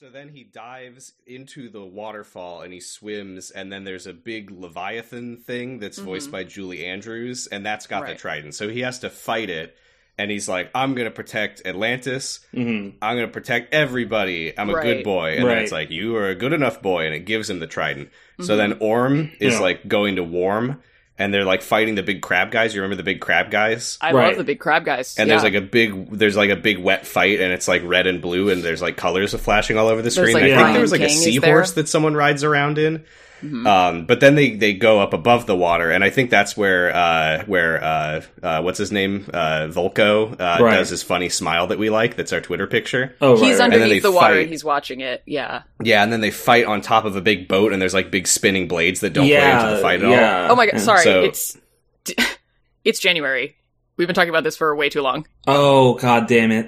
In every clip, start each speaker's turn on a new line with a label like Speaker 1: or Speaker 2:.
Speaker 1: So then he dives into the waterfall and he swims, and then there's a big Leviathan thing that's voiced
Speaker 2: Mhm.
Speaker 1: by Julie Andrews, and that's got the
Speaker 2: Right.
Speaker 1: trident. So he has to fight it, and he's like, I'm going to protect Atlantis.
Speaker 3: Mhm.
Speaker 1: I'm going to protect everybody. I'm a good
Speaker 2: Right.
Speaker 1: boy. And then it's
Speaker 3: Right.
Speaker 1: like, you are a good enough boy. And it gives him the trident. So
Speaker 3: Mm-hmm.
Speaker 2: Mhm.
Speaker 1: then Orm is
Speaker 3: Yeah.
Speaker 1: like going to Worm and they're like fighting the big crab guys. You remember the big crab guys?
Speaker 2: I
Speaker 3: Right.
Speaker 2: love the big crab guys.
Speaker 1: And
Speaker 2: yeah.
Speaker 1: there's like a big, there's like a big wet fight, and it's like red and blue, and there's like colors flashing all over the
Speaker 2: There's,
Speaker 1: screen.
Speaker 2: like,
Speaker 1: And I think
Speaker 3: Lion
Speaker 1: there was like a
Speaker 2: King is
Speaker 1: seahorse
Speaker 2: there.
Speaker 1: that someone rides around in.
Speaker 2: Mhm.
Speaker 3: Mm-hmm.
Speaker 1: Um, but then they, they go up above the water, and I think that's where uh, where uh, uh, what's his name uh, Volko uh,
Speaker 3: Right.
Speaker 1: does his funny smile that we like. That's our Twitter picture.
Speaker 3: Oh, right,
Speaker 2: he's
Speaker 1: under-
Speaker 3: right, right.
Speaker 1: And then
Speaker 2: underneath
Speaker 1: they
Speaker 2: the water
Speaker 1: fight.
Speaker 2: and he's watching it. Yeah.
Speaker 1: Yeah, and then they fight on top of a big boat, and there's like big spinning blades that don't play into the fight at all.
Speaker 3: yeah.
Speaker 2: oh my god. Sorry.
Speaker 1: So-
Speaker 2: It's it's January. We've been talking about this for way too long.
Speaker 3: Oh god damn it!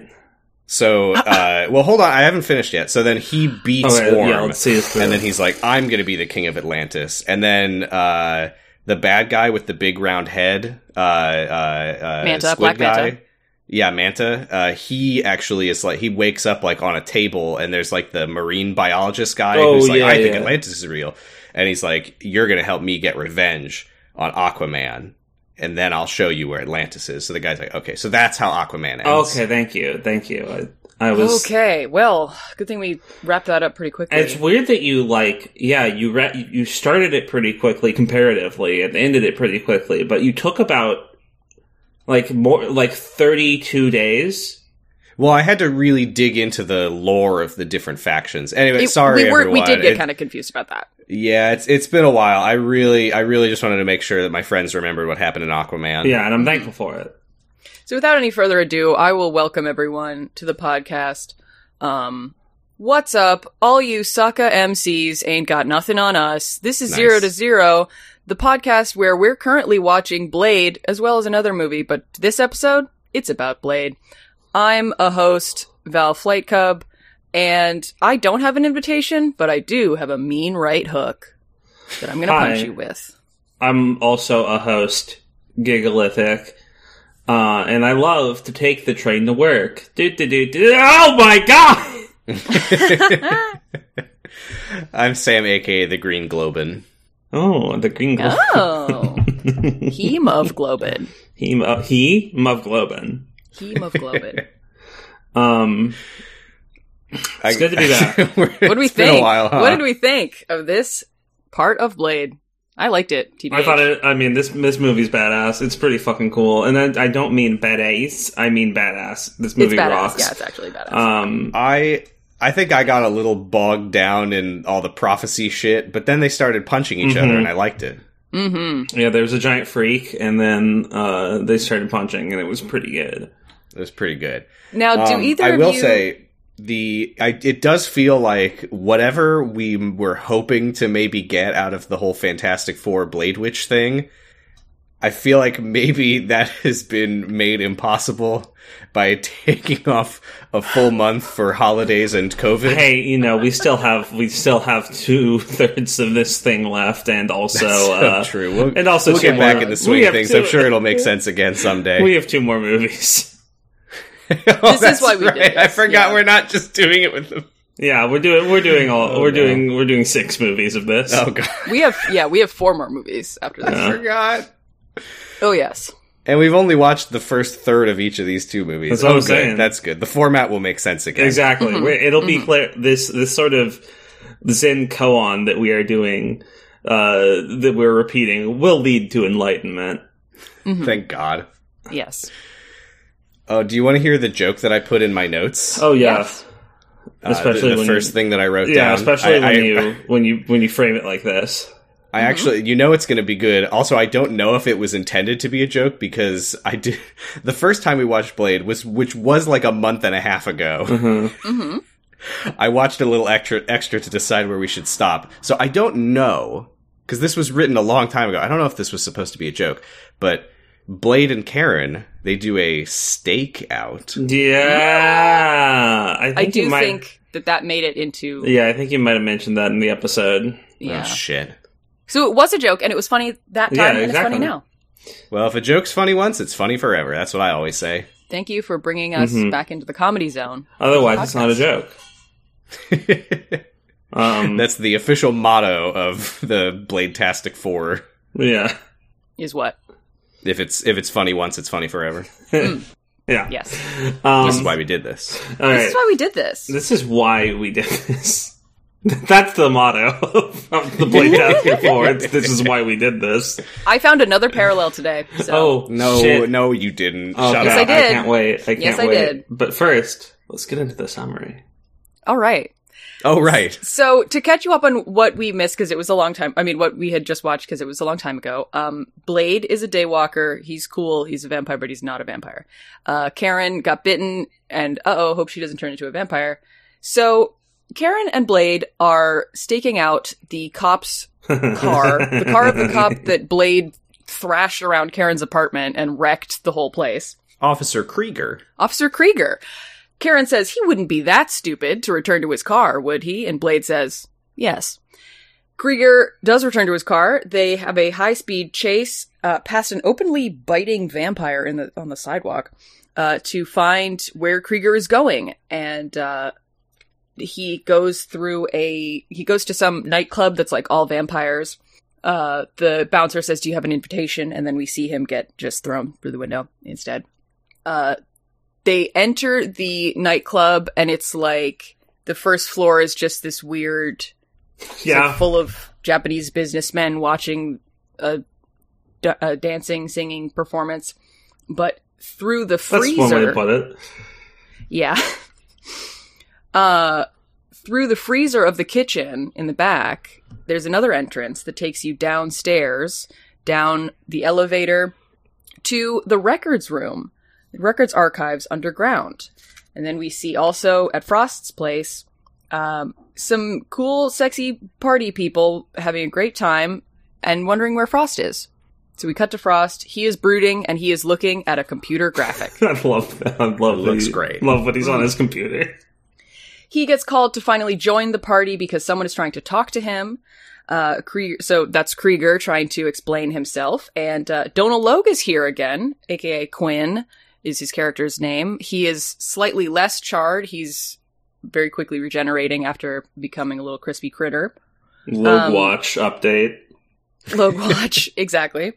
Speaker 1: So, uh, well, hold on, I haven't finished yet. So then he beats
Speaker 3: Okay,
Speaker 1: Worm,
Speaker 3: Oh, yeah, let's see this.
Speaker 1: and then he's like, "I'm going to be the king of Atlantis," and then. Uh, the bad guy with the big round head, uh, uh, uh,
Speaker 2: Manta,
Speaker 1: squid
Speaker 2: Black
Speaker 1: guy.
Speaker 2: Manta.
Speaker 1: Yeah, Manta. Uh, he actually is like he wakes up like on a table, and there's like the marine biologist guy
Speaker 3: Oh,
Speaker 1: who's like,
Speaker 3: yeah,
Speaker 1: "I think
Speaker 3: yeah.
Speaker 1: Atlantis is real," and he's like, "You're gonna help me get revenge on Aquaman, and then I'll show you where Atlantis is." So the guy's like, "Okay, so that's how Aquaman ends."
Speaker 3: okay, thank you, thank you. I, I was
Speaker 2: Okay. Well, good thing we wrapped that up pretty quickly.
Speaker 3: And It's weird that you like, yeah, you re- you started it pretty quickly comparatively and ended it pretty quickly, but you took about like more like thirty two days.
Speaker 1: Well, I had to really dig into the lore of the different factions. Anyway,
Speaker 2: It-
Speaker 1: sorry
Speaker 2: we, were,
Speaker 1: everyone.
Speaker 2: we did get
Speaker 1: It-
Speaker 2: kind of confused about that.
Speaker 1: yeah, it's it's been a while. I really I really just wanted to make sure that my friends remembered what happened in Aquaman.
Speaker 3: Yeah, and I'm thankful for it.
Speaker 2: So, without any further ado, I will welcome everyone to the podcast. Um, what's up, all you sucka MCs? Ain't got nothing on us. This is
Speaker 1: Nice.
Speaker 2: Zero to Zero, the podcast where we're currently watching Blade as well as another movie, but this episode, it's about Blade. I'm a host, Val Flight Cub, and I don't have an invitation, but I do have a mean right hook that I'm going to
Speaker 3: Hi.
Speaker 2: punch you with.
Speaker 3: I'm also a host, Gigalithic, uh, and I love to take the train to work. Do do do do. Oh my god!
Speaker 1: I'm Sam aka the Green Globin.
Speaker 3: Oh, the green globe.
Speaker 2: Oh, heme of Globin.
Speaker 3: He Mu- he Muv Globin.
Speaker 2: Heme of Globin.
Speaker 3: Um, It's good to be back.
Speaker 2: What do we think?
Speaker 1: Been a while, huh?
Speaker 2: What did we think of this part of Blade? I liked it. TBH.
Speaker 3: I thought it. I mean, this this movie's badass. It's pretty fucking cool. And I, I don't mean badass. I mean badass. This
Speaker 2: it's
Speaker 3: movie
Speaker 2: badass.
Speaker 3: rocks.
Speaker 2: Yeah, it's actually badass.
Speaker 3: um,
Speaker 1: I I think I got a little bogged down in all the prophecy shit, but then they started punching each other
Speaker 3: Mhm.
Speaker 1: and I liked it.
Speaker 2: mm-hmm.
Speaker 3: yeah, there was a giant freak, and then uh, they started punching, and it was pretty good.
Speaker 1: It was pretty good.
Speaker 2: Now, do
Speaker 1: Um,
Speaker 2: either
Speaker 1: I
Speaker 2: of
Speaker 1: will
Speaker 2: you?
Speaker 1: say the I, it does feel like whatever we m- were hoping to maybe get out of the whole Fantastic Four Blade Witch thing. I feel like maybe that has been made impossible by taking off a full month for holidays and COVID.
Speaker 3: Hey, you know, we still have we still have two thirds of this thing left, and also
Speaker 1: so
Speaker 3: uh,
Speaker 1: true. We'll,
Speaker 3: and also
Speaker 1: we'll
Speaker 3: two
Speaker 1: get back
Speaker 3: more-
Speaker 1: in the
Speaker 3: we
Speaker 1: swing of
Speaker 3: have
Speaker 1: things.
Speaker 3: two-
Speaker 1: I'm sure it'll make sense again someday.
Speaker 3: we have two more movies.
Speaker 1: Oh,
Speaker 2: This is why
Speaker 1: that's
Speaker 2: we did
Speaker 1: I
Speaker 2: this,
Speaker 1: forgot
Speaker 2: yeah.
Speaker 1: we're not just doing it with the.
Speaker 3: Yeah, we're doing we're doing all
Speaker 1: Oh,
Speaker 3: we're
Speaker 1: no.
Speaker 3: doing we're doing six movies of this.
Speaker 1: Oh god,
Speaker 2: we have yeah, we have four more movies after this.
Speaker 3: Yeah.
Speaker 1: forgot.
Speaker 2: Oh yes,
Speaker 1: And we've only watched the first third of each of these two movies.
Speaker 3: That's what
Speaker 1: oh,
Speaker 3: I'm
Speaker 1: good.
Speaker 3: saying.
Speaker 1: That's good. The format will make sense again.
Speaker 3: Exactly.
Speaker 2: Mm-hmm.
Speaker 3: We're- It'll be clear. This this sort of Zen koan that we are doing, uh, that we're repeating, will lead to enlightenment. Mm-hmm.
Speaker 1: Thank God.
Speaker 2: yes.
Speaker 1: Oh, do you want to hear the joke that I put in my notes?
Speaker 3: Oh yeah,
Speaker 2: Yes.
Speaker 1: Uh, the-
Speaker 3: especially
Speaker 1: the,
Speaker 3: when
Speaker 1: first
Speaker 3: you-
Speaker 1: thing that I wrote
Speaker 3: yeah.
Speaker 1: down.
Speaker 3: Especially
Speaker 1: I-
Speaker 3: when
Speaker 1: I-
Speaker 3: you when you when you frame it like this.
Speaker 1: I actually, you know, it's going to be good. Also, I don't know if it was intended to be a joke because I did the first time we watched Blade was, which was like a month and a half ago.
Speaker 2: Mm-hmm.
Speaker 1: I watched a little extra extra to decide where we should stop. So I don't know because this was written a long time ago. I don't know if this was supposed to be a joke, but Blade and Karen they do a stakeout. out.
Speaker 3: Yeah, I think
Speaker 2: I
Speaker 3: you
Speaker 2: do
Speaker 3: might-
Speaker 2: think that that made it into yeah.
Speaker 3: Yeah, I think you might have mentioned that in the episode.
Speaker 1: Oh shit!
Speaker 2: So it was a joke, and it was funny that time,
Speaker 3: Yeah,
Speaker 2: and it's funny
Speaker 3: exactly.
Speaker 2: now.
Speaker 1: Well, if a joke's funny once, it's funny forever. That's what I always say.
Speaker 2: Thank you for bringing us
Speaker 3: Mhm.
Speaker 2: back into the comedy zone.
Speaker 3: Otherwise, it's not a
Speaker 2: Podcast.
Speaker 3: joke. Um,
Speaker 1: That's the official motto of the Blade Tastic Four.
Speaker 3: yeah.
Speaker 2: Is what?
Speaker 1: If it's if it's funny once, it's funny forever.
Speaker 3: Yeah.
Speaker 2: Yes.
Speaker 3: Um,
Speaker 1: this is why we did this.
Speaker 3: all right.
Speaker 2: This is why we did this.
Speaker 3: This is why we did this. That's the motto of the Blade Asking For. It's, this is why we did this.
Speaker 2: I found another parallel today. So.
Speaker 3: oh
Speaker 1: No,
Speaker 3: shit.
Speaker 1: no, you didn't.
Speaker 3: Oh,
Speaker 1: Shut
Speaker 3: God,
Speaker 1: up.
Speaker 2: I did.
Speaker 3: can't wait. I can't
Speaker 2: Yes, I
Speaker 3: wait.
Speaker 2: did.
Speaker 3: But first, let's get into the summary.
Speaker 2: All right.
Speaker 1: Oh right.
Speaker 2: So to catch you up on what we missed because it was a long time. I mean, what we had just watched because it was a long time ago. Um, Blade is a daywalker. He's cool. He's a vampire, but he's not a vampire. Uh, Karen got bitten, and uh oh, hope she doesn't turn into a vampire. So Karen and Blade are staking out the cop's car, the car of the cop that Blade thrashed around Karen's apartment and wrecked the whole place.
Speaker 1: Officer Krieger.
Speaker 2: Officer Krieger. Karen says he wouldn't be that stupid to return to his car, would he? And Blade says, yes. Krieger does return to his car. They have a high speed chase uh, past an openly biting vampire in the, on the sidewalk uh, to find where Krieger is going. And uh, he goes through a. He goes to some nightclub that's like all vampires. Uh, the bouncer says, Do you have an invitation? And then we see him get just thrown through the window instead. Uh, they enter the nightclub and it's like the first floor is just this weird it's, like,
Speaker 3: yeah.
Speaker 2: full of japanese businessmen watching a, d- a dancing singing performance but through the
Speaker 3: That's one way to
Speaker 2: freezer
Speaker 3: put it.
Speaker 2: yeah uh through the freezer of the kitchen in the back there's another entrance that takes you downstairs down the elevator to the records room, the records archives underground. And then we see also at Frost's place um, some cool, sexy party people having a great time and wondering where Frost is. So we cut to Frost. He is brooding and he is looking at a computer graphic.
Speaker 3: I love that. I love
Speaker 1: Looks
Speaker 3: that he-
Speaker 1: great.
Speaker 3: Love what he's on his computer.
Speaker 2: he gets called to finally join the party because someone is trying to talk to him. Uh, Krieger, so that's Krieger trying to explain himself. And uh, Donald Logue is here again, aka Quinn is his character's name. He is slightly less charred. He's very quickly regenerating after becoming a little crispy critter.
Speaker 3: Logue
Speaker 2: Um,
Speaker 3: Watch update.
Speaker 2: Logue Watch, exactly.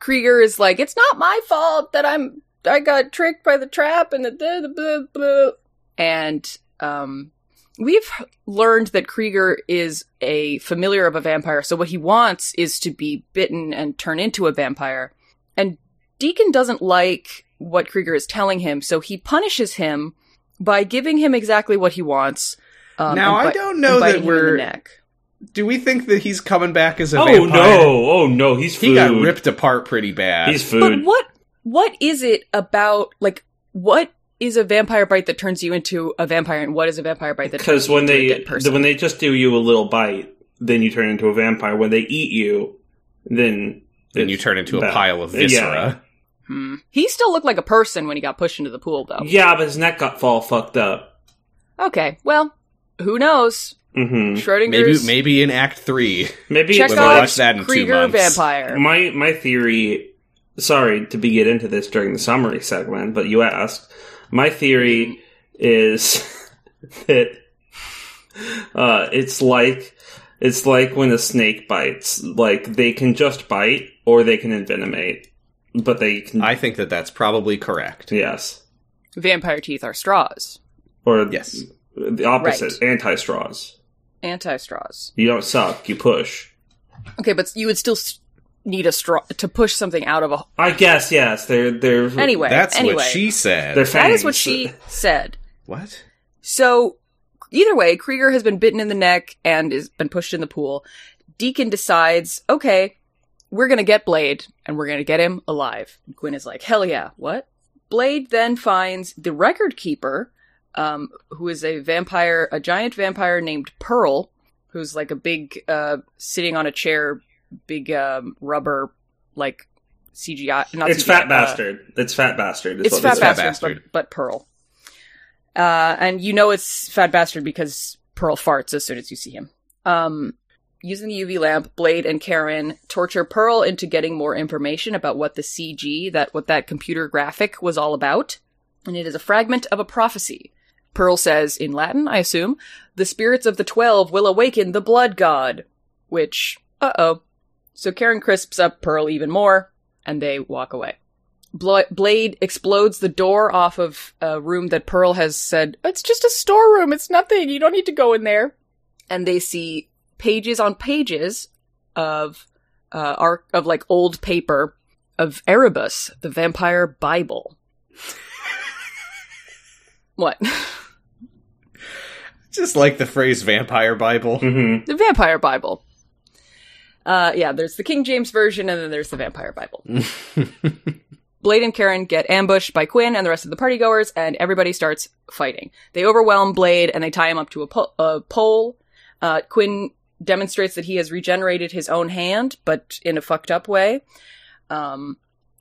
Speaker 2: Krieger is like, it's not my fault that I'm I got tricked by the trap and the blah, blah, blah. and um we've learned that Krieger is a familiar of a vampire, so what he wants is to be bitten and turn into a vampire. And Deacon doesn't like what Krieger is telling him, so he punishes him by giving him exactly what he wants. Um,
Speaker 1: now
Speaker 2: and
Speaker 1: I
Speaker 2: bi-
Speaker 1: don't
Speaker 2: and
Speaker 1: know
Speaker 2: biting
Speaker 1: that
Speaker 2: him in the
Speaker 1: we're.
Speaker 2: neck.
Speaker 1: Do we think that he's coming back as a
Speaker 3: Oh
Speaker 1: vampire?
Speaker 3: no! Oh no! He's food.
Speaker 1: He got ripped apart pretty bad.
Speaker 3: He's
Speaker 2: But
Speaker 3: food.
Speaker 2: what what is it about like what is a vampire bite that turns you into a vampire and what is a vampire bite that
Speaker 3: Because
Speaker 2: turns you
Speaker 3: when
Speaker 2: into a
Speaker 3: they
Speaker 2: dead person?
Speaker 3: when they just do you a little bite, then you turn into a vampire. When they eat you, then
Speaker 1: then
Speaker 3: it's
Speaker 1: you turn into a
Speaker 3: bad.
Speaker 1: pile of
Speaker 3: Yeah.
Speaker 1: viscera.
Speaker 2: Hmm. He still looked like a person when he got pushed into the pool though.
Speaker 3: Yeah, but his neck got fall fucked up.
Speaker 2: Okay. Well, who knows?
Speaker 3: hmm
Speaker 1: Maybe
Speaker 2: Schrodinger's
Speaker 1: maybe in Act Three.
Speaker 3: Maybe
Speaker 1: When
Speaker 2: Chekhov's
Speaker 1: we watch that in two
Speaker 2: Krieger
Speaker 1: months.
Speaker 2: vampire.
Speaker 3: my my theory. Sorry to be get into this during the summary segment, but you asked. My theory is that uh, it's like it's like when a snake bites. Like they can just bite, or they can envenomate, but they can
Speaker 1: I think that that's probably correct.
Speaker 3: yes
Speaker 2: vampire teeth are straws,
Speaker 3: or
Speaker 1: Yes.
Speaker 3: the opposite anti straws.
Speaker 2: anti-straws.
Speaker 3: You don't suck, you push.
Speaker 2: Okay, but you would still s- need a straw to push something out of a
Speaker 3: I guess yes. They're they're
Speaker 2: Anyway,
Speaker 1: That's
Speaker 2: anyway.
Speaker 1: what she said.
Speaker 3: They're
Speaker 2: that is
Speaker 3: fangs.
Speaker 2: what she said.
Speaker 1: what?
Speaker 2: So, either way, Krieger has been bitten in the neck and has been pushed in the pool. Deacon decides, okay, we're going to get Blade and we're going to get him alive. And Quinn is like, hell yeah, what? Blade then finds the record keeper, um, who is a vampire, a giant vampire named Pearl, who's like a big, uh, sitting on a chair, big um, rubber, like CGI. Not
Speaker 3: It's
Speaker 2: CGI,
Speaker 3: fat
Speaker 2: uh,
Speaker 3: bastard. It's fat bastard. is
Speaker 2: it's
Speaker 3: what
Speaker 2: Fat
Speaker 1: it's Fat
Speaker 2: Bastard,
Speaker 1: Bastard.
Speaker 2: But, but Pearl. Uh, and you know it's Fat Bastard because Pearl farts as soon as you see him. Um, using the UV lamp, Blade and Karen torture Pearl into getting more information about what the CG, that what that computer graphic was all about. And it is a fragment of a prophecy. Pearl says in Latin, I assume, the spirits of the Twelve will awaken the Blood God. Which, uh oh. So Karen crisps up Pearl even more, and they walk away. Bla- Blade explodes the door off of a room that Pearl has said, It's just a storeroom, it's nothing, you don't need to go in there. And they see pages on pages of uh, arc of like old paper of Erebus, the vampire Bible. what?
Speaker 1: Just like the phrase vampire Bible.
Speaker 3: Mm-hmm.
Speaker 2: the vampire Bible. Uh, yeah, there's the King James version, and then there's the vampire Bible. Blade and Karen get ambushed by Quinn and the rest of the partygoers, and everybody starts fighting. They overwhelm Blade and they tie him up to a, po- a pole. Uh, Quinn demonstrates that he has regenerated his own hand, but in a fucked up way. Um,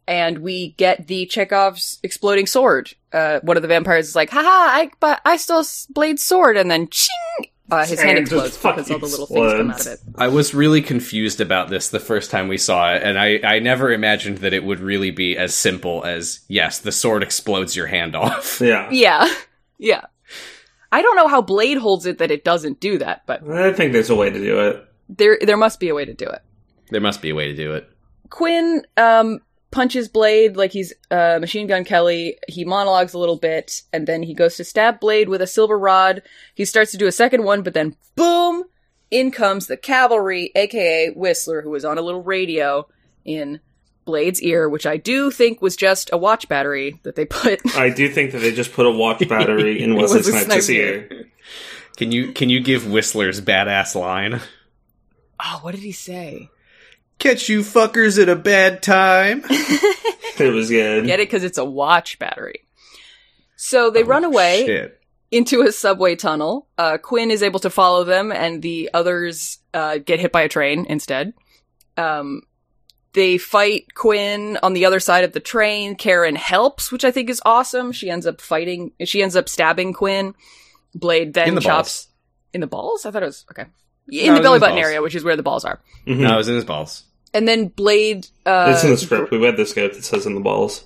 Speaker 2: and we get the Chekhov's exploding sword. Uh, one of the vampires is like, "Haha, I but I still s- Blade's sword," and then ching, uh, his hand
Speaker 3: And just
Speaker 2: explodes because all the little things come out of it.
Speaker 1: I was really confused about this the first time we saw it, and I, I never imagined that it would really be as simple as yes, the sword explodes your hand off.
Speaker 3: Yeah.
Speaker 2: Yeah. Yeah. I don't know how Blade holds it that it doesn't do that, but
Speaker 3: I think there's a way to do it.
Speaker 2: there there must be a way to do it.
Speaker 1: There must be a way to do it.
Speaker 2: Quinn um punches Blade like he's uh Machine Gun Kelly. He monologues a little bit and then he goes to stab Blade with a silver rod. He starts to do a second one, but then boom, in comes the cavalry, aka Whistler, who is on a little radio in Blade's ear, which I do think was just a watch battery that they put
Speaker 3: I do think that they just put a watch battery in
Speaker 2: It
Speaker 3: Wesley
Speaker 2: was a
Speaker 3: Snipes'
Speaker 2: sniper.
Speaker 3: ear.
Speaker 1: Can you can you give Whistler's badass line?
Speaker 2: Oh, what did he say?
Speaker 1: Catch you fuckers at a bad time.
Speaker 3: It was good.
Speaker 2: Get it because it's a watch battery. So they
Speaker 1: Oh,
Speaker 2: run away
Speaker 1: Shit.
Speaker 2: into a subway tunnel. Uh, Quinn is able to follow them, and the others uh, get hit by a train instead. Um, they fight Quinn on the other side of the train. Karen helps, which I think is awesome. She ends up fighting. She ends up stabbing Quinn. Blade then
Speaker 1: In the
Speaker 2: chops
Speaker 1: balls.
Speaker 2: in the balls. I thought it was okay. In
Speaker 1: No, it was
Speaker 2: the
Speaker 1: in
Speaker 2: belly
Speaker 1: his
Speaker 2: button
Speaker 1: balls.
Speaker 2: area, which is where the balls are.
Speaker 3: Mhm.
Speaker 1: No, it was in his balls.
Speaker 2: And then Blade. Uh,
Speaker 3: it's in the script. We read the script. It says in the balls.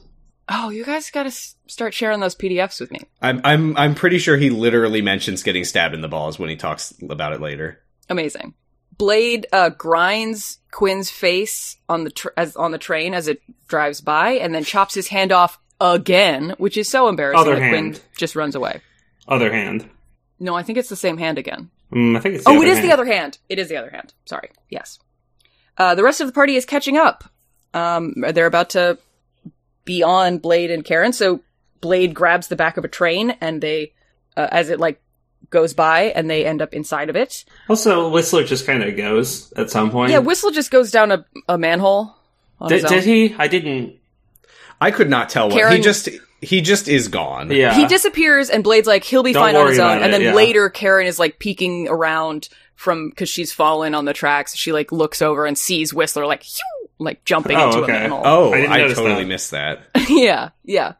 Speaker 2: oh, you guys got to s- start sharing those PDFs with me.
Speaker 1: I'm I'm I'm pretty sure he literally mentions getting stabbed in the balls when he talks about it later.
Speaker 2: Amazing. Blade uh, grinds Quinn's face on the tr- as on the train as it drives by, and then chops his hand off again, which is so embarrassing.
Speaker 3: Other
Speaker 2: that Quinn
Speaker 3: hand.
Speaker 2: just runs away.
Speaker 3: Other hand.
Speaker 2: No, I think it's the same hand again.
Speaker 3: Mm, I think it's.
Speaker 2: oh, it is
Speaker 3: hand.
Speaker 2: the other hand. It is the other hand. Sorry. Yes. Uh, the rest of the party is catching up. Um, they're about to be on Blade and Karen, so Blade grabs the back of a train, and they uh, as it like goes by, and they end up inside of it.
Speaker 3: Also, Whistler just kind of goes at some point.
Speaker 2: Yeah, Whistle just goes down a, a manhole. On
Speaker 3: did,
Speaker 2: his
Speaker 3: did
Speaker 2: own.
Speaker 3: he? I didn't.
Speaker 1: I could not tell what he
Speaker 2: Karen-
Speaker 1: just he just is gone.
Speaker 3: Yeah.
Speaker 2: He disappears, and Blade's like, he'll be
Speaker 3: Don't
Speaker 2: fine on his
Speaker 3: worry
Speaker 2: own.
Speaker 3: about
Speaker 2: And
Speaker 3: it,
Speaker 2: then
Speaker 3: yeah.
Speaker 2: later, Karen is like peeking around from because she's fallen on the tracks. She like looks over and sees Whistler like, "Phew," like jumping
Speaker 3: Oh,
Speaker 2: into
Speaker 3: okay.
Speaker 2: a manhole.
Speaker 1: Oh,
Speaker 3: I didn't
Speaker 1: I,
Speaker 3: notice
Speaker 1: totally
Speaker 3: that.
Speaker 1: missed that.
Speaker 2: yeah, yeah.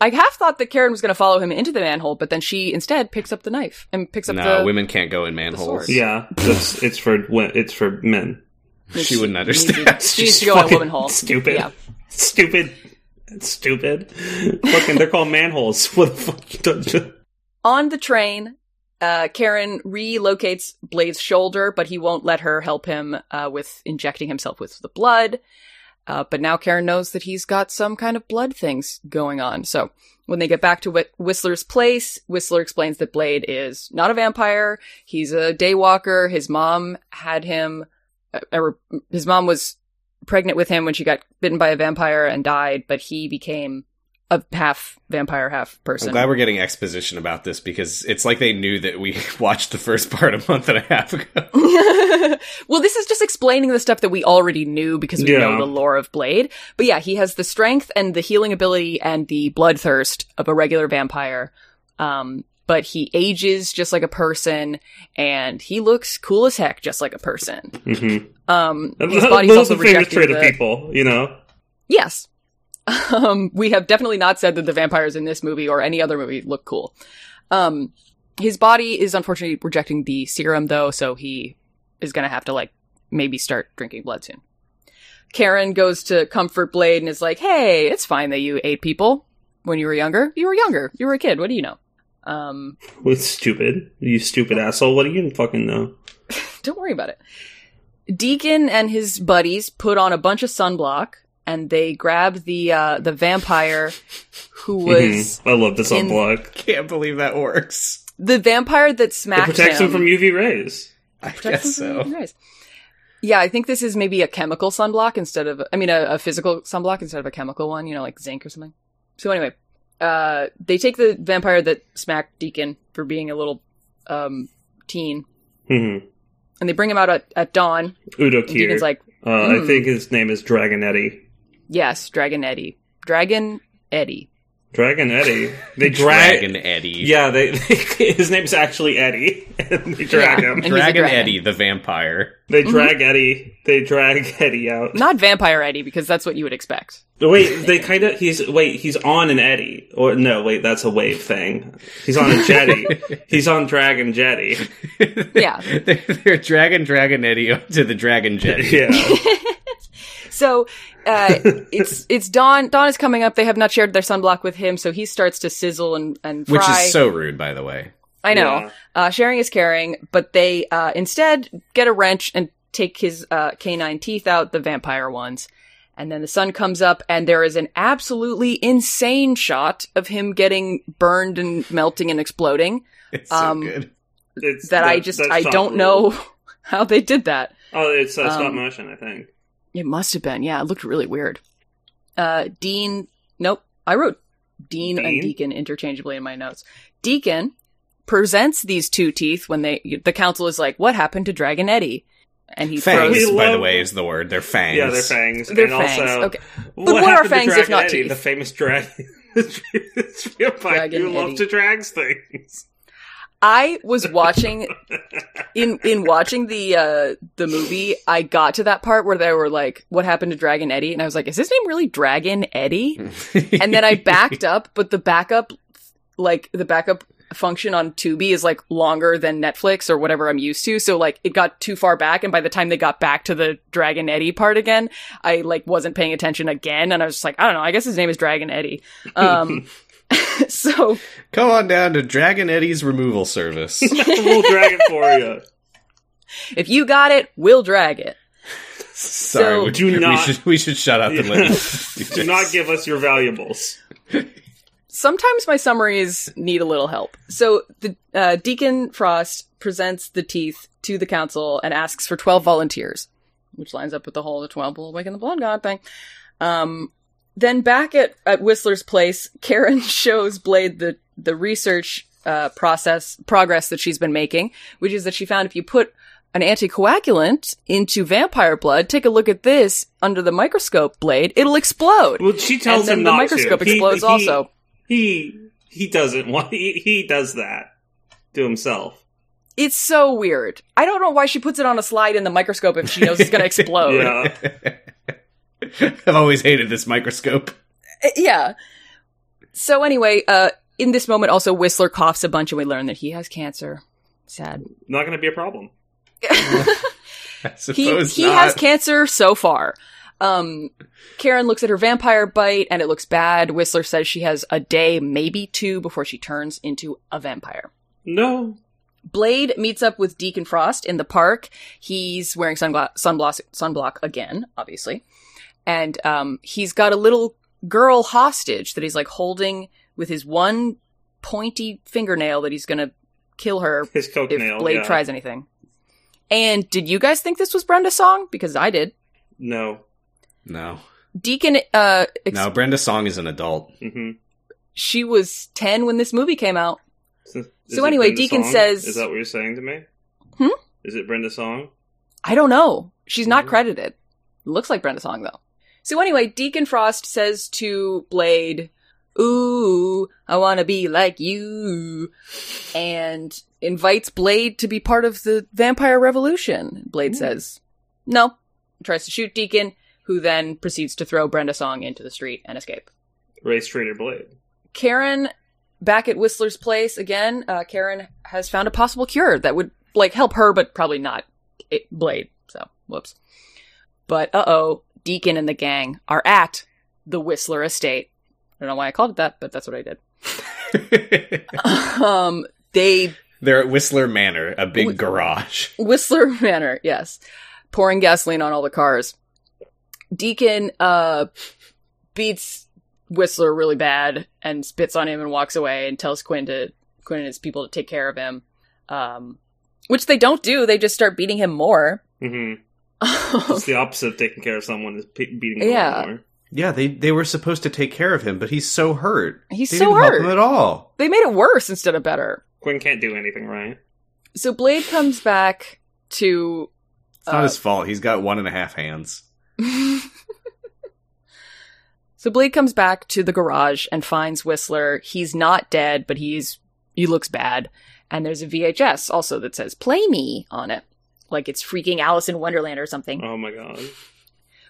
Speaker 2: I half thought that Karen was going to follow him into the manhole, but then she instead picks up the knife and picks up
Speaker 1: no,
Speaker 2: the.
Speaker 1: women can't go in manholes.
Speaker 2: sword.
Speaker 3: Yeah, it's, it's for wi- it's for men.
Speaker 1: She wouldn't
Speaker 2: needs to-
Speaker 1: understand.
Speaker 2: She needs to go in a
Speaker 3: fucking
Speaker 2: woman hole.
Speaker 3: Stupid.
Speaker 2: Yeah.
Speaker 3: Stupid. Stupid. Fucking, they're called manholes. What the fuck? You don't do-
Speaker 2: On the train, uh, Karen relocates Blade's shoulder, but he won't let her help him uh, with injecting himself with the blood. Uh, but now Karen knows that he's got some kind of blood things going on. So when they get back to Whit- Whistler's place, Whistler explains that Blade is not a vampire. He's a daywalker. His mom had him. Uh, er, his mom was pregnant with him when she got bitten by a vampire and died, but he became a half vampire, half person.
Speaker 1: I'm glad we're getting exposition about this because it's like they knew that we watched the first part a month and a half ago.
Speaker 2: well, this is just explaining the stuff that we already knew because we
Speaker 3: Yeah.
Speaker 2: know the lore of Blade. But yeah, he has the strength and the healing ability and the bloodthirst of a regular vampire. Um, but he ages just like a person, and he looks cool as heck, just like a person.
Speaker 3: Mhm.
Speaker 2: Um, his body's
Speaker 3: Those
Speaker 2: also
Speaker 3: are the famous
Speaker 2: rejected.
Speaker 3: trait of
Speaker 2: The-
Speaker 3: people, you know?
Speaker 2: yes, um, we have definitely not said that the vampires in this movie or any other movie look cool. Um, his body is unfortunately rejecting the serum though, so he is going to have to like maybe start drinking blood soon. Karen goes to comfort Blade and is like, "Hey, it's fine that you ate people when you were younger. You were younger. You were a kid. What do you know?" Um,
Speaker 3: With stupid, you stupid asshole. What do you fucking know?
Speaker 2: don't worry about it. Deacon and his buddies put on a bunch of sunblock and they grabbed the uh, the vampire who was
Speaker 3: Mhm. I love this
Speaker 2: in-
Speaker 3: unblock.
Speaker 1: Can't believe that works.
Speaker 2: the vampire that
Speaker 3: It
Speaker 2: smacked
Speaker 3: protects him from UV rays.
Speaker 1: I
Speaker 2: protects
Speaker 1: guess
Speaker 2: him from
Speaker 1: so.
Speaker 2: UV rays. Yeah, I think this is maybe a chemical sunblock instead of I mean a, a physical sunblock instead of a chemical one, you know, like zinc or something. So anyway, uh, they take the vampire that smacked Deacon for being a little um, teen,
Speaker 3: hmm
Speaker 2: and they bring him out at, at dawn.
Speaker 3: Udo
Speaker 2: And Deacon's like,
Speaker 3: uh, I
Speaker 2: "Hmm."
Speaker 3: think his name is Dragon Eddie.
Speaker 2: "Yes, Dragon Eddie, Dragon Eddie."
Speaker 3: Dragon Eddie. They drag.
Speaker 1: Dragon Eddie.
Speaker 3: Yeah, they, they his name's actually Eddie, and they drag
Speaker 2: Yeah.
Speaker 3: him.
Speaker 2: And he's a
Speaker 1: Dragon
Speaker 2: dragon.
Speaker 1: Eddie, the vampire.
Speaker 3: They
Speaker 2: Mm-hmm.
Speaker 3: drag Eddie. They drag Eddie out.
Speaker 2: Not Vampire Eddie, because that's what you would expect.
Speaker 3: Wait, they kind of he's wait he's on an Eddie or no wait that's a wave thing. He's on a jetty. he's on Dragon Jetty.
Speaker 2: Yeah.
Speaker 1: they're, they're dragging Dragon Eddie up to the Dragon Jet.
Speaker 3: Yeah,
Speaker 2: So uh, it's it's Dawn. Dawn is coming up. They have not shared their sunblock with him, so he starts to sizzle and and fry.
Speaker 1: Which is so rude, by the way.
Speaker 2: I know.
Speaker 3: Yeah.
Speaker 2: Uh, sharing is caring, but they uh, instead get a wrench and take his uh, canine teeth out, the vampire ones. And then the sun comes up, and there is an absolutely insane shot of him getting burned and melting and exploding.
Speaker 1: It's so
Speaker 2: Um,
Speaker 1: good.
Speaker 3: It's-
Speaker 2: That I just
Speaker 3: that's
Speaker 2: I
Speaker 3: stop
Speaker 2: don't
Speaker 3: rule.
Speaker 2: know how they did that.
Speaker 3: Oh, it's uh, stop
Speaker 2: Um,
Speaker 3: motion. I think.
Speaker 2: It must have been. Yeah, it looked really weird. Uh, Dean. Nope. I wrote Dean, and
Speaker 3: Dean?
Speaker 2: Deacon interchangeably in my notes. Deacon presents these two teeth when they the council is like, "What happened to Dragon Eddie?" And he
Speaker 1: Fangs,
Speaker 2: throws.
Speaker 3: We
Speaker 1: by the
Speaker 3: love-
Speaker 1: way, is the word. They're fangs.
Speaker 3: Yeah, they're fangs.
Speaker 2: They're
Speaker 3: and
Speaker 2: fangs.
Speaker 3: Also,
Speaker 2: okay. But what are
Speaker 3: happened to
Speaker 2: fangs if
Speaker 3: Dragon
Speaker 2: not
Speaker 3: Eddie,
Speaker 2: teeth?
Speaker 3: The famous dragon. It's real fine.
Speaker 2: Dragon
Speaker 3: you love
Speaker 2: Eddie.
Speaker 3: to drag things.
Speaker 2: I was watching in in watching the uh the movie. I got to that part where they were like, "What happened to Dragon Eddie?" And I was like, "Is his name really Dragon Eddie?" and then I backed up, but the backup, like the backup function on Tubi is like longer than Netflix or whatever I'm used to. So like it got too far back, and by the time they got back to the Dragon Eddie part again, I like wasn't paying attention again, and I was just like, I don't know. I guess his name is Dragon Eddie. Um, so
Speaker 1: Come on down to Dragon Eddie's removal service.
Speaker 3: we'll drag it for you.
Speaker 2: if you got it, we'll drag it.
Speaker 1: Sorry,
Speaker 2: So-
Speaker 1: we,
Speaker 3: Do
Speaker 1: we
Speaker 3: not-
Speaker 1: should we should shut up and let. you
Speaker 3: Do not give us your valuables.
Speaker 2: sometimes my summaries need a little help. So the uh, Deacon Frost presents the teeth to the council and asks for twelve volunteers, which lines up with the whole the twelve will awaken the blood god thing. Um, then back at, at Whistler's place, Karen shows Blade the the research uh, process progress that she's been making, which is that she found if you put an anticoagulant into vampire blood, take a look at this under the microscope, Blade, it'll explode.
Speaker 3: Well, she
Speaker 2: and
Speaker 3: tells
Speaker 2: then
Speaker 3: him
Speaker 2: the
Speaker 3: not
Speaker 2: microscope
Speaker 3: to. He-
Speaker 2: explodes
Speaker 3: he-
Speaker 2: also.
Speaker 3: He he doesn't want. He, he does that to himself.
Speaker 2: It's so weird. I don't know why she puts it on a slide in the microscope if she knows it's going to explode. yeah.
Speaker 3: Yeah,
Speaker 1: I've always hated this microscope.
Speaker 2: Uh, So anyway, uh, in this moment, also Whistler coughs a bunch, and we learn that he has cancer. Sad.
Speaker 3: not going to be a problem.
Speaker 1: I
Speaker 2: he
Speaker 1: suppose
Speaker 2: he
Speaker 1: not.
Speaker 2: has cancer so far. Um, Karen looks at her vampire bite, and it looks bad. Whistler says she has a day, maybe two, before she turns into a vampire.
Speaker 3: No,
Speaker 2: Blade meets up with Deacon Frost in the park. He's wearing sungla- sunblock, sunblock again, obviously. And um, he's got a little girl hostage that he's like holding with his one pointy fingernail that he's going to kill her
Speaker 3: his coke
Speaker 2: if
Speaker 3: nail.
Speaker 2: Blade
Speaker 3: yeah.
Speaker 2: tries anything. And did you guys think this was Brenda's song? Because I did.
Speaker 3: No.
Speaker 1: no,
Speaker 2: Deacon, uh, ex-
Speaker 1: no. Brenda Song is an adult.
Speaker 3: Mm-hmm.
Speaker 2: she was 10 when this movie came out.
Speaker 3: So,
Speaker 2: So anyway, Deacon says-
Speaker 3: "Is that what you're saying to me?
Speaker 2: Hmm?
Speaker 3: Is it Brenda's song?
Speaker 2: I don't know. She's not
Speaker 3: Mhm.
Speaker 2: credited. Looks like Brenda Song though. So anyway, Deacon Frost says to Blade, "Ooh, I want to be like you," and invites Blade to be part of the Vampire Revolution. Blade
Speaker 3: Ooh.
Speaker 2: says, "No." Tries to shoot Deacon, who then proceeds to throw Brenda Song into the street and escape.
Speaker 3: Race Trader Blade.
Speaker 2: Karen, back at Whistler's place again. Uh, Karen has found a possible cure that would like help her, but probably not it, Blade. So whoops. But uh oh, Deacon and the gang are at the Whistler estate. I don't know why I called it that, but that's what I did. um, they
Speaker 1: They're at Whistler Manor, a big
Speaker 2: Wh- garage.
Speaker 1: garage.
Speaker 2: Whistler Manor, yes. Pouring gasoline on all the cars. Deacon uh beats Whistler really bad and spits on him and walks away and tells Quinn to Quinn and his people to take care of him. Um which they don't do, they just start beating him more.
Speaker 3: Mm-hmm. It's the opposite of taking care of someone is pe- beating them
Speaker 2: Yeah.
Speaker 3: more.
Speaker 1: Yeah, they they were supposed to take care of him, but he's so hurt.
Speaker 2: He's
Speaker 1: they
Speaker 2: so
Speaker 1: didn't help him
Speaker 2: hurt.
Speaker 1: at all.
Speaker 2: They made it worse instead of better.
Speaker 3: Quinn can't do anything, right?
Speaker 2: So Blade comes back to
Speaker 1: It's not
Speaker 2: uh,
Speaker 1: his fault. He's got one and a half hands.
Speaker 2: so Blade comes back to the garage and finds Whistler. He's not dead, but he's he looks bad. And there's a VHS also that says "Play Me" on it, like it's freaking Alice in Wonderland or something.
Speaker 3: Oh my god.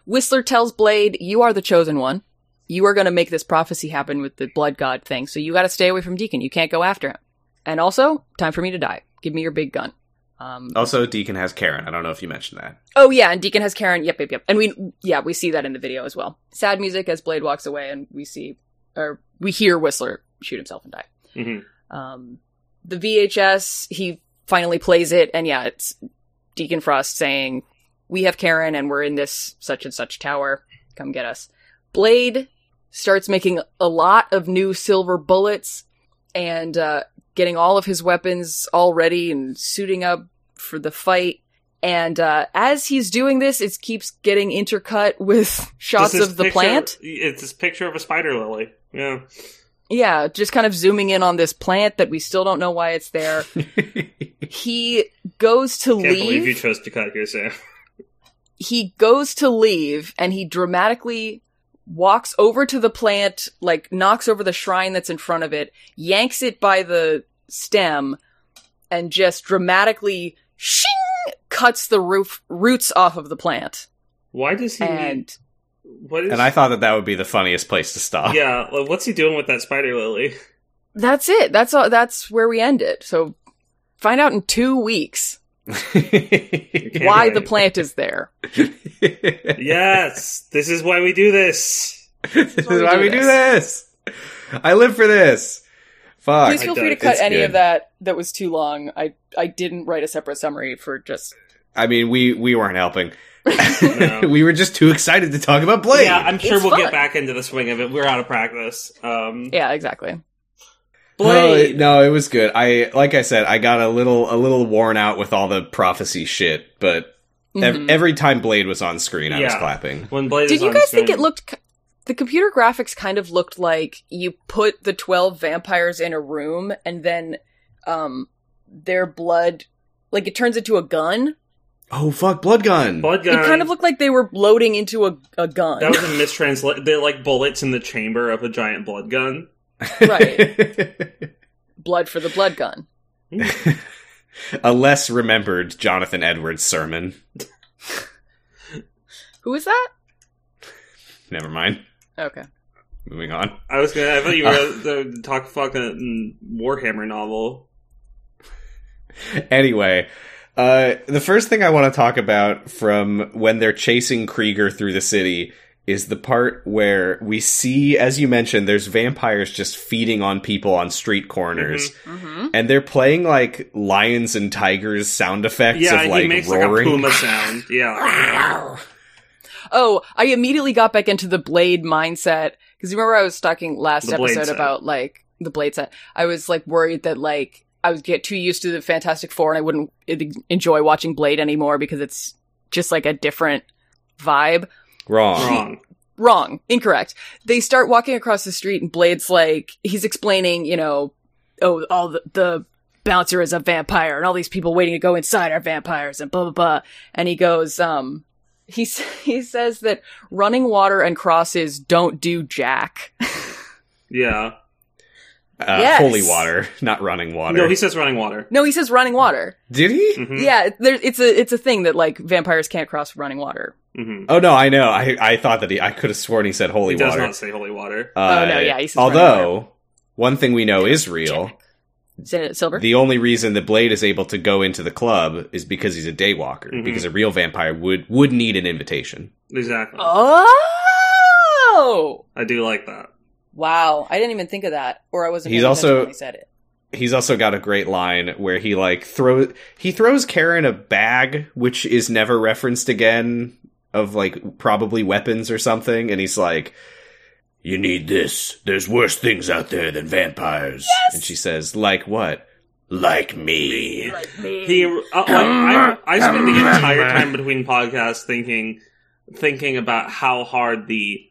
Speaker 2: Whistler tells Blade, "You are the chosen one. You are going to make this prophecy happen with the blood god thing. So you got to stay away from Deacon. You can't go after him. And also, time for me to die. Give me your big gun." Um,
Speaker 1: Also, Deacon has Karen. I don't know if you mentioned that.
Speaker 2: Oh yeah, and Deacon has Karen. Yep, yep, yep. And we yeah, we see that in the video as well. Sad music as Blade walks away, and we see or we hear Whistler shoot himself and die.
Speaker 3: hmm
Speaker 2: Um, the VHS he finally plays it, and yeah, it's Deacon Frost saying, "We have Karen, and we're in this such and such tower. Come get us." Blade starts making a lot of new silver bullets and uh, getting all of his weapons all ready and suiting up for the fight. And uh, as he's doing this, it keeps getting intercut with shots of the plant.
Speaker 3: It's this picture of a spider lily. Yeah.
Speaker 2: Yeah, just kind of zooming in on this plant that we still don't know why it's there. he goes to
Speaker 3: Can't believe you
Speaker 2: leave.
Speaker 3: chose to cut here, Sam.
Speaker 2: He goes to leave and he dramatically walks over to the plant, like knocks over the shrine that's in front of it, yanks it by the stem, and just dramatically shing cuts the roof roots off of the plant.
Speaker 3: Why does he need,
Speaker 2: And
Speaker 3: what is
Speaker 1: And I thought that that would be the funniest place to stop.
Speaker 3: Yeah, like, what's he doing with that spider lily?
Speaker 2: that's it. That's all that's where we end it. So find out in two weeks
Speaker 3: Can't
Speaker 2: why
Speaker 3: wait.
Speaker 2: the plant is there.
Speaker 3: yes, this is why we do this.
Speaker 1: this is why we do this. I live for this. Fuck.
Speaker 2: Please
Speaker 3: I
Speaker 2: feel free to
Speaker 3: don't.
Speaker 2: cut
Speaker 1: It's
Speaker 2: any
Speaker 1: good.
Speaker 2: of that that was too long. I I didn't write a separate summary for just
Speaker 1: I mean, we we weren't helping.
Speaker 3: No.
Speaker 1: we were just too excited to talk about Blade.
Speaker 3: Yeah, I'm sure
Speaker 2: It's
Speaker 3: we'll get
Speaker 2: fun.
Speaker 3: back into the swing of it. We're out of practice. Um,
Speaker 2: yeah, exactly.
Speaker 1: No, it-
Speaker 3: Blade.
Speaker 1: no, it was good. I like I said, I got a little a little worn out with all the prophecy shit, but ev-
Speaker 2: Mhm.
Speaker 1: every time Blade was on screen, I was
Speaker 3: Mm-hmm. Yeah.
Speaker 1: clapping.
Speaker 3: When Blade
Speaker 2: Did
Speaker 3: is
Speaker 2: you
Speaker 3: on
Speaker 2: guys think
Speaker 3: screen-
Speaker 2: it looked ki- the computer graphics kind of looked like you put the 12 vampires in a room and then um their blood like it turns into a gun.
Speaker 1: Oh fuck, Blood Gun.
Speaker 3: Blood gun.
Speaker 2: It kind of looked like they were loading into a, a gun.
Speaker 3: That was a mistranslate. They're like bullets in the chamber of a giant blood gun.
Speaker 1: right.
Speaker 2: blood for the blood gun.
Speaker 1: a less remembered Jonathan Edwards sermon.
Speaker 2: Who is that?
Speaker 1: Never mind.
Speaker 2: Okay.
Speaker 1: Moving on.
Speaker 3: I was gonna. I thought you were gonna uh, talk fucking Warhammer novel.
Speaker 1: Anyway, uh, the first thing I want to talk about from when they're chasing Krieger through the city is the part where we see, as you mentioned, there's vampires just feeding on people on street corners,
Speaker 3: Mm-hmm.
Speaker 2: Mhm.
Speaker 1: and they're playing like lions and tigers sound effects
Speaker 3: Yeah,
Speaker 1: of
Speaker 3: he
Speaker 1: like
Speaker 3: makes like a
Speaker 1: roaring.
Speaker 3: puma sound. Yeah,
Speaker 2: Oh, I immediately got back into the blade mindset because you remember I was talking last
Speaker 3: The blade
Speaker 2: episode
Speaker 3: set.
Speaker 2: about like the blade set. I was like worried that like I would get too used to the Fantastic Four and I wouldn't e- enjoy watching Blade anymore because it's just like a different vibe.
Speaker 1: Wrong.
Speaker 3: wrong.
Speaker 2: Wrong, incorrect. They start walking across the street and Blade's like he's explaining, you know, oh, all the, the bouncer is a vampire and all these people waiting to go inside are vampires and blah blah blah. And he goes, um, he s- he says that running water and crosses don't do jack.
Speaker 3: Yeah,
Speaker 1: Uh,
Speaker 2: Yes.
Speaker 1: Holy water, not running water.
Speaker 3: no, he says running water.
Speaker 2: no, he says running water.
Speaker 1: Did he?
Speaker 3: hmm
Speaker 2: Yeah, there, it's a it's a thing that like vampires can't cross running water.
Speaker 3: hmm
Speaker 1: Oh no, I know. I I thought that he. I could have sworn he said holy
Speaker 3: He does
Speaker 1: water.
Speaker 3: not say holy water.
Speaker 1: Uh,
Speaker 2: Oh, no, yeah, he says running
Speaker 1: although one thing we know is real.
Speaker 2: Jack. Is it silver?
Speaker 1: The only reason that Blade is able to go into the club is because he's a daywalker.
Speaker 2: Mm-hmm.
Speaker 3: Mhm.
Speaker 1: Because a real vampire would would need an invitation.
Speaker 3: Exactly.
Speaker 2: oh,
Speaker 3: I do like that.
Speaker 2: Wow, I didn't even think of that, or I wasn't.
Speaker 1: He's
Speaker 2: paying attention
Speaker 1: also-
Speaker 2: when he said it.
Speaker 1: he's also got a great line where he like throws he throws Karen a bag which is never referenced again of like probably weapons or something and he's like you need this there's worse things out there than vampires and she says like what like me
Speaker 2: Mm.
Speaker 3: He, uh, like, I, I spent the entire time between podcasts thinking, thinking about how hard the,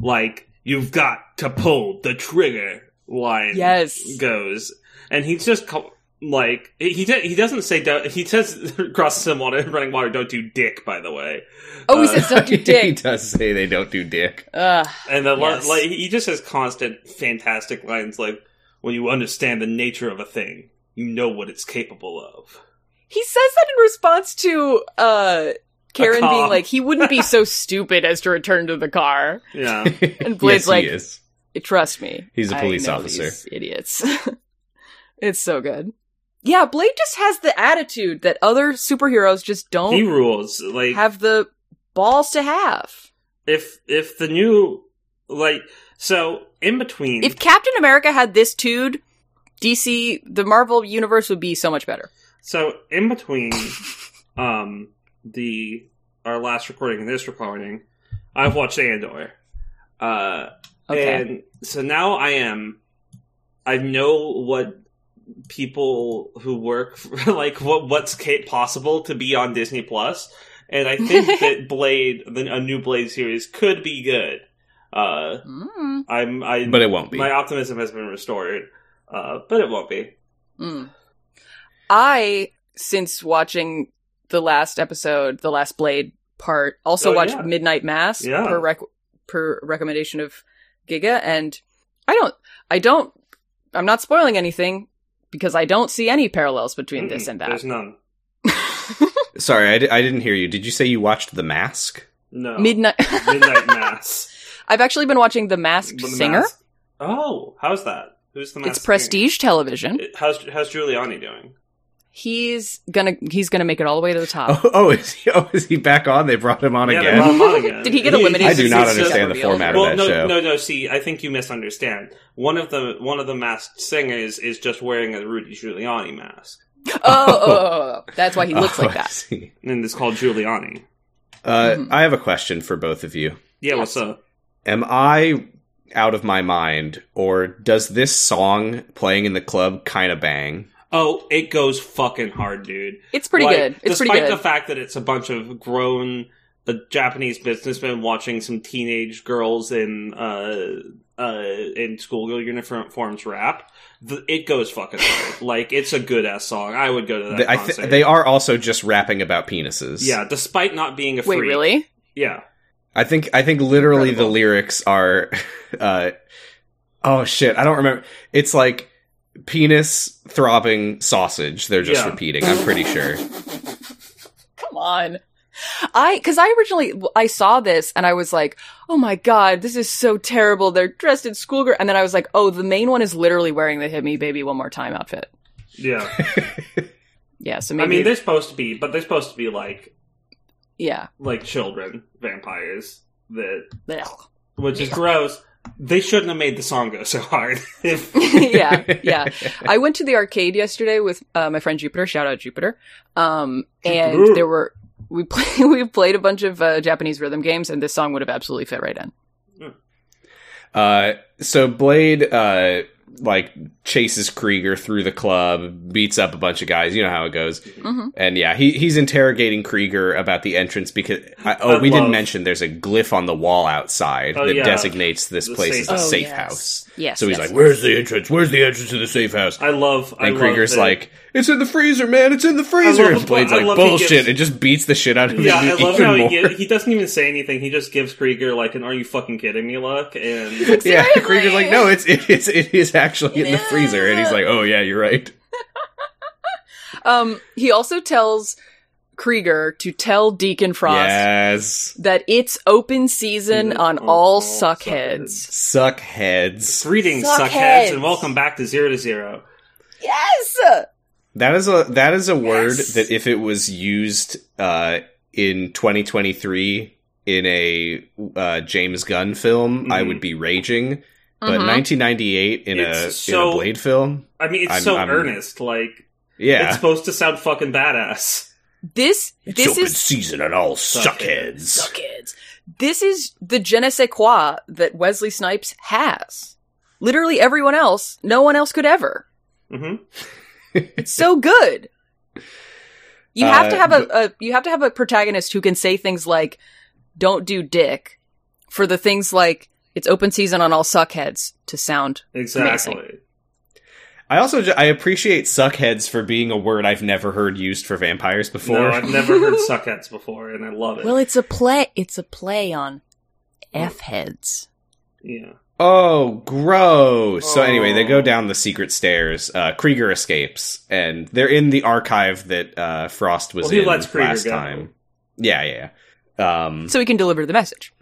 Speaker 3: like, you've got to pull the trigger line
Speaker 2: Yes.
Speaker 3: goes, and he's just co- like he d- he doesn't say do- he says crosses some water running water don't do dick by the way,
Speaker 2: Oh, he
Speaker 3: Uh,
Speaker 2: says don't do
Speaker 1: he
Speaker 2: dick.
Speaker 1: does say they don't do dick
Speaker 2: Ugh.
Speaker 3: and the lo-
Speaker 2: Yes.
Speaker 3: like he just has constant fantastic lines like when you understand the nature of a thing you know what it's capable of.
Speaker 2: He says that in response to uh, Karen
Speaker 3: car.
Speaker 2: being like, he wouldn't be so stupid as to return to the car.
Speaker 3: Yeah.
Speaker 2: And Blade's
Speaker 1: Yes,
Speaker 2: like-
Speaker 1: he is.
Speaker 2: Trust me.
Speaker 1: He's a
Speaker 2: I
Speaker 1: police
Speaker 2: know
Speaker 1: officer.
Speaker 2: these idiots. it's so good. Yeah, Blade just has the attitude that other superheroes just don't
Speaker 3: he rules like
Speaker 2: have the balls to have.
Speaker 3: if if the new like so in between
Speaker 2: If Captain America had this dude, DC, the Marvel universe would be so much better.
Speaker 3: so in between um the our last recording and this recording i've watched andor uh
Speaker 2: Okay.
Speaker 3: and so now i am i know what people who work for, like what what's Kate possible to be on disney plus and i think that blade the, a new blade series could be good uh
Speaker 2: Mm.
Speaker 3: i'm i
Speaker 1: but it won't be
Speaker 3: My optimism has been restored, uh, but it won't be.
Speaker 2: Mm. I, since watching the last episode, the last Blade part, also
Speaker 3: Oh,
Speaker 2: watched
Speaker 3: yeah.
Speaker 2: Midnight Mass
Speaker 3: Yeah.
Speaker 2: per rec- per recommendation of Giga, and I don't, I don't, I'm not spoiling anything because I don't see any parallels between
Speaker 3: Mm-mm,
Speaker 2: this and
Speaker 3: There's
Speaker 2: that.
Speaker 3: none.
Speaker 1: sorry I, di- I didn't hear you did you say you watched the mask
Speaker 3: No.
Speaker 2: Midnight.
Speaker 3: Midnight Mass.
Speaker 2: I've actually been watching The Masked
Speaker 3: With the
Speaker 2: Singer.
Speaker 3: mask. Oh, how's that? Who's the masked
Speaker 2: It's prestige television.
Speaker 3: singer? It- How's how's Giuliani doing?
Speaker 2: He's gonna he's gonna make it all the way to the top.
Speaker 1: oh, oh is he oh is he back on they brought him on
Speaker 3: Yeah, they
Speaker 1: again
Speaker 3: brought him on again.
Speaker 2: Did he get eliminated?
Speaker 1: I do not
Speaker 3: he's just-
Speaker 1: understand the
Speaker 2: Revealed.
Speaker 1: format of
Speaker 3: Well,
Speaker 1: that
Speaker 3: no,
Speaker 1: show.
Speaker 3: no, no. See, I think you misunderstand. One of the one of the masked singers is just wearing a Rudy Giuliani mask,
Speaker 2: Oh, oh, oh, oh. that's why he looks
Speaker 1: Oh,
Speaker 2: like
Speaker 1: I
Speaker 2: that.
Speaker 1: see.
Speaker 3: and it's called Giuliani.
Speaker 1: Uh,
Speaker 3: Mm-hmm.
Speaker 2: Mhm.
Speaker 1: I have a question for both of you.
Speaker 3: Yeah,
Speaker 2: Yes.
Speaker 3: what's up?
Speaker 1: Am I out of my mind, or does this song playing in the club kind of bang?
Speaker 3: Oh, it goes fucking hard, dude.
Speaker 2: It's pretty
Speaker 3: Like,
Speaker 2: good. It's
Speaker 3: despite
Speaker 2: pretty good.
Speaker 3: the fact that it's a bunch of grown uh, Japanese businessmen watching some teenage girls in uh, uh, in schoolgirl uniforms rap, th- it goes fucking hard. like it's a good ass song. I would go to that
Speaker 1: They, I
Speaker 3: concert.
Speaker 1: th- they are also just rapping about penises.
Speaker 3: yeah, despite not being a
Speaker 2: Wait,
Speaker 3: freak.
Speaker 2: really?
Speaker 3: Yeah,
Speaker 1: I think I think literally
Speaker 3: Incredible.
Speaker 1: the lyrics are, uh, oh shit, I don't remember. It's like penis throbbing sausage. They're just
Speaker 3: Yeah.
Speaker 1: repeating. I'm pretty sure.
Speaker 2: Come on. I because I originally I saw this and I was like, oh my god, this is so terrible. They're dressed in schoolgirl, and then I was like, oh, the main one is literally wearing the "Hit Me, Baby, One More Time" outfit.
Speaker 3: yeah.
Speaker 2: Yeah, so
Speaker 3: I
Speaker 2: maybe
Speaker 3: mean, they're supposed to be, but they're supposed to be like
Speaker 2: yeah.
Speaker 3: like children vampires that
Speaker 2: Blech.
Speaker 3: which is gross. They shouldn't have made the song go so hard. if,
Speaker 2: yeah, yeah. I went to the arcade yesterday with uh, my friend Jupiter. Shout out Jupiter. Um,
Speaker 3: Jupiter.
Speaker 2: and there were we play, we played a bunch of uh, Japanese rhythm games, and this song would have absolutely fit right in.
Speaker 1: Uh, so Blade, uh, like chases Krieger through the club, beats up a bunch of guys. You know how it goes.
Speaker 2: Mhm.
Speaker 1: And yeah, he he's interrogating Krieger about the entrance because I, oh,
Speaker 3: I
Speaker 1: we
Speaker 3: love-
Speaker 1: didn't mention there's a glyph on the wall outside
Speaker 3: Oh,
Speaker 1: that
Speaker 3: yeah.
Speaker 1: designates this
Speaker 3: The
Speaker 1: place
Speaker 3: safe-
Speaker 1: as a
Speaker 2: Oh,
Speaker 1: safe
Speaker 2: yes.
Speaker 1: house.
Speaker 2: Yes.
Speaker 1: So he's
Speaker 2: yes.
Speaker 1: like, "Where's the entrance? Where's the entrance to the safe house?"
Speaker 3: I love. I
Speaker 1: and
Speaker 3: love
Speaker 1: Krieger's
Speaker 3: that-
Speaker 1: like, "It's in the freezer, man. It's in the freezer."
Speaker 3: love
Speaker 1: And
Speaker 3: the-
Speaker 1: Blade's
Speaker 3: I
Speaker 1: like,
Speaker 3: love he
Speaker 1: "Bullshit!"
Speaker 3: gives-
Speaker 1: and just beats the shit out of
Speaker 3: Yeah, I
Speaker 1: him
Speaker 3: love
Speaker 1: even
Speaker 3: how he,
Speaker 1: more.
Speaker 3: get, he doesn't even say anything. He just gives Krieger like an "Are you fucking kidding me?" look, and
Speaker 1: yeah,
Speaker 2: Seriously?
Speaker 1: Krieger's like, "No, it's it, it's it is actually in the
Speaker 2: Yeah.
Speaker 1: freezer," and he's like, "Oh yeah, you're right."
Speaker 2: Um, he also tells Krieger to tell Deacon Frost
Speaker 1: Yes.
Speaker 2: that it's open season
Speaker 3: Mhm.
Speaker 2: on
Speaker 3: On all
Speaker 2: Mm-hmm. all suckheads.
Speaker 1: Suck heads.
Speaker 3: greetings,
Speaker 2: Suckheads.
Speaker 3: suckheads, and welcome back to Zero to Zero.
Speaker 2: Yes.
Speaker 1: That is a that is a word
Speaker 2: Yes.
Speaker 1: that if it was used uh, in 2023 in a uh, James Gunn film, I
Speaker 3: Mhm.
Speaker 1: would be raging. but
Speaker 2: Mhm.
Speaker 1: 1998 in a,
Speaker 3: Mm-hmm. It's
Speaker 1: in a
Speaker 3: so-
Speaker 1: Blade film,
Speaker 3: I mean, it's
Speaker 1: I'm-
Speaker 3: so
Speaker 1: I'm-
Speaker 3: earnest. Like
Speaker 1: yeah,
Speaker 3: it's supposed to sound fucking badass.
Speaker 2: This this
Speaker 1: open
Speaker 2: is
Speaker 1: season and all suckheads.
Speaker 3: Suckheads.
Speaker 2: Suckheads. This is the je ne sais quoi that Wesley Snipes has. Literally everyone else, no one else could ever.
Speaker 3: hmm
Speaker 2: It's so good. You have
Speaker 1: Uh,
Speaker 2: to have a, a you have to have a protagonist who can say things like "Don't do dick" for the things like "It's open season on all suckheads" to sound.
Speaker 3: Exactly.
Speaker 1: I also ju- I appreciate suckheads for being a word I've never heard used for vampires before.
Speaker 3: No, I've never heard suckheads before, and I love it.
Speaker 2: Well, it's a play. It's a play on f heads.
Speaker 3: yeah.
Speaker 1: Oh, gross. So anyway, they go
Speaker 3: Oh.
Speaker 1: down the secret stairs. Uh, Krieger escapes, and they're in the archive that uh, Frost was
Speaker 3: Well, he
Speaker 1: in
Speaker 3: lets Krieger
Speaker 1: last
Speaker 3: go.
Speaker 1: time. Yeah, yeah. yeah. Um,
Speaker 2: So we can deliver the message.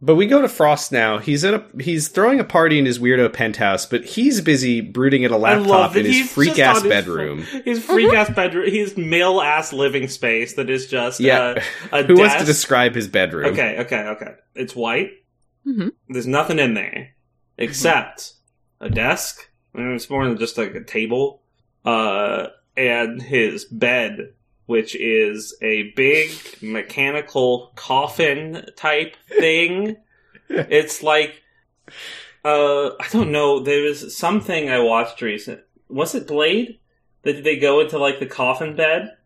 Speaker 1: but we go to Frost now. He's at a he's throwing a party in his weirdo penthouse, but he's busy brooding at a
Speaker 3: I love
Speaker 1: laptop
Speaker 3: that
Speaker 1: in his
Speaker 3: he's
Speaker 1: freak
Speaker 3: just
Speaker 1: ass
Speaker 3: on his
Speaker 1: bedroom.
Speaker 3: fr- His freak ass bedroom. His male ass living space that is just
Speaker 1: yeah,
Speaker 3: a, a
Speaker 1: who wants to
Speaker 3: desk-
Speaker 1: describe his bedroom?
Speaker 3: Okay, okay, okay. It's white.
Speaker 2: Mhm.
Speaker 3: There's nothing in there except a desk. And it's more than just like a table. Uh, and his bed, which is a big mechanical coffin type thing. it's like, uh, I don't know. There was something I watched recent. Was it Blade? That they go into like the coffin bed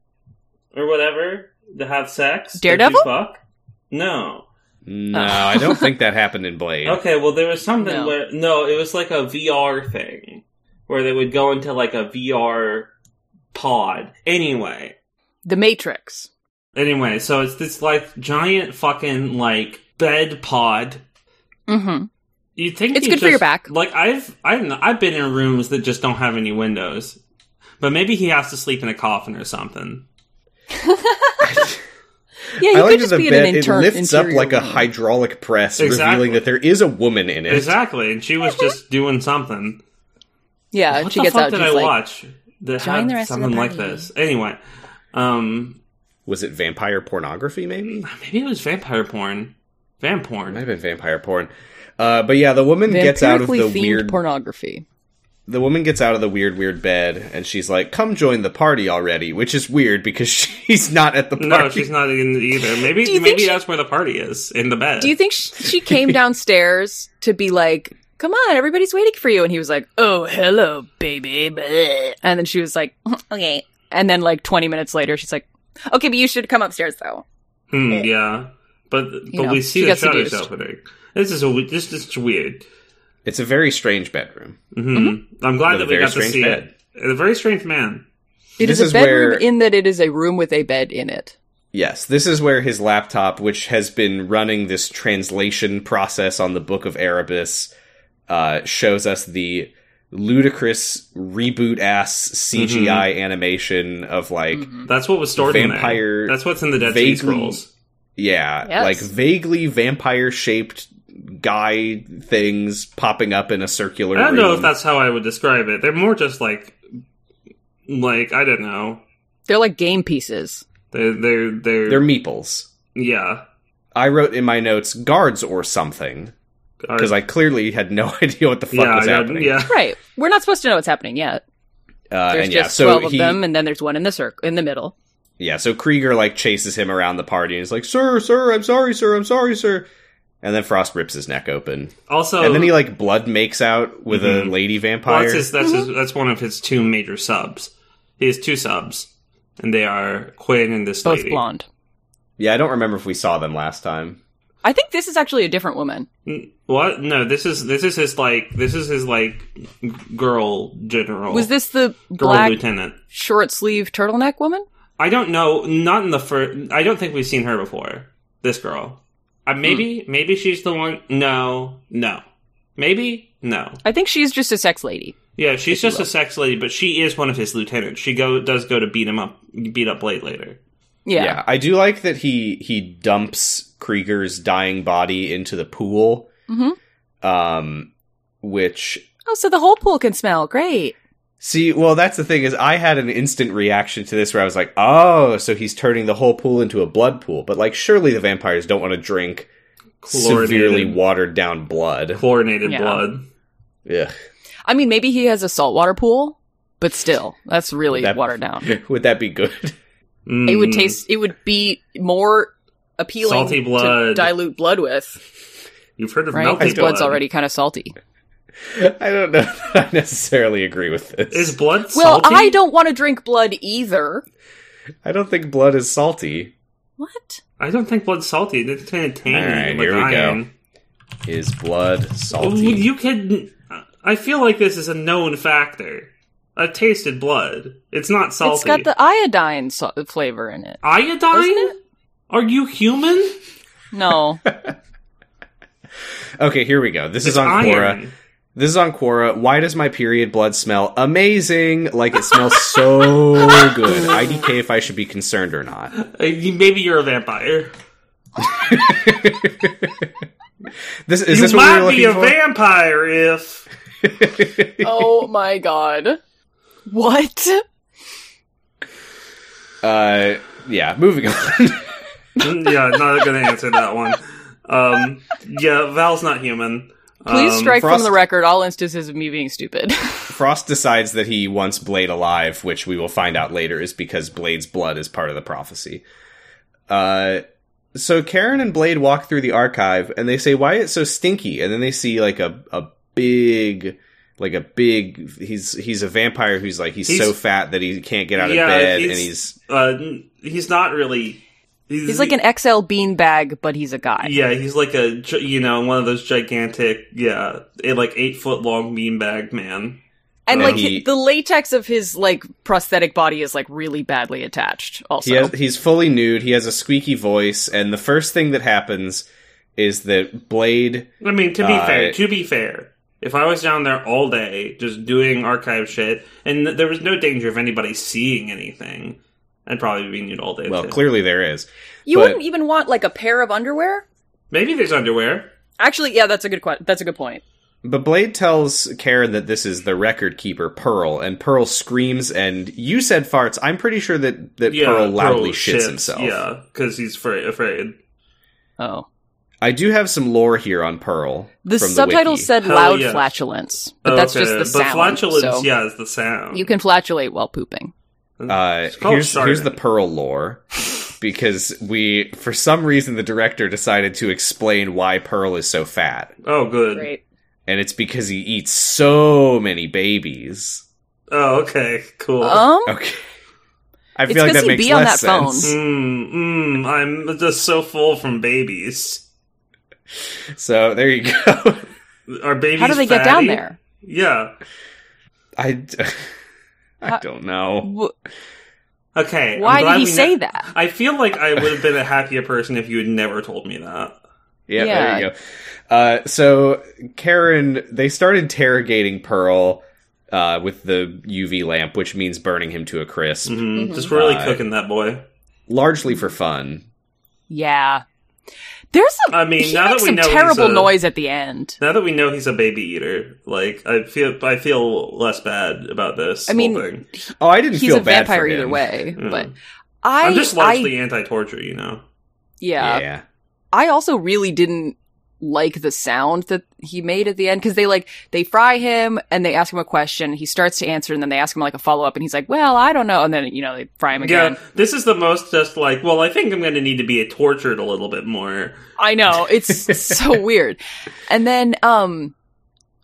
Speaker 3: or whatever to have sex? or to
Speaker 2: Daredevil?
Speaker 3: fuck? No.
Speaker 1: No,
Speaker 2: Oh.
Speaker 1: I don't think that happened in Blade.
Speaker 3: Okay, well, there was something
Speaker 2: No.
Speaker 3: where no, it was like a VR thing where they would go into like a VR pod. Anyway,
Speaker 2: The Matrix.
Speaker 3: anyway, so it's this like giant fucking like bed pod.
Speaker 2: Mm-hmm.
Speaker 3: You think
Speaker 2: It's
Speaker 3: you
Speaker 2: good for your
Speaker 3: just-
Speaker 2: back.
Speaker 3: Like I've I've I've been in rooms that just don't have any windows, but maybe he has to sleep in a coffin or something.
Speaker 2: Yeah,
Speaker 1: I
Speaker 2: you
Speaker 1: like
Speaker 2: could
Speaker 1: that
Speaker 2: just
Speaker 1: the
Speaker 2: be in
Speaker 1: bed
Speaker 2: an
Speaker 1: it
Speaker 2: inter-
Speaker 1: lifts up
Speaker 2: interior
Speaker 1: like a
Speaker 2: room.
Speaker 1: hydraulic press,
Speaker 3: Exactly.
Speaker 1: revealing that there is a woman in it.
Speaker 3: Exactly, and she was just doing something.
Speaker 2: Yeah,
Speaker 3: what
Speaker 2: Uh, she
Speaker 3: the
Speaker 2: gets
Speaker 3: fuck
Speaker 2: out.
Speaker 3: did
Speaker 2: She's
Speaker 3: I
Speaker 2: like,
Speaker 3: watch that
Speaker 2: "Join
Speaker 3: had
Speaker 2: the rest of the
Speaker 3: something like
Speaker 2: party."
Speaker 3: this? Anyway, um,
Speaker 1: Was it vampire pornography? Maybe
Speaker 3: Maybe it was vampire porn. Vamp
Speaker 1: it
Speaker 3: porn.
Speaker 1: might have been vampire porn. Uh, but yeah, the woman gets out of
Speaker 2: Vampirically
Speaker 1: the
Speaker 2: themed
Speaker 1: weird.
Speaker 2: pornography.
Speaker 1: the woman gets out of the weird, weird bed, and she's like, "Come join the party already," which is weird because she's not at the party.
Speaker 3: No, she's not in either. Maybe
Speaker 2: Do you think
Speaker 3: maybe
Speaker 2: she-
Speaker 3: that's where the party is in the bed.
Speaker 2: Do you think she, she came downstairs to be like, "Come on, everybody's waiting for you," and he was like, "Oh, hello, baby," bleh." and then she was like, "Okay," and then like twenty minutes later, she's like, "Okay, but you should come upstairs though."
Speaker 3: Hmm, yeah, but but
Speaker 2: know,
Speaker 3: we
Speaker 2: she
Speaker 3: see the
Speaker 2: got
Speaker 3: shutters
Speaker 2: seduced.
Speaker 3: opening. This is a we- this is weird.
Speaker 1: It's a very strange bedroom.
Speaker 3: hmm
Speaker 2: Mm-hmm.
Speaker 3: I'm glad
Speaker 1: With a
Speaker 3: that we
Speaker 1: very
Speaker 3: got to
Speaker 1: strange
Speaker 3: see
Speaker 1: bed.
Speaker 3: it. And A very strange man.
Speaker 2: It is
Speaker 1: This is
Speaker 2: a bedroom
Speaker 1: where-
Speaker 2: in that it is a room with a bed in it.
Speaker 1: Yes, this is where his laptop, which has been running this translation process on the Book of Erebus, uh, shows us the ludicrous reboot ass CGI
Speaker 3: Mm-hmm.
Speaker 1: animation of like,
Speaker 2: Mm.
Speaker 3: That's what was stored in
Speaker 1: Vampire-
Speaker 3: there. That's what's in the Dead
Speaker 1: vaguely-
Speaker 3: Sea Scrolls.
Speaker 1: yeah,
Speaker 2: Yes.
Speaker 1: like vaguely vampire shaped guy things popping up in a circular.
Speaker 3: I don't know if
Speaker 1: room.
Speaker 3: that's how I would describe it. They're more just like like I don't know.
Speaker 2: They're like game pieces.
Speaker 3: They're they're they're,
Speaker 1: They're meeples.
Speaker 3: yeah.
Speaker 1: I wrote in my notes guards or something because I clearly had no idea what the fuck
Speaker 3: yeah,
Speaker 1: was
Speaker 3: I got-
Speaker 1: happening.
Speaker 3: yeah.
Speaker 2: Right. We're not supposed to know what's happening yet.
Speaker 1: uh,
Speaker 2: There's
Speaker 1: and yeah,
Speaker 2: just
Speaker 1: so
Speaker 2: twelve of
Speaker 1: he,
Speaker 2: them, and then there's one in the circle in the middle.
Speaker 1: Yeah, so Krieger like chases him around the party and he's like, "Sir, sir, I'm sorry, sir, I'm sorry, sir." And then Frost rips his neck open,
Speaker 3: Also,
Speaker 1: and then he like blood makes out with a
Speaker 3: Mhm.
Speaker 1: lady
Speaker 3: Well,
Speaker 1: vampire.
Speaker 3: that's his, that's his,
Speaker 1: Mm-hmm.
Speaker 3: that's one of his two major subs. He has two subs, and they are Quinn and this
Speaker 2: Both
Speaker 3: lady.
Speaker 2: blonde.
Speaker 1: yeah, I don't remember if we saw them last time.
Speaker 2: I think this is actually a different woman.
Speaker 3: N- What? No, this is this is his like this is his like g- girl
Speaker 1: Oh.
Speaker 3: general.
Speaker 2: Was this the
Speaker 3: girl
Speaker 2: black
Speaker 3: lieutenant?
Speaker 2: short sleeve turtleneck woman?
Speaker 3: I don't know. Not in the first. I don't think we've seen her before. This girl. Uh, maybe
Speaker 2: Hmm.
Speaker 3: maybe she's the one. No, no. Maybe no.
Speaker 2: I think she's just a sex lady.
Speaker 3: Yeah, she's just a sex lady, but she is one of his lieutenants. She go does go to beat him up, beat up Blade later.
Speaker 2: Yeah.
Speaker 1: I do like that he he dumps Krieger's dying body into the pool,
Speaker 2: Mhm.
Speaker 1: um, which
Speaker 2: Oh, so the whole pool can smell. Great.
Speaker 1: See, well, that's the thing is, I had an instant reaction to this where I was like, "Oh, so he's turning the whole pool into a blood pool." But like, surely the vampires don't want to drink severely
Speaker 3: chlorinated,
Speaker 1: watered down blood.
Speaker 3: chlorinated
Speaker 2: Yeah.
Speaker 3: blood.
Speaker 1: Yeah.
Speaker 2: I mean, maybe he has a saltwater pool, but still, that's really
Speaker 1: That-
Speaker 2: watered down.
Speaker 1: Would that be good?
Speaker 2: It would
Speaker 3: Mm.
Speaker 2: taste. It would be more appealing.
Speaker 3: Salty
Speaker 2: to
Speaker 3: blood.
Speaker 2: dilute blood with,
Speaker 3: You've heard of
Speaker 2: right?
Speaker 3: melty
Speaker 2: Because
Speaker 3: blood?
Speaker 2: blood's already kind of salty.
Speaker 1: I don't know that I necessarily agree with this.
Speaker 3: Is blood
Speaker 2: Well,
Speaker 3: salty?
Speaker 2: I don't want to drink blood either.
Speaker 1: I don't think blood is salty.
Speaker 2: What?
Speaker 3: I don't think blood's salty. It's kind of tangy,
Speaker 1: Alright,
Speaker 3: like
Speaker 1: here we go.
Speaker 3: iron.
Speaker 1: Is blood salty?
Speaker 3: Ooh, You can. I feel like this is a known factor. I've tasted blood. It's not salty.
Speaker 2: It's got the iodine so- flavor in it.
Speaker 3: iodine.
Speaker 2: Isn't
Speaker 3: Are you human?
Speaker 2: No,
Speaker 1: okay, here we go. This
Speaker 3: It's
Speaker 1: is on Quora.
Speaker 3: iron.
Speaker 1: This is on Quora. Why does my period blood smell amazing? Like it smells so good. IDK if I should be concerned or not.
Speaker 3: Uh, you- Maybe you're a vampire.
Speaker 1: This is
Speaker 3: you
Speaker 1: this
Speaker 3: might
Speaker 1: what we
Speaker 3: be
Speaker 1: were
Speaker 3: a
Speaker 1: looking for?
Speaker 3: vampire if
Speaker 2: oh my god. What?
Speaker 1: uh, yeah, moving on.
Speaker 3: Mm, yeah, not gonna answer that one. Um, yeah, Val's not human.
Speaker 2: Please
Speaker 3: Um,
Speaker 2: strike from
Speaker 1: Frost-
Speaker 2: the record all instances of me being stupid.
Speaker 1: Frost decides that he wants Blade alive, which we will find out later is because Blade's blood is part of the prophecy. Uh, so Karen and Blade walk through the archive and they say, "Why it's so stinky?" And then they see like a a big, like a big. He's he's a vampire who's like he's,
Speaker 3: He's-
Speaker 1: so fat that he can't get out of
Speaker 3: Yeah,
Speaker 1: bed,
Speaker 3: he's-
Speaker 1: and he's
Speaker 3: Uh, n- he's not really.
Speaker 2: He's like an XL bean bag, but he's a guy.
Speaker 3: Yeah, he's like a gi- you know one of those gigantic yeah, a, like eight foot long beanbag man.
Speaker 2: And
Speaker 1: Yeah,
Speaker 2: like
Speaker 1: he-
Speaker 2: hi- the latex of his like prosthetic body is like really badly attached. Also,
Speaker 1: he has, he's fully nude. He has a squeaky voice, and the first thing that happens is that Blade.
Speaker 3: I mean, to be
Speaker 1: Uh,
Speaker 3: fair, to be fair, if I was down there all day just doing archive shit, and th- there was no danger of anybody seeing anything, I'd probably be nude all day.
Speaker 1: Well,
Speaker 3: too.
Speaker 1: clearly there is.
Speaker 2: you
Speaker 1: but-
Speaker 2: wouldn't even want like a pair of underwear.
Speaker 3: maybe there's underwear.
Speaker 2: Actually, yeah, that's a good que- that's a good point.
Speaker 1: But Blade tells Karen that this is the record keeper, Pearl, and Pearl screams and you said farts. I'm pretty sure that, that
Speaker 3: Yeah,
Speaker 1: Pearl loudly
Speaker 3: Pearl
Speaker 1: shits himself.
Speaker 3: Yeah, because he's fra- afraid.
Speaker 2: Oh,
Speaker 1: I do have some lore here on Pearl.
Speaker 2: the
Speaker 1: from
Speaker 2: subtitle
Speaker 1: wiki.
Speaker 2: said
Speaker 3: Hell
Speaker 2: loud
Speaker 3: yes.
Speaker 2: flatulence, but that's
Speaker 3: Okay,
Speaker 2: just the
Speaker 3: but
Speaker 2: sound.
Speaker 3: flatulence,
Speaker 2: so
Speaker 3: yeah, is the sound.
Speaker 2: you can flatulate while pooping.
Speaker 1: Uh,
Speaker 3: It's called
Speaker 1: here's, here's
Speaker 3: sharding.
Speaker 1: the Pearl lore. Because we, for some reason, the director decided to explain why Pearl is so fat.
Speaker 3: oh good.
Speaker 2: Great.
Speaker 1: And it's because he eats so many babies.
Speaker 3: Oh okay, cool.
Speaker 2: Um,
Speaker 1: Okay. I
Speaker 2: It's
Speaker 1: feel like that
Speaker 2: 'cause he'd
Speaker 1: makes
Speaker 2: be on
Speaker 1: less
Speaker 2: that phone.
Speaker 1: sense.
Speaker 3: Mm, mm, I'm just so full from babies.
Speaker 1: So there you go.
Speaker 3: Are babies?
Speaker 2: how do they get down
Speaker 3: fatty?
Speaker 2: there?
Speaker 3: Yeah.
Speaker 1: I, d- I
Speaker 2: How-
Speaker 1: don't know.
Speaker 2: Wh-
Speaker 3: Okay.
Speaker 2: Why
Speaker 3: I'm
Speaker 2: did
Speaker 3: glad
Speaker 2: he
Speaker 3: we
Speaker 2: say
Speaker 3: ne-
Speaker 2: that?
Speaker 3: I feel like I would have been a happier person if you had never told me that.
Speaker 1: Yeah,
Speaker 2: Yeah.
Speaker 1: there you go. Uh, so Karen, they start interrogating Pearl uh, with the UV lamp, which means burning him to a crisp,
Speaker 3: Mhm,
Speaker 2: Mhm.
Speaker 3: Just really
Speaker 1: Uh,
Speaker 3: cooking that boy.
Speaker 1: largely for fun.
Speaker 2: Yeah, there's a
Speaker 3: I mean,
Speaker 2: he
Speaker 3: now
Speaker 2: makes
Speaker 3: that we
Speaker 2: some
Speaker 3: know
Speaker 2: terrible
Speaker 3: he's a,
Speaker 2: noise at the end.
Speaker 3: Now that we know he's a baby eater, like I feel, I feel less bad about this.
Speaker 2: I mean,
Speaker 3: whole thing.
Speaker 1: Oh, I didn't
Speaker 2: He's
Speaker 1: feel
Speaker 2: a
Speaker 1: bad
Speaker 2: vampire
Speaker 1: for him.
Speaker 2: either way,
Speaker 3: Mm.
Speaker 2: but I
Speaker 3: I'm just
Speaker 2: I,
Speaker 3: largely anti-torture, you know.
Speaker 1: Yeah.
Speaker 2: yeah, I also really didn't like the sound that he made at the end because they like they fry him and they ask him a question. He starts to answer and then they ask him like a follow up and he's like, "Well, I don't know." And then you know they fry him again.
Speaker 3: Yeah, this is the most just like. Well, I think I'm going to need to be tortured a little bit more.
Speaker 2: I know it's so weird. And then um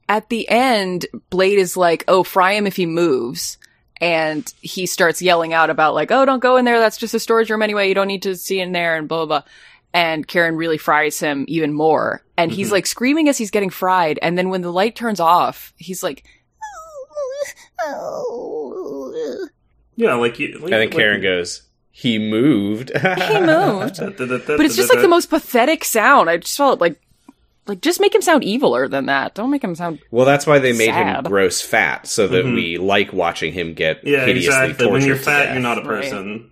Speaker 2: at the end, Blade is like, "Oh, fry him if he moves." And he starts yelling out about like, "Oh, don't go in there. That's just a storage room anyway. You don't need to see in there." And blah blah. blah. And Karen really fries him even more. And he's
Speaker 3: Mhm.
Speaker 2: like screaming as he's getting fried. And then when the light turns off, he's like,
Speaker 3: Yeah, like you.
Speaker 1: And then Karen goes, "He moved.
Speaker 2: "He moved."
Speaker 3: But
Speaker 2: But it's just like the most pathetic sound. I just felt like, like just make him sound eviler than that. Don't make him sound
Speaker 1: Well, that's why they made
Speaker 2: Sad.
Speaker 1: him gross fat, so that
Speaker 3: Mhm.
Speaker 1: we like watching him get
Speaker 3: Yeah,
Speaker 1: hideously
Speaker 3: exactly.
Speaker 1: tortured.
Speaker 3: When you're
Speaker 1: to
Speaker 3: fat,
Speaker 1: death.
Speaker 3: you're not a
Speaker 2: Right.
Speaker 3: person.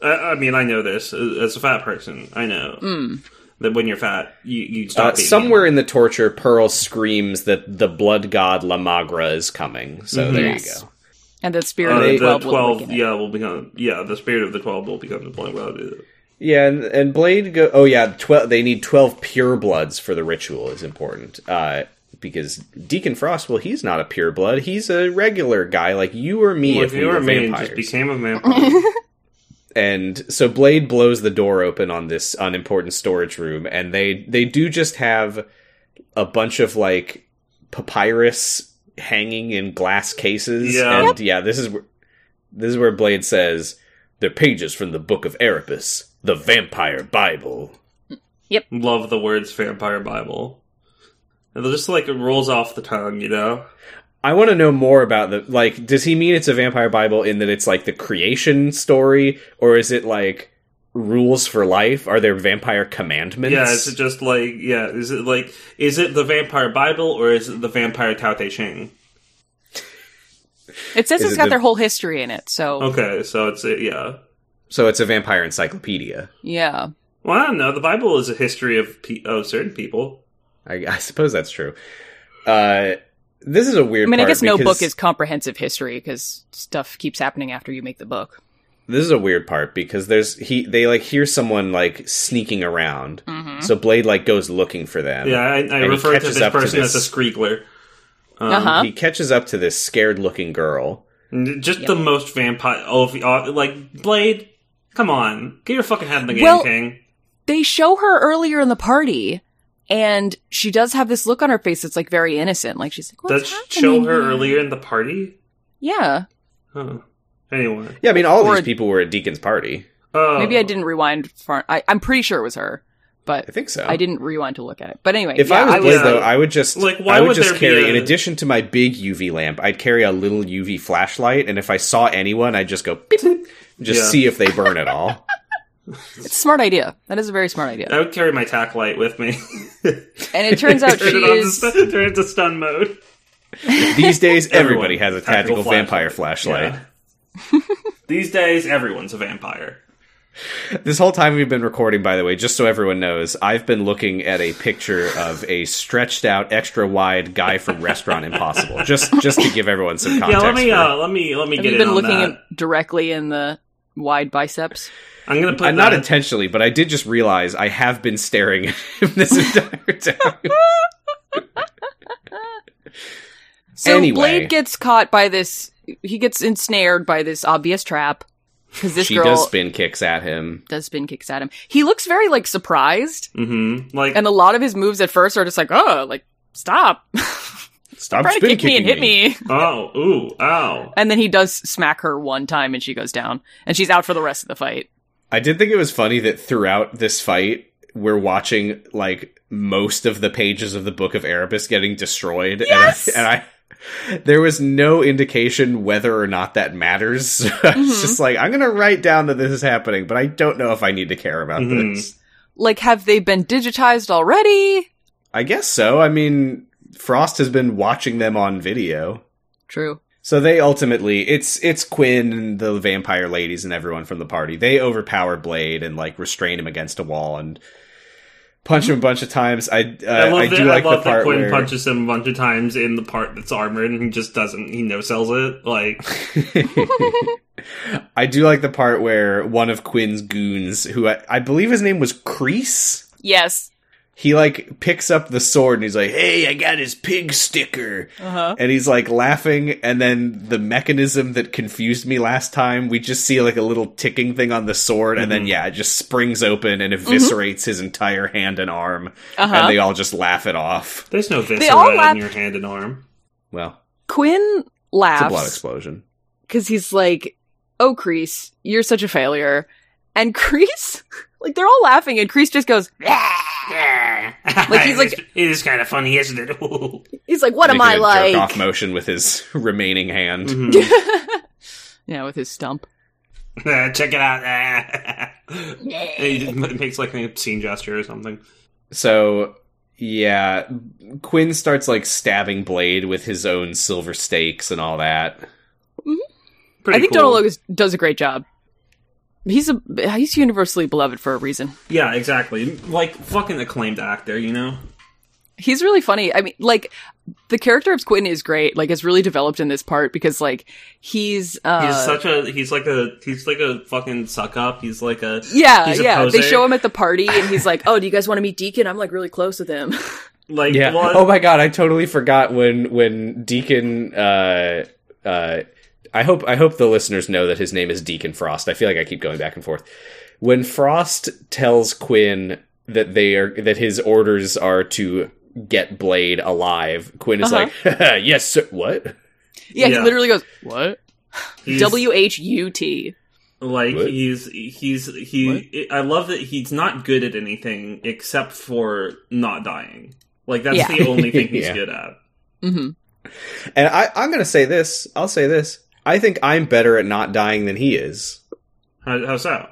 Speaker 3: I, I mean, I know this as as a fat person. I know
Speaker 2: mm.
Speaker 3: that when you're fat, you, you
Speaker 1: Uh,
Speaker 3: stop. eating.
Speaker 1: somewhere in the torture, Pearl screams that the blood god Lamagra is coming. So
Speaker 3: Mhm.
Speaker 1: there
Speaker 2: Yes.
Speaker 1: you go.
Speaker 2: And the spirit
Speaker 3: Uh,
Speaker 2: of
Speaker 1: they-
Speaker 2: the
Speaker 3: the
Speaker 2: twelve,
Speaker 3: twelve,
Speaker 2: will awaken it.
Speaker 3: yeah, will become yeah. The spirit of the twelve will become the blood god.
Speaker 1: Yeah, and, and Blade go. Oh yeah, twelve. They need twelve purebloods for the ritual is important uh, because Deacon Frost. Well, he's not a pureblood. He's a regular guy like you or me.
Speaker 3: Well,
Speaker 1: if, we were
Speaker 3: me and
Speaker 1: vampires.
Speaker 3: just became a vampire.
Speaker 1: and so Blade blows the door open on this unimportant storage room, and they they do just have a bunch of like papyrus hanging in glass cases.
Speaker 3: Yeah.
Speaker 1: and yeah, this is where, this is where Blade says they're pages from the Book of Erebus, the Vampire Bible.
Speaker 3: Love the words vampire Bible. And it just like it rolls off the tongue, you know?
Speaker 1: I want to know more about the like. Does he mean it's a vampire Bible in that it's like the creation story, or is it like rules for life? Are there vampire commandments?
Speaker 3: Yeah, is it just like yeah, is it like is it the vampire Bible or is it the vampire Tao Te Ching?
Speaker 2: It says
Speaker 1: Is
Speaker 2: it's
Speaker 1: it
Speaker 2: got
Speaker 1: the-
Speaker 2: their whole history in it, so
Speaker 3: Okay, so it's a, yeah.
Speaker 1: so it's a vampire encyclopedia.
Speaker 2: yeah.
Speaker 3: Well, I don't know. The Bible is a history of pe- of certain people.
Speaker 1: I, I suppose that's true. Uh, this is a weird.
Speaker 2: I mean, I
Speaker 1: part
Speaker 2: guess no
Speaker 1: because-
Speaker 2: book is comprehensive history because stuff keeps happening after you make the book.
Speaker 1: This is a weird part because there's he. They like hear someone like sneaking around,
Speaker 3: Mm-hmm.
Speaker 2: Mm-hmm.
Speaker 1: so Blade like goes looking for them.
Speaker 3: Yeah, I, I
Speaker 1: he
Speaker 3: refer to
Speaker 1: catches
Speaker 3: this
Speaker 1: up to
Speaker 3: person as
Speaker 1: this-
Speaker 3: a Skreegler. Um,
Speaker 2: Uh huh.
Speaker 1: He catches up to this scared looking girl.
Speaker 3: n- Just the most vampire. Oh, if- oh, like Blade. Come on, get your fucking head in the game,
Speaker 2: Well-
Speaker 3: King.
Speaker 2: They show her earlier in the party, and she does have this look on her face that's like very innocent. Like she's like,
Speaker 3: That
Speaker 2: "What's
Speaker 3: show
Speaker 2: happening
Speaker 3: her
Speaker 2: here?"
Speaker 3: earlier in the party.
Speaker 2: Yeah,
Speaker 3: Huh. Anyway,
Speaker 1: Yeah, I mean, all
Speaker 2: Or
Speaker 1: these
Speaker 2: a-
Speaker 1: people were at Deacon's party.
Speaker 3: oh,
Speaker 2: maybe I didn't rewind far. I, I'm pretty sure it was her, but
Speaker 1: I think so.
Speaker 2: I didn't rewind to look at it. But anyway,
Speaker 1: If
Speaker 2: yeah,
Speaker 1: I was
Speaker 2: I
Speaker 1: Blade,
Speaker 3: would-
Speaker 1: though, I would just
Speaker 3: Like, why
Speaker 1: I would,
Speaker 3: would
Speaker 1: just
Speaker 3: there be
Speaker 1: carry,
Speaker 3: a-
Speaker 1: in addition to my big UV lamp, I'd carry a little UV flashlight, and if I saw anyone, I'd just go beep, beep, just
Speaker 3: Yeah.
Speaker 1: see if they burn at all.
Speaker 2: it's a smart idea. That is a very smart idea.
Speaker 3: I would carry my tack light with me.
Speaker 2: And it turns out
Speaker 3: turn
Speaker 2: she
Speaker 3: it on
Speaker 2: is.
Speaker 3: To, st- turn it to stun mode.
Speaker 1: These days,
Speaker 3: Everyone.
Speaker 1: everybody has a
Speaker 3: Tactical
Speaker 1: tactical, vampire flashlight.
Speaker 3: Yeah. These days, everyone's a vampire.
Speaker 1: This whole time we've been recording, by the way, just so everyone knows, I've been looking at a picture of a stretched out, extra wide guy from Restaurant Impossible, just just to give everyone some
Speaker 3: Yeah,
Speaker 1: context.
Speaker 3: let me
Speaker 1: for-
Speaker 3: uh, let me let me
Speaker 2: Have
Speaker 3: get
Speaker 2: you
Speaker 3: in
Speaker 2: been
Speaker 3: on
Speaker 2: looking
Speaker 3: that.
Speaker 2: at directly in the wide biceps?
Speaker 3: I'm gonna put
Speaker 1: Uh, not
Speaker 3: that-
Speaker 1: intentionally, but I did just realize I have been staring at him this entire time.
Speaker 2: So
Speaker 1: Anyway.
Speaker 2: Blade gets caught by this. He gets ensnared by this obvious trap because this
Speaker 1: she
Speaker 2: girl
Speaker 1: does spin kicks at him.
Speaker 2: does spin kicks at him. He looks very like surprised,
Speaker 3: Mhm. Like
Speaker 2: and a lot of his moves at first are just like, "Oh, like stop,
Speaker 1: Stop
Speaker 2: try to
Speaker 1: spin
Speaker 2: kick me and hit me."
Speaker 3: oh ooh ow.
Speaker 2: And then he does smack her one time, and she goes down, and she's out for the rest of the fight.
Speaker 1: I did think it was funny that throughout this fight, we're watching like most of the pages of the Book of Erebus getting destroyed, and I-
Speaker 2: Yes!
Speaker 1: and I. there was no indication whether or not that matters. So I was
Speaker 2: Mhm.
Speaker 1: just like, I'm gonna write down that this is happening, but I don't know if I need to care about
Speaker 3: Mhm.
Speaker 1: this.
Speaker 2: Like, have they been digitized already?
Speaker 1: I guess so. I mean, Frost has been watching them on video.
Speaker 2: True.
Speaker 1: So they ultimately it's it's Quinn and the vampire ladies and everyone from the party. They overpower Blade and like restrain him against a wall and punch him a bunch of times. I uh,
Speaker 3: I
Speaker 1: I,
Speaker 3: love
Speaker 1: do
Speaker 3: that.
Speaker 1: like
Speaker 3: I love
Speaker 1: the part
Speaker 3: that Quinn
Speaker 1: where
Speaker 3: punches him a bunch of times in the part that's armored, and he just doesn't. He no sells it. Like
Speaker 1: I do like the part where one of Quinn's goons, who I, I believe his name was Crease,
Speaker 2: Yes.
Speaker 1: he like picks up the sword and he's like, "Hey, I got his pig sticker."
Speaker 2: Uh huh.
Speaker 1: And he's like laughing, and then the mechanism that confused me last time, we just see like a little ticking thing on the sword, and
Speaker 2: Mm-hmm.
Speaker 1: then
Speaker 3: Mhm.
Speaker 1: yeah, it just springs open and eviscerates his entire hand and arm,
Speaker 2: Uh
Speaker 1: and
Speaker 2: huh.
Speaker 1: they all just laugh it off.
Speaker 3: there's no viscera
Speaker 2: all laugh-
Speaker 3: in your hand and arm.
Speaker 1: Well,
Speaker 2: Quinn
Speaker 1: it's a blood
Speaker 2: laughs
Speaker 1: explosion.
Speaker 2: because he's like, "Oh, Crease, you're such a failure," and Crease, like, they're all laughing, and Crease just goes,
Speaker 3: like
Speaker 2: he's like-
Speaker 3: it is kind of funny, isn't it?
Speaker 2: "He's like, what am
Speaker 1: Making
Speaker 2: I
Speaker 1: a Jerk-off
Speaker 2: like?" Mm-hmm.
Speaker 1: motion with his remaining hand.
Speaker 3: Mhm.
Speaker 2: yeah, with his stump.
Speaker 3: Ah, check it out. Ah. And he just m- makes like an obscene gesture or something.
Speaker 1: So yeah, Quinn starts like stabbing Blade with his own silver stakes and all that.
Speaker 3: Pretty
Speaker 2: I think
Speaker 3: cool.
Speaker 2: Donald Logue does a great job. He's a he's universally beloved for a reason.
Speaker 3: Yeah, exactly. Like fucking acclaimed actor, you know.
Speaker 2: He's really funny. I mean, like the character of Quentin is great. Like, it's really developed in this part because, like, he's uh,
Speaker 3: he's such a he's like a he's like a fucking suck up. He's like a
Speaker 2: yeah,
Speaker 3: he's a
Speaker 2: yeah. They
Speaker 3: poser.
Speaker 2: show him at the party, and he's like, "Oh, do you guys want to meet Deacon? I'm like really close with him."
Speaker 3: like
Speaker 1: Yeah.
Speaker 3: well,
Speaker 1: Oh my god, I totally forgot when when Deacon. Uh, uh, I hope I hope the listeners know that his name is Deacon Frost. I feel like I keep going back and forth. When Frost tells Quinn that they are that his orders are to get Blade alive, Quinn is
Speaker 2: Uh-huh.
Speaker 1: like, "Yes, sir. What?
Speaker 2: yeah, he
Speaker 3: Yeah.
Speaker 2: literally goes, "What?
Speaker 3: he's-
Speaker 2: W H U T."
Speaker 3: Like
Speaker 1: What?
Speaker 3: he's he's he. I love that he's not good at anything except for not dying. Like that's
Speaker 2: Yeah.
Speaker 3: the only thing he's
Speaker 1: Yeah.
Speaker 3: good at.
Speaker 2: Mm-hmm.
Speaker 1: And I, I'm going to say this. I'll say this. I think I'm better at not dying than he is
Speaker 3: How, how so?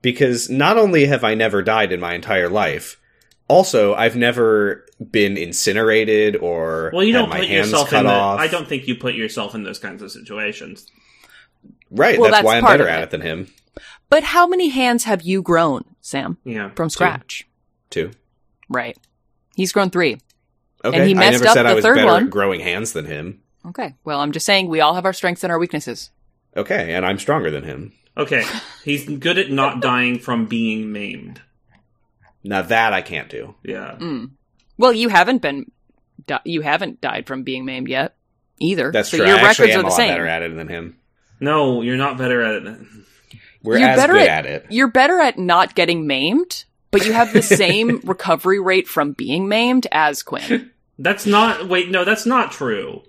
Speaker 1: because not only have I never died in my entire life, also I've never been incinerated or
Speaker 3: Well, you
Speaker 1: had
Speaker 3: don't
Speaker 1: my
Speaker 3: put
Speaker 1: hands
Speaker 3: yourself
Speaker 1: cut
Speaker 3: in. The,
Speaker 1: off.
Speaker 3: I don't think you put yourself in those kinds of situations.
Speaker 1: Right.
Speaker 2: Well,
Speaker 1: that's,
Speaker 2: that's
Speaker 1: why I'm
Speaker 2: part
Speaker 1: better
Speaker 2: of
Speaker 1: at
Speaker 2: it.
Speaker 1: it than him
Speaker 2: But how many hands have you grown, Sam,
Speaker 3: Yeah.
Speaker 2: from scratch?
Speaker 1: too.
Speaker 2: Right. He's grown three.
Speaker 1: Okay.
Speaker 2: he
Speaker 1: I
Speaker 2: messed
Speaker 1: never
Speaker 2: up
Speaker 1: said I
Speaker 2: the
Speaker 1: was
Speaker 2: third
Speaker 1: better
Speaker 2: one.
Speaker 1: at growing hands than him.
Speaker 2: Okay. Well, I'm just saying we all have our strengths and our weaknesses.
Speaker 1: Okay, and I'm stronger than him.
Speaker 3: Okay. He's good at not dying from being maimed.
Speaker 1: Now that I can't do.
Speaker 3: Yeah.
Speaker 2: Mm. Well, you haven't been, di- you haven't died from being maimed yet, either.
Speaker 1: That's
Speaker 2: so
Speaker 1: true.
Speaker 2: Your
Speaker 1: I
Speaker 2: records
Speaker 1: actually am
Speaker 2: are
Speaker 1: a
Speaker 2: the
Speaker 1: lot
Speaker 2: same.
Speaker 1: better at it than him.
Speaker 3: No, you're not better at it.
Speaker 1: We're
Speaker 2: You're
Speaker 1: as
Speaker 2: better
Speaker 1: good
Speaker 2: at-
Speaker 1: at, it.
Speaker 2: You're better at not getting maimed, but you have the same recovery rate from being maimed as Quinn.
Speaker 3: That's not. Wait, no, that's not true.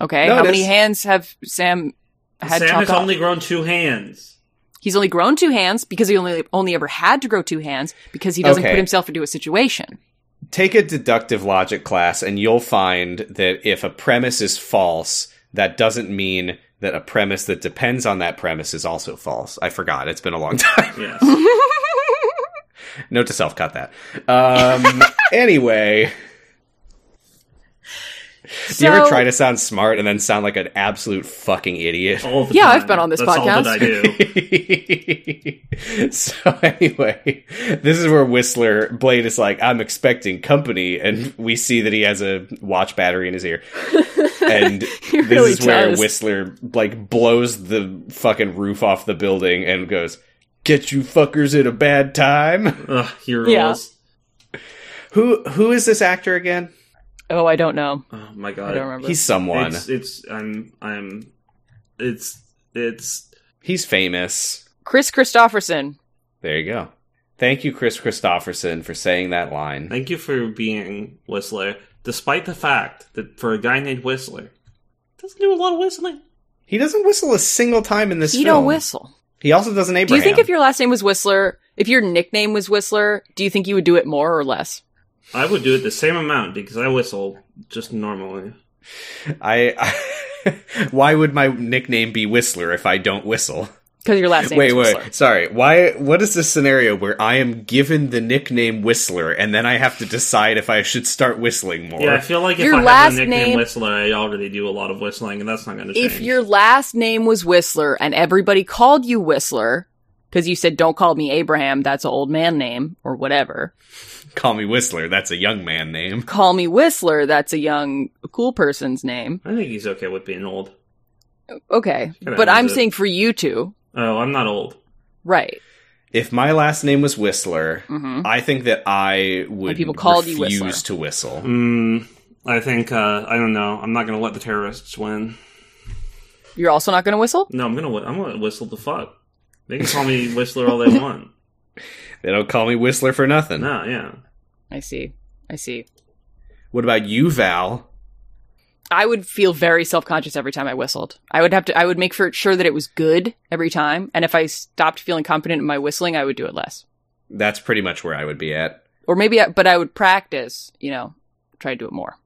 Speaker 2: Okay.
Speaker 1: No,
Speaker 2: How
Speaker 1: it
Speaker 2: many
Speaker 1: is.
Speaker 2: hands have Sam had
Speaker 3: Sam
Speaker 2: chopped
Speaker 3: has
Speaker 2: off?
Speaker 3: only grown two hands.
Speaker 2: He's only grown two hands because he only only ever had to grow two hands because he doesn't
Speaker 1: Okay.
Speaker 2: put himself into a situation.
Speaker 1: Take a deductive logic class, and you'll find that if a premise is false, that doesn't mean that a premise that depends on that premise is also false. I forgot. It's been a long time.
Speaker 3: Yes.
Speaker 1: Note to self, cut that. Um, anyway. Do
Speaker 2: so,
Speaker 1: you ever try to sound smart and then sound like an absolute fucking idiot?
Speaker 3: All the
Speaker 2: Yeah,
Speaker 3: time.
Speaker 2: I've been on this
Speaker 3: That's all that
Speaker 2: podcast.
Speaker 3: I do.
Speaker 1: so anyway, this is where Whistler Blade is like, "I'm expecting company," and we see that he has a watch battery in his ear. And
Speaker 2: He
Speaker 1: this
Speaker 2: really
Speaker 1: is where
Speaker 2: does.
Speaker 1: Whistler like blows the fucking roof off the building and goes, "Get you fuckers at a bad time."
Speaker 3: Ugh, he rules.
Speaker 2: Yeah.
Speaker 1: Who who is this actor again?
Speaker 2: Oh, I don't know.
Speaker 3: Oh my god.
Speaker 2: I don't remember.
Speaker 1: Uh, He's someone.
Speaker 3: It's, it's I'm I'm it's it's
Speaker 1: He's famous.
Speaker 2: Chris Christopherson.
Speaker 1: There you go. Thank you, Chris Christopherson, for saying that line.
Speaker 3: thank you for being Whistler, despite the fact that for a guy named Whistler, doesn't do a lot of whistling.
Speaker 1: He doesn't whistle a single time in this
Speaker 2: He
Speaker 1: film.
Speaker 2: don't whistle.
Speaker 1: He also doesn't Abraham.
Speaker 2: Do you think if your last name was Whistler, if your nickname was Whistler, do you think you would do it more or less?
Speaker 3: I would do it the same amount because I whistle just normally.
Speaker 1: I, I- why would my nickname be Whistler if I don't whistle?
Speaker 2: Because your last name
Speaker 1: wait,
Speaker 2: is
Speaker 1: wait,
Speaker 2: Whistler.
Speaker 1: sorry. Why? What is this scenario where I am given the nickname Whistler and then I have to decide if I should start whistling more?
Speaker 3: Yeah, I feel like if
Speaker 2: Your
Speaker 3: I
Speaker 2: last
Speaker 3: have a nickname
Speaker 2: name-
Speaker 3: Whistler, I already do a lot of whistling, and that's not going to change.
Speaker 2: If your last name was Whistler and everybody called you Whistler, because you said, don't call me Abraham, that's an old man name, or whatever.
Speaker 1: Call me Whistler. That's a young man name.
Speaker 2: Call me Whistler, that's a young, cool person's name.
Speaker 3: I think he's okay with being old.
Speaker 2: Okay.
Speaker 3: Kinda
Speaker 2: But
Speaker 3: owns
Speaker 2: I'm
Speaker 3: it.
Speaker 2: saying for you two.
Speaker 3: Oh, I'm not old.
Speaker 2: Right.
Speaker 1: If my last name was Whistler,
Speaker 2: hmm
Speaker 1: I think that I would
Speaker 2: And people called you
Speaker 1: refuse
Speaker 2: Whistler.
Speaker 1: to whistle.
Speaker 3: Mm, I think uh, I don't know. I'm not going to let the terrorists win.
Speaker 2: You're also not going to whistle?
Speaker 3: No, I'm gonna whi- I'm gonna whistle the fuck. They can call me Whistler all they want.
Speaker 1: They don't call me Whistler for nothing.
Speaker 3: No, yeah.
Speaker 2: I see. I see.
Speaker 1: What about you, Val?
Speaker 2: I would feel very self conscious every time I whistled. I would have to, I would make for, sure that it was good every time. And if I stopped feeling confident in my whistling, I would do it less.
Speaker 1: That's pretty much where I would be at.
Speaker 2: Or maybe, I, but I would practice, you know, try to do it more.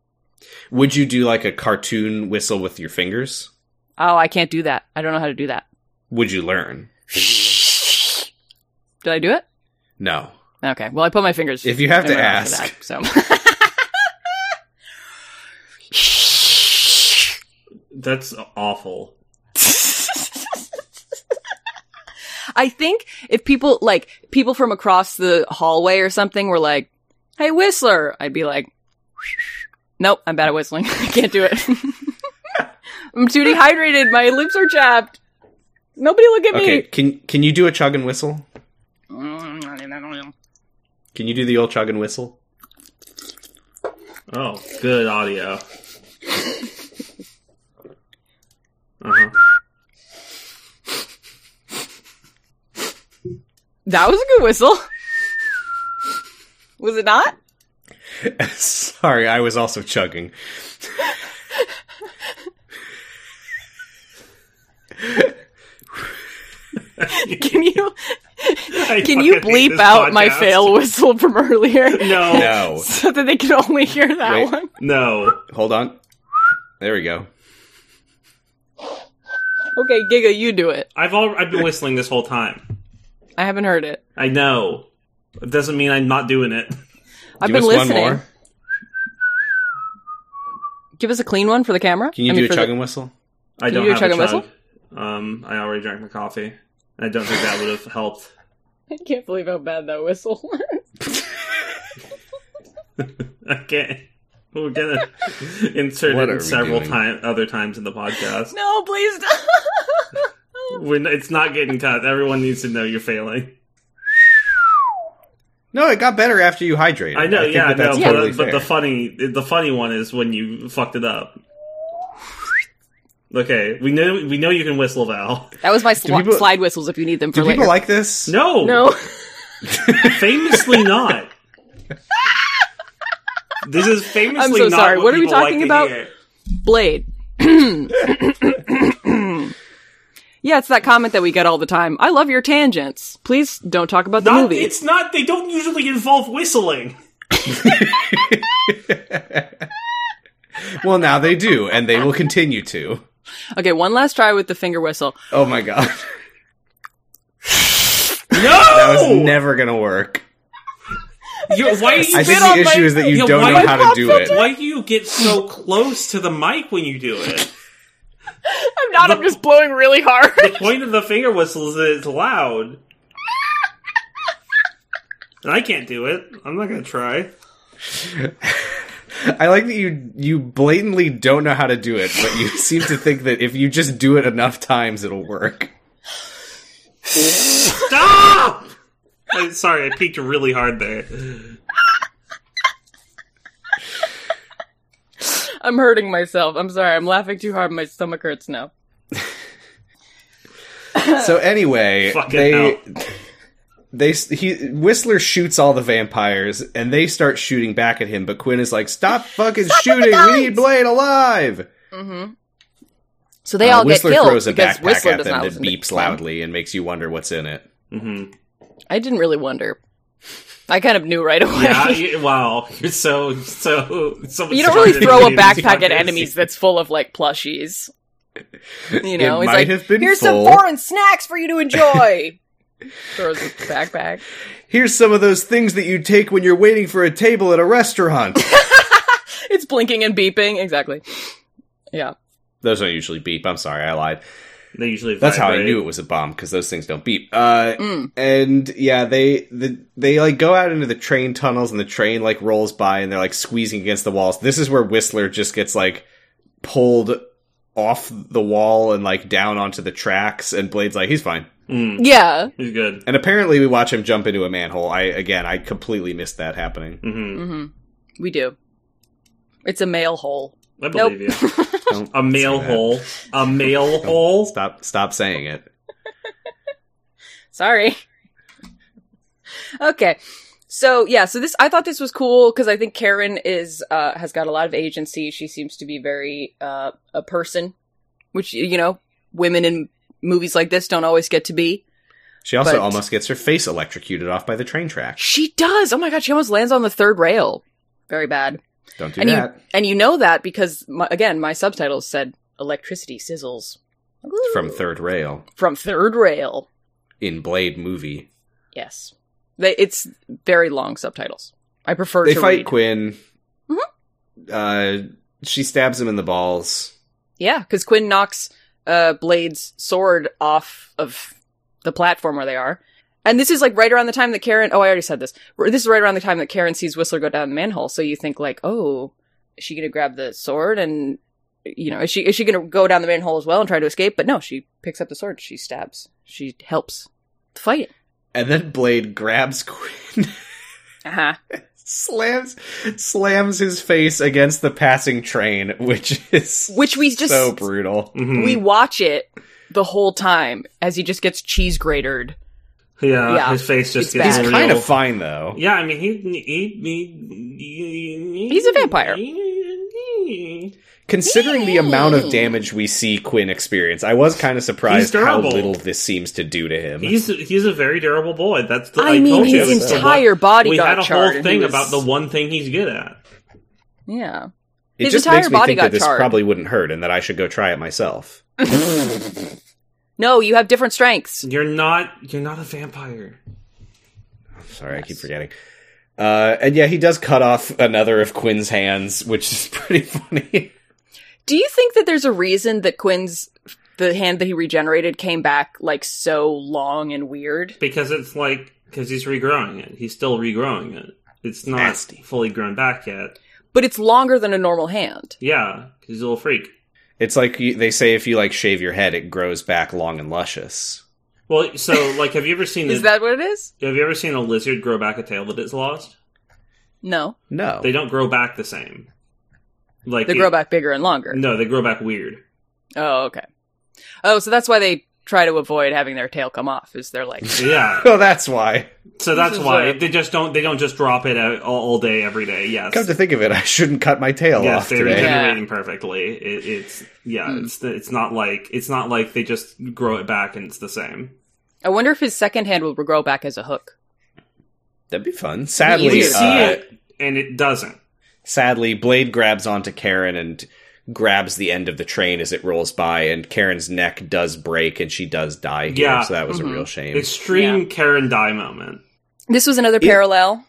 Speaker 1: Would you do like a cartoon whistle with your fingers?
Speaker 2: Oh, I can't do that. I don't know how to do that.
Speaker 1: Would you learn?
Speaker 2: Did I do it?
Speaker 1: No.
Speaker 2: Okay. Well, I put my fingers.
Speaker 1: If you have
Speaker 2: in
Speaker 1: to
Speaker 2: my mouth for
Speaker 1: ask.
Speaker 2: that,
Speaker 3: That's awful.
Speaker 2: so. I think if people like people from across the hallway or something were like, "Hey, Whistler," I'd be like, Nope, I'm bad at whistling. I can't do it. I'm too dehydrated. My lips are chapped. Nobody look at
Speaker 1: Okay,
Speaker 2: me.
Speaker 1: can can you do a chug and whistle? Can you do the old chug and whistle?
Speaker 3: Oh, good audio. Uh-huh.
Speaker 2: That was a good whistle. Was it not?
Speaker 1: Sorry, I was also chugging.
Speaker 2: Can you
Speaker 3: I
Speaker 2: can you
Speaker 3: fucking hate
Speaker 2: bleep
Speaker 3: this
Speaker 2: out my
Speaker 3: podcast.
Speaker 2: fail whistle from earlier
Speaker 3: No,
Speaker 1: No,
Speaker 2: so that they can only hear that
Speaker 1: Wait.
Speaker 2: one?
Speaker 3: no.
Speaker 1: hold on. There we go.
Speaker 2: Okay, Giga, you do it.
Speaker 3: I've all I've been whistling this whole time.
Speaker 2: I haven't heard it.
Speaker 3: I know. It doesn't mean I'm not doing it.
Speaker 2: I've
Speaker 1: do
Speaker 2: been
Speaker 1: us
Speaker 2: listening.
Speaker 1: one more.
Speaker 2: Give us a clean one for the camera.
Speaker 1: Can you
Speaker 2: I mean,
Speaker 1: do
Speaker 2: for
Speaker 1: a
Speaker 2: the-
Speaker 1: chug and whistle?
Speaker 3: I
Speaker 2: Can
Speaker 3: don't
Speaker 2: you do a
Speaker 3: have
Speaker 2: chug
Speaker 3: a
Speaker 2: and whistle?
Speaker 3: chug. Um, I already drank my coffee. I don't think that would have helped.
Speaker 2: I can't believe how bad that whistle was.
Speaker 3: Okay. We're gonna insert
Speaker 1: What
Speaker 3: it
Speaker 1: are
Speaker 3: in
Speaker 1: we
Speaker 3: several
Speaker 1: doing?
Speaker 3: time other times in the podcast.
Speaker 2: No, please don't.
Speaker 3: When it's not getting cut, everyone needs to know you're failing.
Speaker 1: No, it got better after you hydrated.
Speaker 3: I know,
Speaker 1: think
Speaker 3: yeah,
Speaker 1: that
Speaker 3: no,
Speaker 1: that's
Speaker 3: but,
Speaker 1: totally
Speaker 3: but
Speaker 1: fair.
Speaker 3: the funny, the funny one is when you fucked it up. Okay, we know we know you can whistle, Val.
Speaker 2: That was my sli-
Speaker 1: people-
Speaker 2: slide whistles if you need them for
Speaker 1: do
Speaker 2: later.
Speaker 1: people like this?
Speaker 3: No,
Speaker 2: no.
Speaker 3: famously not. This is famously
Speaker 2: I'm so
Speaker 3: not
Speaker 2: sorry. What are we
Speaker 3: people like
Speaker 2: talking
Speaker 3: to
Speaker 2: about?
Speaker 3: hear.
Speaker 2: Blade. yeah, it's that comment that we get all the time. I love your tangents. Please don't talk about the
Speaker 3: Not,
Speaker 2: movie.
Speaker 3: it's not. They don't usually involve whistling.
Speaker 1: Well, now they do, and they will continue to.
Speaker 2: Okay, one last try with the finger whistle.
Speaker 1: Oh my god,
Speaker 3: No,
Speaker 1: that was never gonna work.
Speaker 3: You- why do you
Speaker 1: I
Speaker 3: spit
Speaker 1: think
Speaker 3: on
Speaker 1: the
Speaker 3: my-
Speaker 1: issue is that you
Speaker 3: Yeah,
Speaker 1: don't
Speaker 3: why-
Speaker 1: know how to do it.
Speaker 3: Why do you get so close to the mic when you do it?
Speaker 2: I'm not. I'm just blowing really hard.
Speaker 3: The point of the finger whistle is that it's loud. And I can't do it. I'm not gonna try.
Speaker 1: I like that you you blatantly don't know how to do it, but you seem to think that if you just do it enough times, it'll work.
Speaker 3: Stop! I, sorry, I peeked really hard there.
Speaker 2: I'm hurting myself. I'm sorry. I'm laughing too hard. My stomach hurts now.
Speaker 1: So anyway,
Speaker 3: Fuck it,
Speaker 1: they they he Whistler shoots all the vampires, and they start shooting back at him. But Quinn is like, "Stop fucking shooting! We need Blade alive!"
Speaker 2: So they
Speaker 1: Uh,
Speaker 2: all
Speaker 1: Whistler
Speaker 2: get killed
Speaker 1: throws a
Speaker 2: because
Speaker 1: backpack
Speaker 2: Whistler
Speaker 1: at
Speaker 2: does
Speaker 1: them
Speaker 2: not
Speaker 1: that
Speaker 2: listen to
Speaker 1: beeps
Speaker 2: Quinn.
Speaker 1: loudly and makes you wonder what's in it.
Speaker 3: Mm-hmm.
Speaker 2: I didn't really wonder. I kind of knew right away.
Speaker 3: Yeah, you- wow, you're so so. so
Speaker 2: you don't really throw a
Speaker 3: sophisticated.
Speaker 2: backpack at enemies that's full of like plushies. You know,
Speaker 1: It
Speaker 2: he's
Speaker 1: might
Speaker 2: like,
Speaker 1: have been
Speaker 2: here's
Speaker 1: full."
Speaker 2: some foreign snacks for you to enjoy. Throws a backpack.
Speaker 1: Here's some of those things that you take when you're waiting for a table at a restaurant.
Speaker 2: It's blinking and beeping. Exactly. Yeah.
Speaker 1: those don't usually beep. I'm sorry, I lied.
Speaker 3: They usually. Vibrate.
Speaker 1: That's how I knew it was a bomb because those things don't beep. Uh,
Speaker 2: Mm.
Speaker 1: And yeah, they the, they like go out into the train tunnels and the train like rolls by and they're like squeezing against the walls. This is where Whistler just gets like pulled off the wall and like down onto the tracks. And Blade's like, he's fine.
Speaker 3: Mm,
Speaker 2: Yeah.
Speaker 3: he's good.
Speaker 1: And apparently, we watch him jump into a manhole. I again, I completely missed that happening.
Speaker 3: hmm
Speaker 2: Mm-hmm. We do. It's a male hole.
Speaker 3: I believe you.
Speaker 1: Don't
Speaker 3: A male
Speaker 1: say that.
Speaker 3: hole. A male hole.
Speaker 1: Stop! Stop saying it.
Speaker 2: Sorry. okay. So yeah, so this I thought this was cool because I think Karen is uh has got a lot of agency. She seems to be very uh a person, which you know, women in movies like this don't always get to be.
Speaker 1: She also
Speaker 2: But-
Speaker 1: almost gets her face electrocuted off by the train track.
Speaker 2: She does. Oh my god, she almost lands on the third rail. Very bad.
Speaker 1: Don't do
Speaker 2: and
Speaker 1: that.
Speaker 2: you and you know that because my, again, my subtitles said electricity sizzles Ooh.
Speaker 1: From third rail
Speaker 2: from third rail.
Speaker 1: in Blade movie.
Speaker 2: Yes. They, it's very long subtitles. I prefer
Speaker 1: they
Speaker 2: to
Speaker 1: fight
Speaker 2: read. Mm-hmm.
Speaker 1: Quinn. Uh, she stabs him in the balls.
Speaker 2: Yeah, because Quinn knocks uh, Blade's sword off of the platform where they are, And this is like right around the time that Karen. Oh, I already said this. This is right around the time that Karen sees Whistler go down the manhole. So you think like, oh, is she gonna grab the sword and you know is she is she gonna go down the manhole as well and try to escape? But no, she picks up the sword. She stabs. She helps fight it.
Speaker 1: And then Blade grabs Quinn,
Speaker 2: Uh huh.
Speaker 1: slams slams his face against the passing train, which is
Speaker 2: Which we just
Speaker 1: so brutal.
Speaker 3: Mhm.
Speaker 2: we watch it the whole time as he just gets cheese gratered.
Speaker 3: yeah,
Speaker 2: yeah,
Speaker 3: his face
Speaker 2: it's
Speaker 3: just gets
Speaker 2: bad.
Speaker 1: He's
Speaker 3: real.
Speaker 1: kind of fine though.
Speaker 3: Yeah, I mean, he, he, he, he-
Speaker 2: He's a vampire.
Speaker 1: Considering the amount of damage we see Quinn experience, I was kind of surprised how
Speaker 3: durable.
Speaker 1: little this seems to do to him.
Speaker 3: He's he's a very durable boy. That's the,
Speaker 2: I
Speaker 3: I,
Speaker 2: mean,
Speaker 3: told you,
Speaker 1: his
Speaker 3: it's the one-
Speaker 2: entire body
Speaker 3: We
Speaker 2: got
Speaker 3: had a
Speaker 2: charred
Speaker 3: whole
Speaker 2: and he
Speaker 3: thing
Speaker 2: was-
Speaker 3: about the one thing he's good at.
Speaker 2: Yeah.
Speaker 1: it
Speaker 2: his
Speaker 1: just
Speaker 2: entire
Speaker 1: makes me
Speaker 2: body
Speaker 1: think that
Speaker 2: got
Speaker 1: this
Speaker 2: charred.
Speaker 1: probably wouldn't hurt and that I should go try it myself.
Speaker 2: No, you have different strengths.
Speaker 3: You're not you're not a vampire.
Speaker 1: Sorry, I keep forgetting. Uh, and yeah, he does cut off another of Quinn's hands, which is pretty funny.
Speaker 2: Do you think that there's a reason that Quinn's the hand that he regenerated came back like so long and weird?
Speaker 3: Because it's like because he's regrowing it. He's still regrowing it. It's not
Speaker 1: Nasty.
Speaker 3: fully grown back yet.
Speaker 2: But it's longer than a normal hand.
Speaker 3: Yeah, 'cause he's a little freak.
Speaker 1: It's like you, they say if you like shave your head, it grows back long and luscious.
Speaker 3: Well, so like, have you ever seen
Speaker 2: Is
Speaker 3: a-
Speaker 2: that what it is?
Speaker 3: have you ever seen a lizard grow back a tail that it's lost?
Speaker 2: No.
Speaker 1: No,
Speaker 3: They don't grow back the same. Like
Speaker 2: They
Speaker 3: it-
Speaker 2: grow back bigger and longer.
Speaker 3: No, they grow back weird.
Speaker 2: Oh, okay. Oh, so that's why they try to avoid having their tail come off, is they're like
Speaker 3: Yeah.
Speaker 1: oh, that's why.
Speaker 3: So that's
Speaker 2: is
Speaker 3: why
Speaker 2: a-
Speaker 3: they just don't they don't just drop it out all, all day every day. Yes,
Speaker 1: Come to think of it, I shouldn't cut my tail
Speaker 3: yes,
Speaker 1: off
Speaker 3: they're
Speaker 1: today.
Speaker 2: Yeah.
Speaker 3: regenerating perfectly. It, it's yeah,
Speaker 2: Hmm.
Speaker 3: it's it's not like it's not like they just grow it back and it's the same.
Speaker 2: I wonder if his second hand will grow back as a hook.
Speaker 1: That'd be fun. Sadly,
Speaker 3: We
Speaker 2: Yeah.
Speaker 3: see
Speaker 1: uh,
Speaker 3: it and it doesn't.
Speaker 1: Sadly, Blade grabs onto Karen and grabs the end of the train as it rolls by, and Karen's neck does break and she does die here,
Speaker 3: Yeah. mm-hmm.
Speaker 1: so that was
Speaker 2: Mhm.
Speaker 1: a real shame.
Speaker 3: Extreme Karen die moment.
Speaker 2: This was another parallel.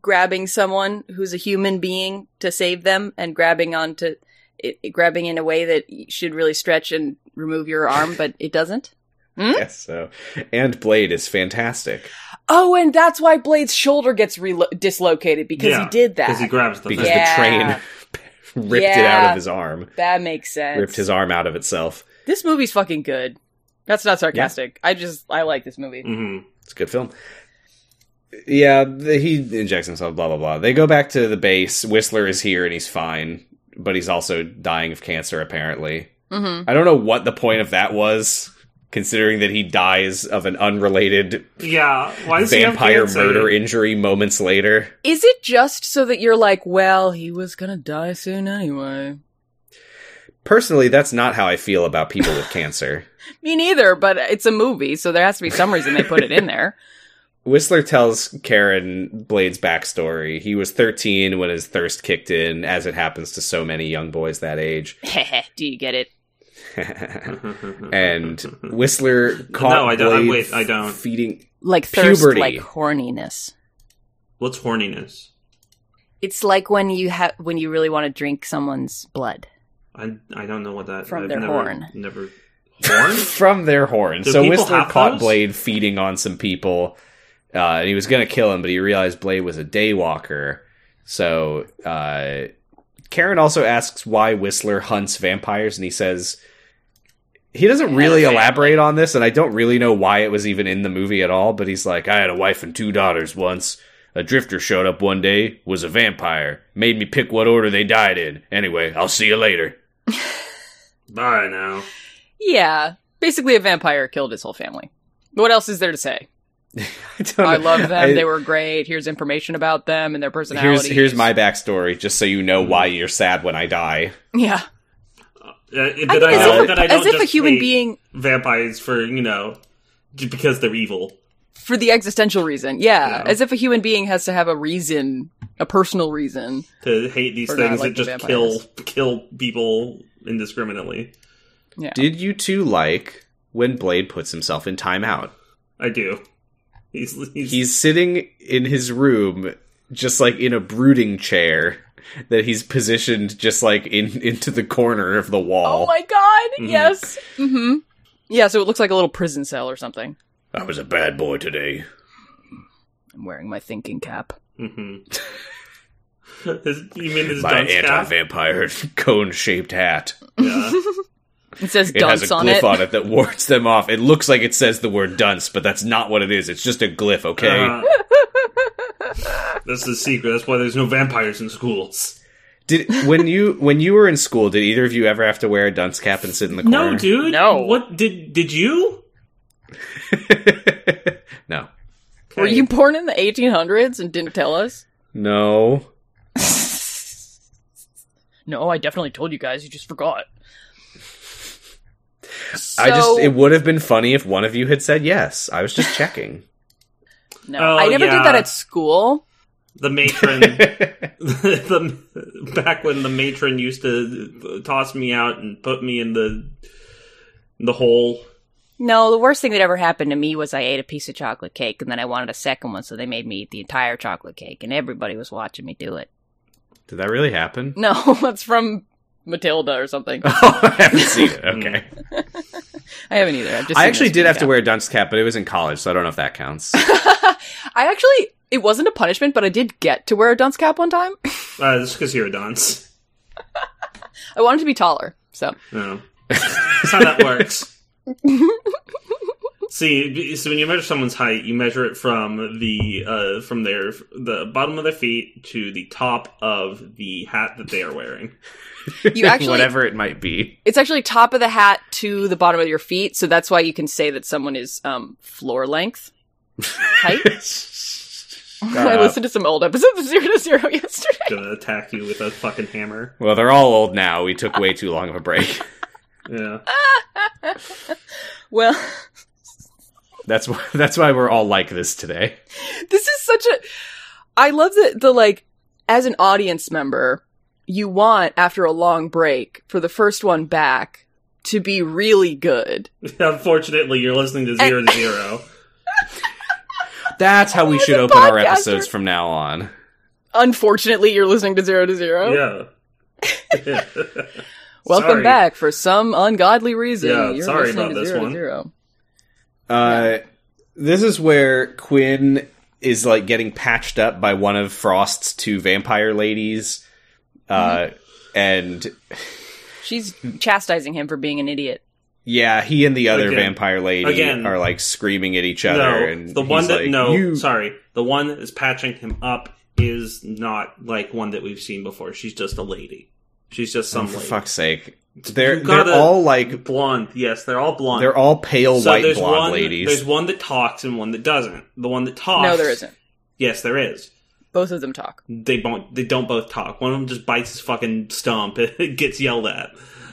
Speaker 2: Grabbing someone who's a human being to save them and grabbing onto it, it- grabbing in a way that y- should really stretch and remove your arm, but it doesn't.
Speaker 1: Yes, so. And Blade is fantastic
Speaker 2: Oh, and that's why Blade's shoulder gets relo- dislocated because
Speaker 3: Yeah,
Speaker 2: he did that.
Speaker 3: because he grabs the
Speaker 1: because
Speaker 3: thing.
Speaker 2: Yeah.
Speaker 1: the train ripped it out
Speaker 2: Yeah.
Speaker 1: of his arm,
Speaker 2: that makes sense.
Speaker 1: ripped his arm out of itself.
Speaker 2: this movie's fucking good. That's not sarcastic. I just I like this
Speaker 1: Mm.
Speaker 2: movie.
Speaker 3: Mhm.
Speaker 1: It's a good film. Yeah, the, he injects himself, blah, blah, blah. They go back to the base. Whistler is here and he's fine, but he's also dying of cancer, apparently.
Speaker 2: Mm-hmm.
Speaker 1: I don't know what the point of that was, considering that he dies of an unrelated
Speaker 3: Yeah, why does he
Speaker 1: vampire
Speaker 3: have cancer?
Speaker 1: murder injury moments later.
Speaker 2: Is it just so that you're like, well, he was gonna die soon anyway?
Speaker 1: Personally, that's not how I feel about people with cancer.
Speaker 2: Me neither, but it's a movie, so there has to be some reason they put it in there.
Speaker 1: Whistler tells Karen Blade's backstory. He was 13 when his thirst kicked in, as it happens to so many young boys that age.
Speaker 2: Do you get it?
Speaker 1: and Whistler caught
Speaker 3: No, I don't- I-
Speaker 1: Blade
Speaker 3: wait, I don't.
Speaker 1: feeding.
Speaker 2: Like thirst,
Speaker 1: Puberty.
Speaker 2: like horniness.
Speaker 3: what's horniness?
Speaker 2: It's like when you have when you really want to drink someone's blood.
Speaker 3: I I don't know what that
Speaker 2: From
Speaker 3: I've
Speaker 2: their
Speaker 3: never,
Speaker 2: horn.
Speaker 3: Never horn.
Speaker 1: from their horn.
Speaker 3: Do
Speaker 1: so
Speaker 3: people
Speaker 1: Whistler
Speaker 3: have
Speaker 1: caught
Speaker 3: those?
Speaker 1: Blade feeding on some people, uh, and he was going to kill him, but he realized Blade was a daywalker. So uh, Karen also asks why Whistler hunts vampires, and he says he doesn't really elaborate on this, and I don't really know why it was even in the movie at all. But he's like, I had a wife and two daughters once. A drifter showed up one day, was a vampire, made me pick what order they died in. Anyway, I'll see you later.
Speaker 3: Bye now.
Speaker 2: Yeah, basically, a vampire killed his whole family. What else is there to say?
Speaker 1: I, don't
Speaker 2: I
Speaker 1: know.
Speaker 2: love them.
Speaker 1: I-
Speaker 2: they were great. Here's information about them and their
Speaker 1: Here's
Speaker 2: personalities.
Speaker 1: here's my backstory, just so you know why you're sad when I die.
Speaker 2: yeah.
Speaker 3: Uh, did
Speaker 2: I
Speaker 3: I,
Speaker 2: think as
Speaker 3: know
Speaker 2: if-
Speaker 3: that I
Speaker 2: as
Speaker 3: don't
Speaker 2: if a
Speaker 3: just
Speaker 2: human
Speaker 3: hate
Speaker 2: being
Speaker 3: vampires for you know j- because they're evil.
Speaker 2: for the existential reason. Yeah,
Speaker 3: Yeah.
Speaker 2: as if a human being has to have a reason, a personal reason.
Speaker 3: to hate these
Speaker 2: Or not
Speaker 3: things
Speaker 2: like the
Speaker 3: that just kill
Speaker 2: vampires.
Speaker 3: kill people indiscriminately.
Speaker 1: Did you two like when Blade puts himself in timeout?
Speaker 3: I do. He's he's,
Speaker 1: He's sitting in his room, just like in a brooding chair that he's positioned just like in into the corner of the
Speaker 2: Oh Mm-hmm.
Speaker 1: wall.
Speaker 2: my god! Mm-hmm.
Speaker 3: Mhm.
Speaker 2: Yes. hmm Yeah. So it looks like a little prison cell or something.
Speaker 1: I was a bad boy today.
Speaker 2: I'm wearing my thinking cap.
Speaker 3: Mm-hmm. His- you mean his
Speaker 1: My
Speaker 3: dunce cap?
Speaker 1: anti-vampire cone-shaped hat.
Speaker 3: Yeah.
Speaker 2: It says
Speaker 1: It has
Speaker 2: dunce
Speaker 1: a
Speaker 2: on
Speaker 1: glyph
Speaker 2: it.
Speaker 1: on it that warts them off. It looks like it says the word dunce, but that's not what it is. It's just a glyph, okay?
Speaker 2: Uh.
Speaker 3: Uh-huh. That's the secret. That's why there's no vampires in schools.
Speaker 1: Did when you when you were in school, did either of you ever have to wear a dunce cap and sit in the corner?
Speaker 3: No, dude.
Speaker 2: No.
Speaker 3: What did did you?
Speaker 1: dude. no.
Speaker 2: Were you born in the 1800s and didn't tell us?
Speaker 1: No.
Speaker 2: No, I definitely told you guys. You just forgot.
Speaker 1: I just
Speaker 2: So-
Speaker 1: it would have been funny if one of you had said yes. I was just checking.
Speaker 2: no,
Speaker 3: Oh,
Speaker 2: I never
Speaker 3: yeah.
Speaker 2: did that at school.
Speaker 3: the matron? the, back when the matron used to toss me out and put me in the the hole.
Speaker 4: No, the worst thing that ever happened to me was I ate a piece of chocolate cake and then I wanted a second one, so they made me eat the entire chocolate cake and everybody was watching me do it.
Speaker 1: Did that really happen?
Speaker 2: No, that's from Matilda or something.
Speaker 1: Oh, I haven't seen it.
Speaker 2: Mm.
Speaker 1: Okay.
Speaker 2: I haven't either. I've just
Speaker 1: I
Speaker 2: seen
Speaker 1: actually
Speaker 2: this
Speaker 1: did have to
Speaker 2: video.
Speaker 1: wear a dunce cap, but it was in college, so I don't know if that counts.
Speaker 2: I actually, it wasn't a punishment, but I did get to wear a dunce cap one time.
Speaker 3: Uh, just because you're a dunce.
Speaker 2: I wanted to be taller, so
Speaker 3: No. That's how that works. See, so when you measure someone's height, you measure it from the uh, from their the bottom of their feet to the top of the hat that they are wearing.
Speaker 2: you actually
Speaker 1: whatever it might be.
Speaker 2: It's actually top of the hat to the bottom of your feet, so that's why you can say that someone is um, floor length height. I listened to some old episodes of Zero to Zero yesterday.
Speaker 3: Gonna attack you with a fucking hammer.
Speaker 1: Well, they're all old now. We took way too long of a break.
Speaker 3: Yeah.
Speaker 2: Well,
Speaker 1: That's why, that's why we're all like this today.
Speaker 2: this is such a. I love that the like as an audience member, you want after a long break for the first one back to be really good.
Speaker 3: Unfortunately, you're listening to zero to zero.
Speaker 1: That's how we should
Speaker 2: a
Speaker 1: open our
Speaker 2: podcaster.
Speaker 1: episodes from now on.
Speaker 2: Unfortunately, you're listening to Zero to Zero.
Speaker 3: Yeah.
Speaker 2: Welcome
Speaker 3: Sorry.
Speaker 2: back for some ungodly reason.
Speaker 3: Yeah,
Speaker 2: you're
Speaker 3: sorry
Speaker 2: listening
Speaker 3: about
Speaker 2: to
Speaker 3: this
Speaker 2: Zero
Speaker 3: one.
Speaker 2: to Zero.
Speaker 1: Uh, this is where Quinn is like getting patched up by one of Frost's two vampire ladies, uh,
Speaker 3: Mm-hmm.
Speaker 1: and
Speaker 2: She's chastising him for being an idiot.
Speaker 1: yeah, he and the other
Speaker 3: Again.
Speaker 1: vampire lady
Speaker 3: Again.
Speaker 1: are like screaming at each other.
Speaker 3: No,
Speaker 1: and
Speaker 3: the one
Speaker 1: he's
Speaker 3: that
Speaker 1: like,
Speaker 3: no,
Speaker 1: you-
Speaker 3: sorry, the one that is patching him up is not like one that we've seen before. She's just a lady. She's just
Speaker 1: Oh,
Speaker 3: some
Speaker 1: for
Speaker 3: lady.
Speaker 1: fuck's sake, they're
Speaker 3: You gotta-
Speaker 1: they're all like
Speaker 3: Blonde, yes, they're all blonde.
Speaker 1: they're all pale
Speaker 3: so
Speaker 1: white
Speaker 3: there's
Speaker 1: blonde
Speaker 3: one,
Speaker 1: ladies.
Speaker 3: There's one that talks and one that doesn't. The one that talks,
Speaker 2: No, there isn't.
Speaker 3: Yes, there is.
Speaker 2: Both of them talk.
Speaker 3: They won't. They don't both talk. One of them just bites his fucking stump. It gets yelled at.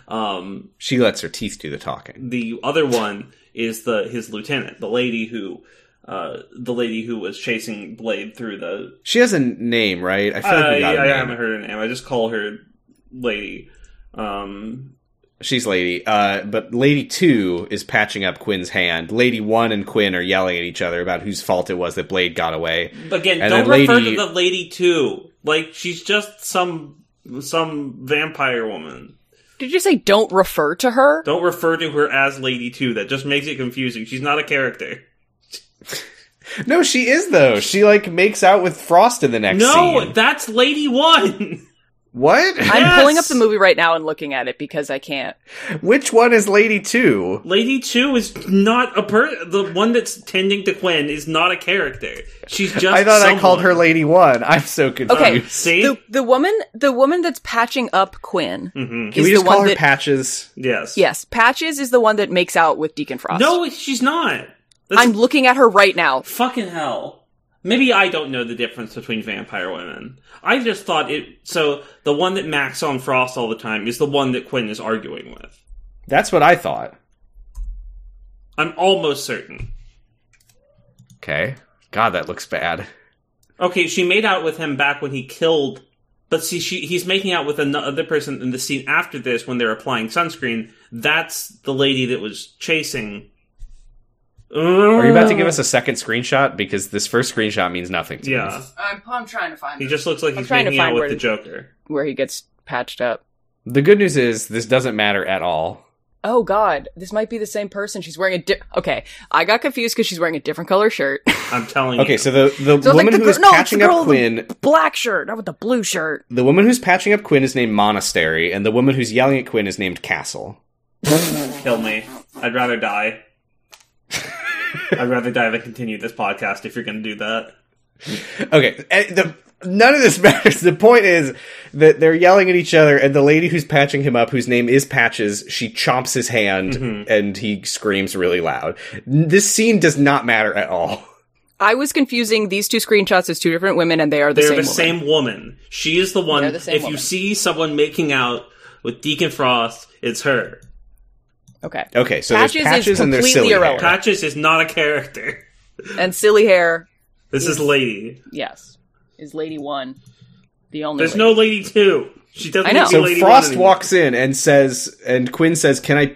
Speaker 3: Um,
Speaker 1: She lets her teeth do the talking.
Speaker 3: the other one is the his lieutenant, the lady who, uh, the lady who was chasing Blade through the.
Speaker 1: She has a name, right? I feel like
Speaker 3: I,
Speaker 1: we got
Speaker 3: Uh, I
Speaker 1: a name.
Speaker 3: haven't heard her name. I just call her Lady. Um,
Speaker 1: She's Lady. Uh, but Lady 2 is patching up Quinn's hand. Lady 1 and Quinn are yelling at each other about whose fault it was that Blade got away.
Speaker 3: again,
Speaker 1: And
Speaker 3: don't
Speaker 1: then
Speaker 3: refer
Speaker 1: Lady-
Speaker 3: to the lady too. Like she's just some some vampire woman.
Speaker 2: Did you say don't refer to her?
Speaker 3: Don't refer to her as Lady Two. That just makes it confusing. She's not a character.
Speaker 1: No, she is, though. She, like, makes out with Frost in the next
Speaker 3: no,
Speaker 1: scene.
Speaker 3: that's Lady One.
Speaker 1: what?
Speaker 2: I'm
Speaker 3: Yes!
Speaker 2: pulling up the movie right now and looking at it because I can't.
Speaker 1: Which one is Lady 2?
Speaker 3: Lady Two is not a per. The one that's tending to Quinn is not a character. She's just.
Speaker 1: I thought I
Speaker 3: someone.
Speaker 1: called her Lady 1. I'm so confused.
Speaker 2: Okay.
Speaker 3: See.
Speaker 2: The the woman the woman that's patching up Quinn.
Speaker 3: Mhm.
Speaker 1: Can we
Speaker 2: is
Speaker 1: just
Speaker 2: the
Speaker 1: call
Speaker 2: one
Speaker 1: her
Speaker 2: that-
Speaker 1: Patches?
Speaker 3: Yes.
Speaker 2: Yes, Patches is the one that makes out with Deacon Frost.
Speaker 3: No, she's not. That's
Speaker 2: I'm looking at her right now.
Speaker 3: fucking hell. Maybe I don't know the difference between vampire women. I just thought it. So the one that Max on Frost all the time is the one that Quinn is arguing with.
Speaker 1: That's what I thought.
Speaker 3: I'm almost certain.
Speaker 1: Okay. God, that looks bad.
Speaker 3: Okay, she made out with him back when he killed. But see, she, he's making out with another person in the scene after this when they're applying sunscreen. That's the lady that was chasing.
Speaker 1: Are you about to give us a second screenshot? Because this first screenshot means nothing to me.
Speaker 3: Yeah,
Speaker 2: I'm, I'm trying to find
Speaker 3: he just looks like
Speaker 2: I'm
Speaker 3: he's
Speaker 2: trying to
Speaker 3: making out
Speaker 2: find
Speaker 3: with
Speaker 2: where
Speaker 3: the
Speaker 2: to-
Speaker 3: Joker.
Speaker 2: where he gets patched up.
Speaker 1: The good news is this doesn't matter at all.
Speaker 2: oh god, this might be the same person. She's wearing a di- okay. I got confused because she's wearing a different color shirt.
Speaker 3: I'm telling you.
Speaker 1: Okay, so the the
Speaker 4: So it's like
Speaker 1: woman
Speaker 4: the
Speaker 1: who is
Speaker 4: gr- no, it's
Speaker 1: patching
Speaker 4: the
Speaker 1: up
Speaker 4: girl in
Speaker 1: Quinn,
Speaker 4: Black shirt, not with the blue shirt.
Speaker 1: the woman who's patching up Quinn is named Monastery, and the woman who's yelling at Quinn is named Castle.
Speaker 3: Kill me. I'd rather die. I'd rather die than continue this podcast if you're going to do that.
Speaker 1: Okay, and the, none of this matters. The point is that they're yelling at each other, and the lady who's patching him up, whose name is Patches, she chomps his hand,
Speaker 4: Mm-hmm.
Speaker 1: and he screams really loud. N- This scene does not matter at all.
Speaker 2: I was confusing these two screenshots as two different women, and they are the
Speaker 3: They're
Speaker 2: same.
Speaker 3: the
Speaker 2: woman.
Speaker 3: same woman. She is the one.
Speaker 2: They're the same
Speaker 3: if you
Speaker 2: woman.
Speaker 3: see someone making out with Deacon Frost, it's her.
Speaker 2: Okay,
Speaker 1: Okay, so
Speaker 2: Patches
Speaker 1: there's
Speaker 2: is
Speaker 1: patches and there's
Speaker 2: completely
Speaker 1: silly
Speaker 2: irrelevant.
Speaker 1: hair.
Speaker 3: Patches is not a character.
Speaker 2: and silly hair.
Speaker 3: This is Lady.
Speaker 2: Yes, is Lady One the only?
Speaker 3: There's
Speaker 2: lady.
Speaker 3: no Lady Two. She doesn't.
Speaker 2: I know.
Speaker 3: need to be
Speaker 1: So
Speaker 3: lady One
Speaker 1: Frost
Speaker 3: anymore.
Speaker 1: walks in and says, and Quinn says, "Can I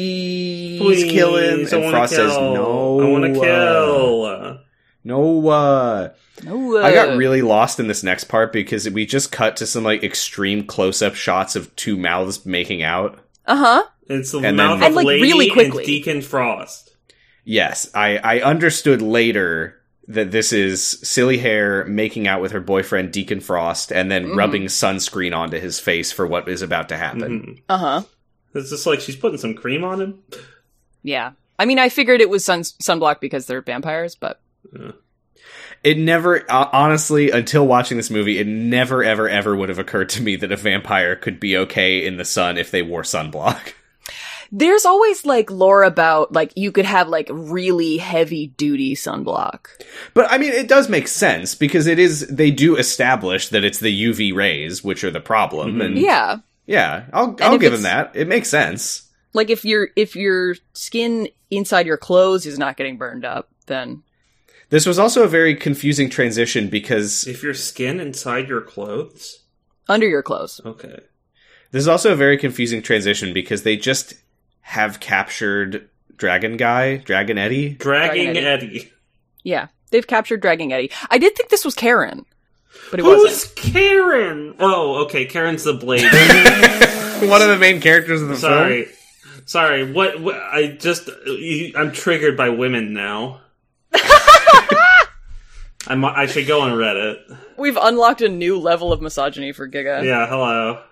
Speaker 1: please,
Speaker 3: Please,
Speaker 1: kill him?"
Speaker 3: I
Speaker 1: And
Speaker 3: wanna
Speaker 1: Frost
Speaker 3: kill.
Speaker 1: says, "No,
Speaker 3: I want to
Speaker 1: uh,
Speaker 3: kill.
Speaker 1: no." Uh,
Speaker 2: no. Uh,
Speaker 1: I got really lost in this next part because we just cut to some like extreme close-up shots of two mouths making out.
Speaker 2: Uh huh.
Speaker 3: it's the
Speaker 1: And then-
Speaker 3: mouth of
Speaker 2: And, like,
Speaker 3: Lady
Speaker 2: really quickly.
Speaker 3: and Deacon Frost.
Speaker 1: Yes, I I understood later that this is silly hair making out with her boyfriend Deacon Frost and then
Speaker 3: Mm-hmm.
Speaker 2: Mhm.
Speaker 1: rubbing sunscreen onto his face for what is about to happen.
Speaker 3: Mhm.
Speaker 2: Uh huh.
Speaker 3: It's just like she's putting some cream on him.
Speaker 2: Yeah. I mean, I figured it was sun sunblock because they're vampires, but
Speaker 1: It never uh, honestly until watching this movie it never ever ever would have occurred to me that a vampire could be okay in the sun if they wore sunblock.
Speaker 2: there's always like lore about like you could have like really heavy duty sunblock.
Speaker 1: But I mean, it does make sense because it is. They do establish that it's the UV rays which are the problem,
Speaker 3: Mhm.
Speaker 1: and yeah,
Speaker 2: Mm-hmm. Yeah.
Speaker 1: I'll
Speaker 2: if
Speaker 1: I'll give him
Speaker 2: it's-
Speaker 1: that. It makes sense.
Speaker 2: Like if your if your skin inside your clothes is not getting burned up, then
Speaker 1: This was also a very confusing transition because
Speaker 3: If your skin inside your clothes,
Speaker 2: under your clothes.
Speaker 3: okay.
Speaker 1: this is also a very confusing transition because they just have captured Dragon Guy, Dragon Eddie.
Speaker 3: Dragging
Speaker 2: Dragon
Speaker 3: Eddie.
Speaker 2: Yeah. They've captured Dragging Eddie. I did think this was Karen, but it
Speaker 3: Who's
Speaker 2: wasn't.
Speaker 3: Karen? Oh, okay. Karen's the blade.
Speaker 1: One of the main characters of the film.
Speaker 3: Sorry. Sorry. What, what? I just. you- I'm triggered by women now. I'm, I should go on Reddit.
Speaker 2: We've unlocked a new level of misogyny for Giga.
Speaker 3: Yeah, hello.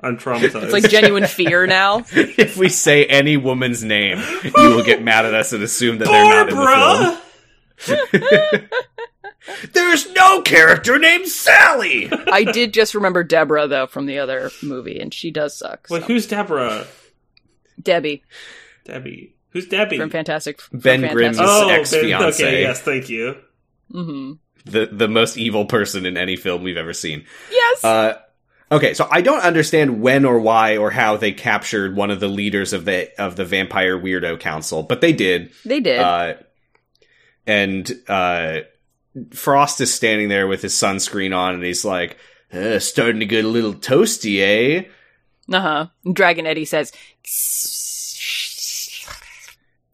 Speaker 3: I'm traumatized.
Speaker 2: It's like genuine fear now.
Speaker 1: if we say any woman's name, you will get mad at us and assume that they're not in the film.
Speaker 3: Barbara!
Speaker 1: There's no character named Sally.
Speaker 2: I did just remember Deborah though from the other movie, and she does suck. so.
Speaker 3: Wait, who's Deborah?
Speaker 2: Debbie
Speaker 3: Debbie. Who's Debbie?
Speaker 2: from Fantastic from
Speaker 1: Ben Grimm's
Speaker 2: Fantastic.
Speaker 3: oh,
Speaker 1: His
Speaker 3: Ben-
Speaker 1: ex-fiancée.
Speaker 3: okay, yes, thank you.
Speaker 2: hmm
Speaker 1: the the most evil person in any film we've ever seen.
Speaker 2: Yes.
Speaker 1: Uh, okay, so I don't understand when or why or how they captured one of the leaders of the of the vampire weirdo council, but they did.
Speaker 2: They did.
Speaker 1: Uh, and uh, Frost is standing there with his sunscreen on, and he's like, "Uh, "Starting to get a little toasty, eh?"
Speaker 2: Uh huh. Dragon Eddie says,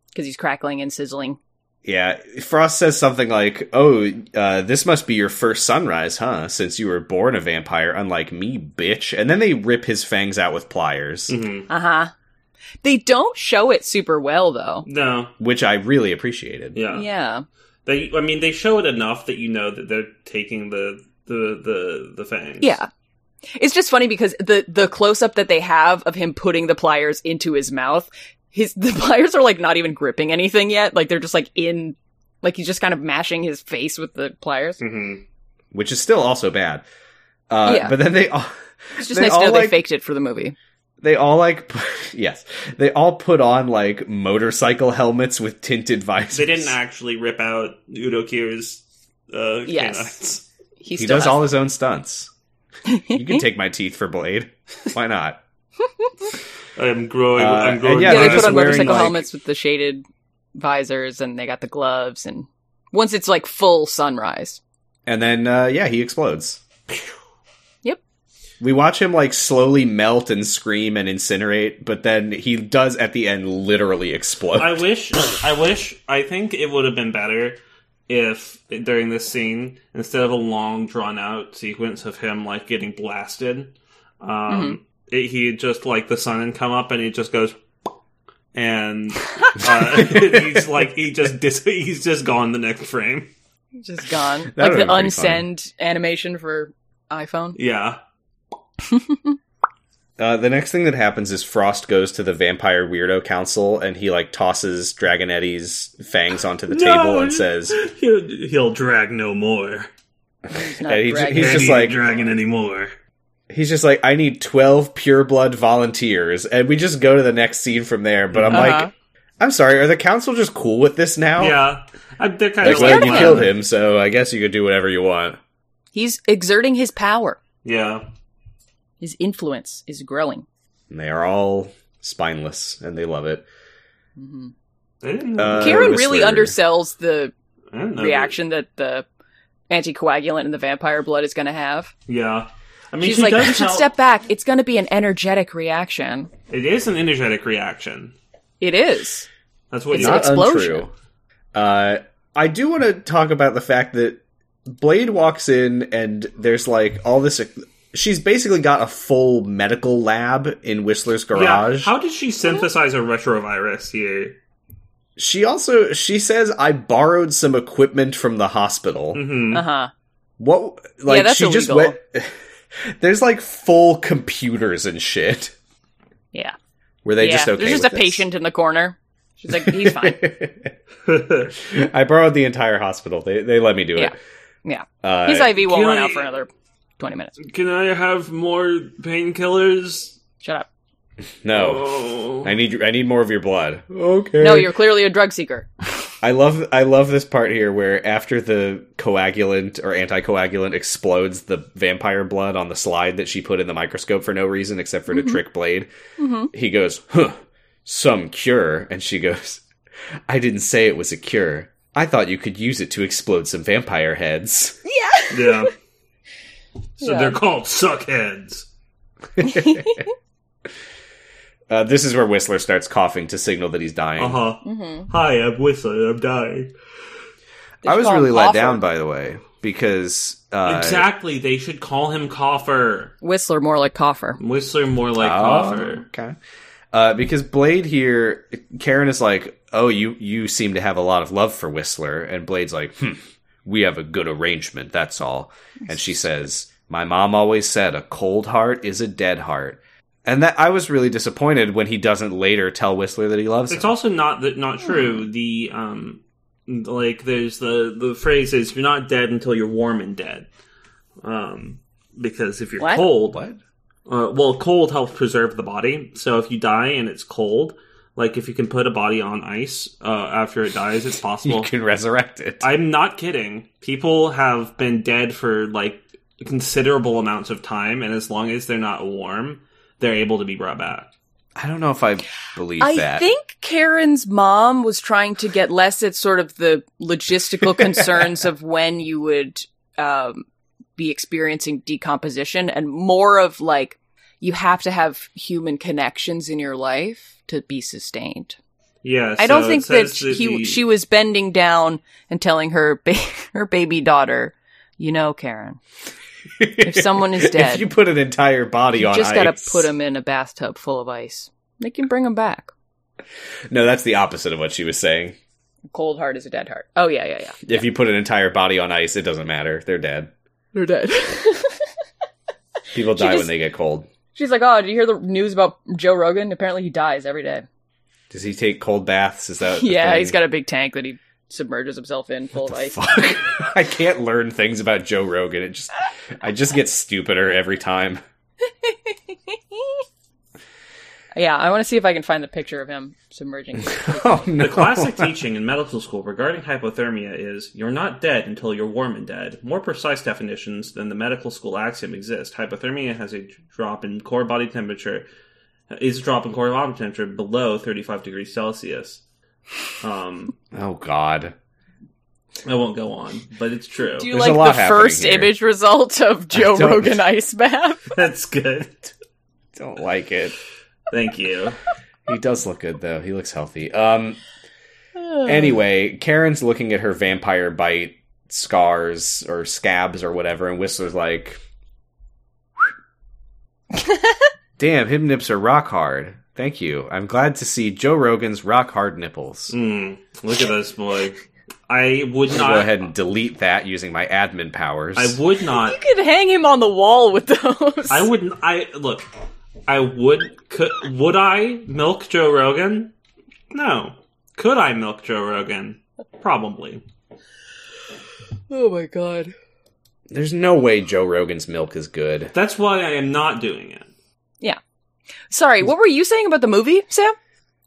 Speaker 2: because he's crackling and sizzling.
Speaker 1: Yeah, Frost says something like, "Oh, uh, this must be your first sunrise, huh? Since you were born a vampire, unlike me, bitch." And then they rip his fangs out with pliers.
Speaker 3: Mhm.
Speaker 2: Uh huh. They don't show it super well though.
Speaker 3: No,
Speaker 1: which I really appreciated.
Speaker 3: yeah.
Speaker 2: Yeah.
Speaker 3: They, I mean, they show it enough that you know that they're taking the the the the fangs.
Speaker 2: Yeah. It's just funny because the the close up that they have of him putting the pliers into his mouth, his the pliers are like not even gripping anything yet. Like they're just like in, like he's just kind of mashing his face with the pliers.
Speaker 3: Mhm.
Speaker 1: Which is still also bad. Uh,
Speaker 2: Yeah.
Speaker 1: But then they all
Speaker 2: It's just
Speaker 1: They
Speaker 2: nice to
Speaker 1: all,
Speaker 2: know they
Speaker 1: like-
Speaker 2: faked it for the movie.
Speaker 1: they all like yes they all put on like motorcycle helmets with tinted visors.
Speaker 3: They didn't actually rip out Udo Kier's uh,
Speaker 2: Yes.
Speaker 3: canines.
Speaker 2: He,
Speaker 1: He
Speaker 2: still
Speaker 1: does
Speaker 2: has
Speaker 1: all his own stunts. you can take my teeth for blade. Why not?
Speaker 3: I'm growing.
Speaker 1: Uh,
Speaker 3: I'm
Speaker 1: and
Speaker 3: growing.
Speaker 1: yeah,
Speaker 2: yeah,
Speaker 1: they're
Speaker 2: they
Speaker 1: just
Speaker 2: put on
Speaker 1: wearing,
Speaker 2: motorcycle
Speaker 1: like-
Speaker 2: helmets with the shaded visors, and they got the gloves. And once it's like full sunrise,
Speaker 1: And then uh, yeah, he explodes.
Speaker 2: Yep.
Speaker 1: We watch him like slowly melt and scream and incinerate, but then he does at the end literally explode.
Speaker 3: I wish. I wish. I think it would have been better if during this scene, instead of a long, drawn out sequence of him like getting blasted, um, it, he just like the sun had come up and he just goes and uh, he's like he just dis- he's just gone the next frame.
Speaker 2: Just gone.
Speaker 1: That
Speaker 2: like the
Speaker 1: would've been pretty
Speaker 2: unsend animation for iPhone.
Speaker 3: Yeah,
Speaker 1: Uh, the next thing that happens is Frost goes to the vampire weirdo council and he like tosses Dragonetti's fangs onto the table and says,
Speaker 3: he'll, he'll drag no more.
Speaker 2: He's not
Speaker 1: and he,
Speaker 2: dragging.
Speaker 1: he's
Speaker 3: He
Speaker 1: just
Speaker 3: ain't
Speaker 1: like
Speaker 3: dragging anymore.
Speaker 1: he's just like I need twelve pureblood volunteers, and we just go to the next scene from there. But I'm
Speaker 2: Uh-huh.
Speaker 1: like, I'm sorry, are the council just cool with this now?
Speaker 3: Yeah, I, they're kind
Speaker 1: Like,
Speaker 3: of
Speaker 1: well,
Speaker 3: like
Speaker 1: you killed him, so I guess you could do whatever you want.
Speaker 4: He's exerting his power.
Speaker 3: Yeah,
Speaker 4: His influence is growing.
Speaker 1: And they are all spineless, and they love it.
Speaker 2: Mhm.
Speaker 3: Mm-hmm. I didn't know.
Speaker 1: Uh,
Speaker 2: Karen
Speaker 1: Whistler.
Speaker 2: really undersells the
Speaker 3: I didn't know
Speaker 2: reaction that the anticoagulant in the vampire blood is going to have.
Speaker 3: that- Yeah, I mean,
Speaker 2: She's
Speaker 3: she
Speaker 2: like,
Speaker 3: does
Speaker 2: you should
Speaker 3: tell-
Speaker 2: step back. It's going to be an energetic reaction.
Speaker 3: It is an energetic reaction.
Speaker 2: It is.
Speaker 3: That's what
Speaker 2: It's
Speaker 3: you.
Speaker 2: an
Speaker 1: Not
Speaker 2: explosion.
Speaker 1: untrue. Uh, I do want to talk about the fact that Blade walks in and there's like all this. e-, She's basically got a full medical lab in Whistler's
Speaker 3: yeah.
Speaker 1: garage.
Speaker 3: How did she synthesize a retrovirus here?
Speaker 1: she also she says I borrowed some equipment from the hospital.
Speaker 3: hmm
Speaker 2: Uh huh.
Speaker 1: What? Like
Speaker 2: that's
Speaker 1: she just
Speaker 2: illegal.
Speaker 1: went. there's like full computers and shit.
Speaker 4: Yeah.
Speaker 1: Were they
Speaker 4: yeah.
Speaker 1: just okay?
Speaker 2: There's just a
Speaker 1: with this?
Speaker 2: patient in the corner. She's like, he's fine. Uh,
Speaker 1: I borrowed the entire hospital. They they let me do it.
Speaker 2: Yeah.
Speaker 1: Uh,
Speaker 2: His IV won't
Speaker 3: Can
Speaker 2: run
Speaker 3: I-
Speaker 2: out for another 20 minutes.
Speaker 3: Can I have more painkillers?
Speaker 2: Shut up.
Speaker 1: no.
Speaker 3: Oh.
Speaker 1: I need I need more of your blood. Okay.
Speaker 2: No, you're clearly a drug seeker.
Speaker 1: I love I love this part here where after the coagulant or anticoagulant explodes the vampire blood on the slide that she put in the microscope for no reason except for
Speaker 2: Mm-hmm.
Speaker 1: to trick Blade. He goes, "Huh, some cure," and she goes, "I didn't say it was a cure. I thought you could use it to explode some vampire heads."
Speaker 3: Yeah. So
Speaker 2: Yeah.
Speaker 3: they're called suckheads.
Speaker 1: Uh, this is where Whistler starts coughing to signal that he's dying.
Speaker 3: Uh huh.
Speaker 2: Mm-hmm.
Speaker 3: Hi, I'm Whistler. I'm dying.
Speaker 1: I was really let down by the way because uh,
Speaker 3: exactly. They should call him Coffer.
Speaker 2: Whistler more like Coffer.
Speaker 3: Whistler more like
Speaker 1: Oh,
Speaker 3: Coffer.
Speaker 1: Okay. Uh, because Blade here, Karen is like, "Oh, you you seem to have a lot of love for Whistler," and Blade's like, "Hmm, we have a good arrangement. That's all." And she says, "My mom always said a cold heart is a dead heart," and that I was really disappointed when he doesn't later tell Whistler that he loves
Speaker 3: It's
Speaker 1: him.
Speaker 3: also not that not
Speaker 2: Hmm.
Speaker 3: true. The um, like there's the the phrase is you're not dead until you're warm and dead. Um, because if you're
Speaker 4: What?
Speaker 3: cold,
Speaker 1: what?
Speaker 3: Uh, well, cold helps preserve the body. So if you die and it's cold, like if you can put a body on ice uh, after it dies, it's
Speaker 1: You
Speaker 3: possible.
Speaker 1: can resurrect it.
Speaker 3: I'm not kidding. People have been dead for like considerable amounts of time, and as long as they're not warm, they're able to be brought back.
Speaker 1: I don't know if I believe
Speaker 2: I
Speaker 1: that.
Speaker 2: think Karen's mom was trying to get less at sort of the logistical concerns of when you would um, be experiencing decomposition and more of like you have to have human connections in your life to be sustained.
Speaker 3: Yeah,
Speaker 2: I don't
Speaker 3: so
Speaker 2: think
Speaker 3: it
Speaker 2: that,
Speaker 3: says that
Speaker 2: he
Speaker 3: the-
Speaker 2: she was bending down and telling her ba- her baby daughter, you know, Karen, if someone is dead,
Speaker 1: if you put an entire body
Speaker 2: you
Speaker 1: on
Speaker 2: just
Speaker 1: ice,
Speaker 2: got to put them in a bathtub full of ice. They can bring them back.
Speaker 1: No, that's the opposite of what she was saying.
Speaker 2: cold heart is a dead heart. Oh yeah, yeah, yeah.
Speaker 1: If you put an entire body on ice, it doesn't matter. They're dead.
Speaker 2: They're dead.
Speaker 1: People die when
Speaker 2: just-
Speaker 1: they get cold.
Speaker 2: She's like, oh, did you hear the news about Joe Rogan? Apparently, he dies every day.
Speaker 1: Does he take cold baths? Is that the
Speaker 2: yeah,
Speaker 1: thing?
Speaker 2: he's got a big tank that he submerges himself in, full of ice.
Speaker 1: Fuck. I can't learn things about Joe Rogan. It just I just get stupider every time.
Speaker 2: yeah, I want to see if I can find the picture of him submerging.
Speaker 1: Oh no.
Speaker 3: The classic teaching in medical school regarding hypothermia is you're not dead until you're warm and dead. More precise definitions than the medical school axiom exist. Hypothermia has a drop in core body temperature is a drop in core body temperature below 35 degrees Celsius. Um,
Speaker 1: Oh god.
Speaker 3: I won't go on, but it's true.
Speaker 2: Do you
Speaker 1: There's a lot
Speaker 2: like the
Speaker 1: happening
Speaker 2: first
Speaker 1: here.
Speaker 2: image result of Joe
Speaker 1: don't-
Speaker 2: Rogan ice bath?
Speaker 3: That's good.
Speaker 1: Don't like it.
Speaker 3: Thank you.
Speaker 1: He does look good though. He looks healthy. Um anyway, Karen's looking at her vampire bite scars or scabs or whatever and Whistler's like Damn, him nips are rock hard. Thank you. I'm glad to see Joe Rogan's rock hard nipples.
Speaker 3: Mm, look at this boy. I would
Speaker 1: I'm
Speaker 3: not.
Speaker 1: gonna go ahead and delete that using my admin powers.
Speaker 3: I would not.
Speaker 2: You could hang him on the wall with those.
Speaker 3: I wouldn't. I look. I would. Could would I milk Joe Rogan? No. Could I milk Joe Rogan? Probably.
Speaker 2: oh my god.
Speaker 1: There's no way Joe Rogan's milk is good.
Speaker 3: That's why I am not doing it.
Speaker 2: Sorry, what were you saying about the movie, Sam?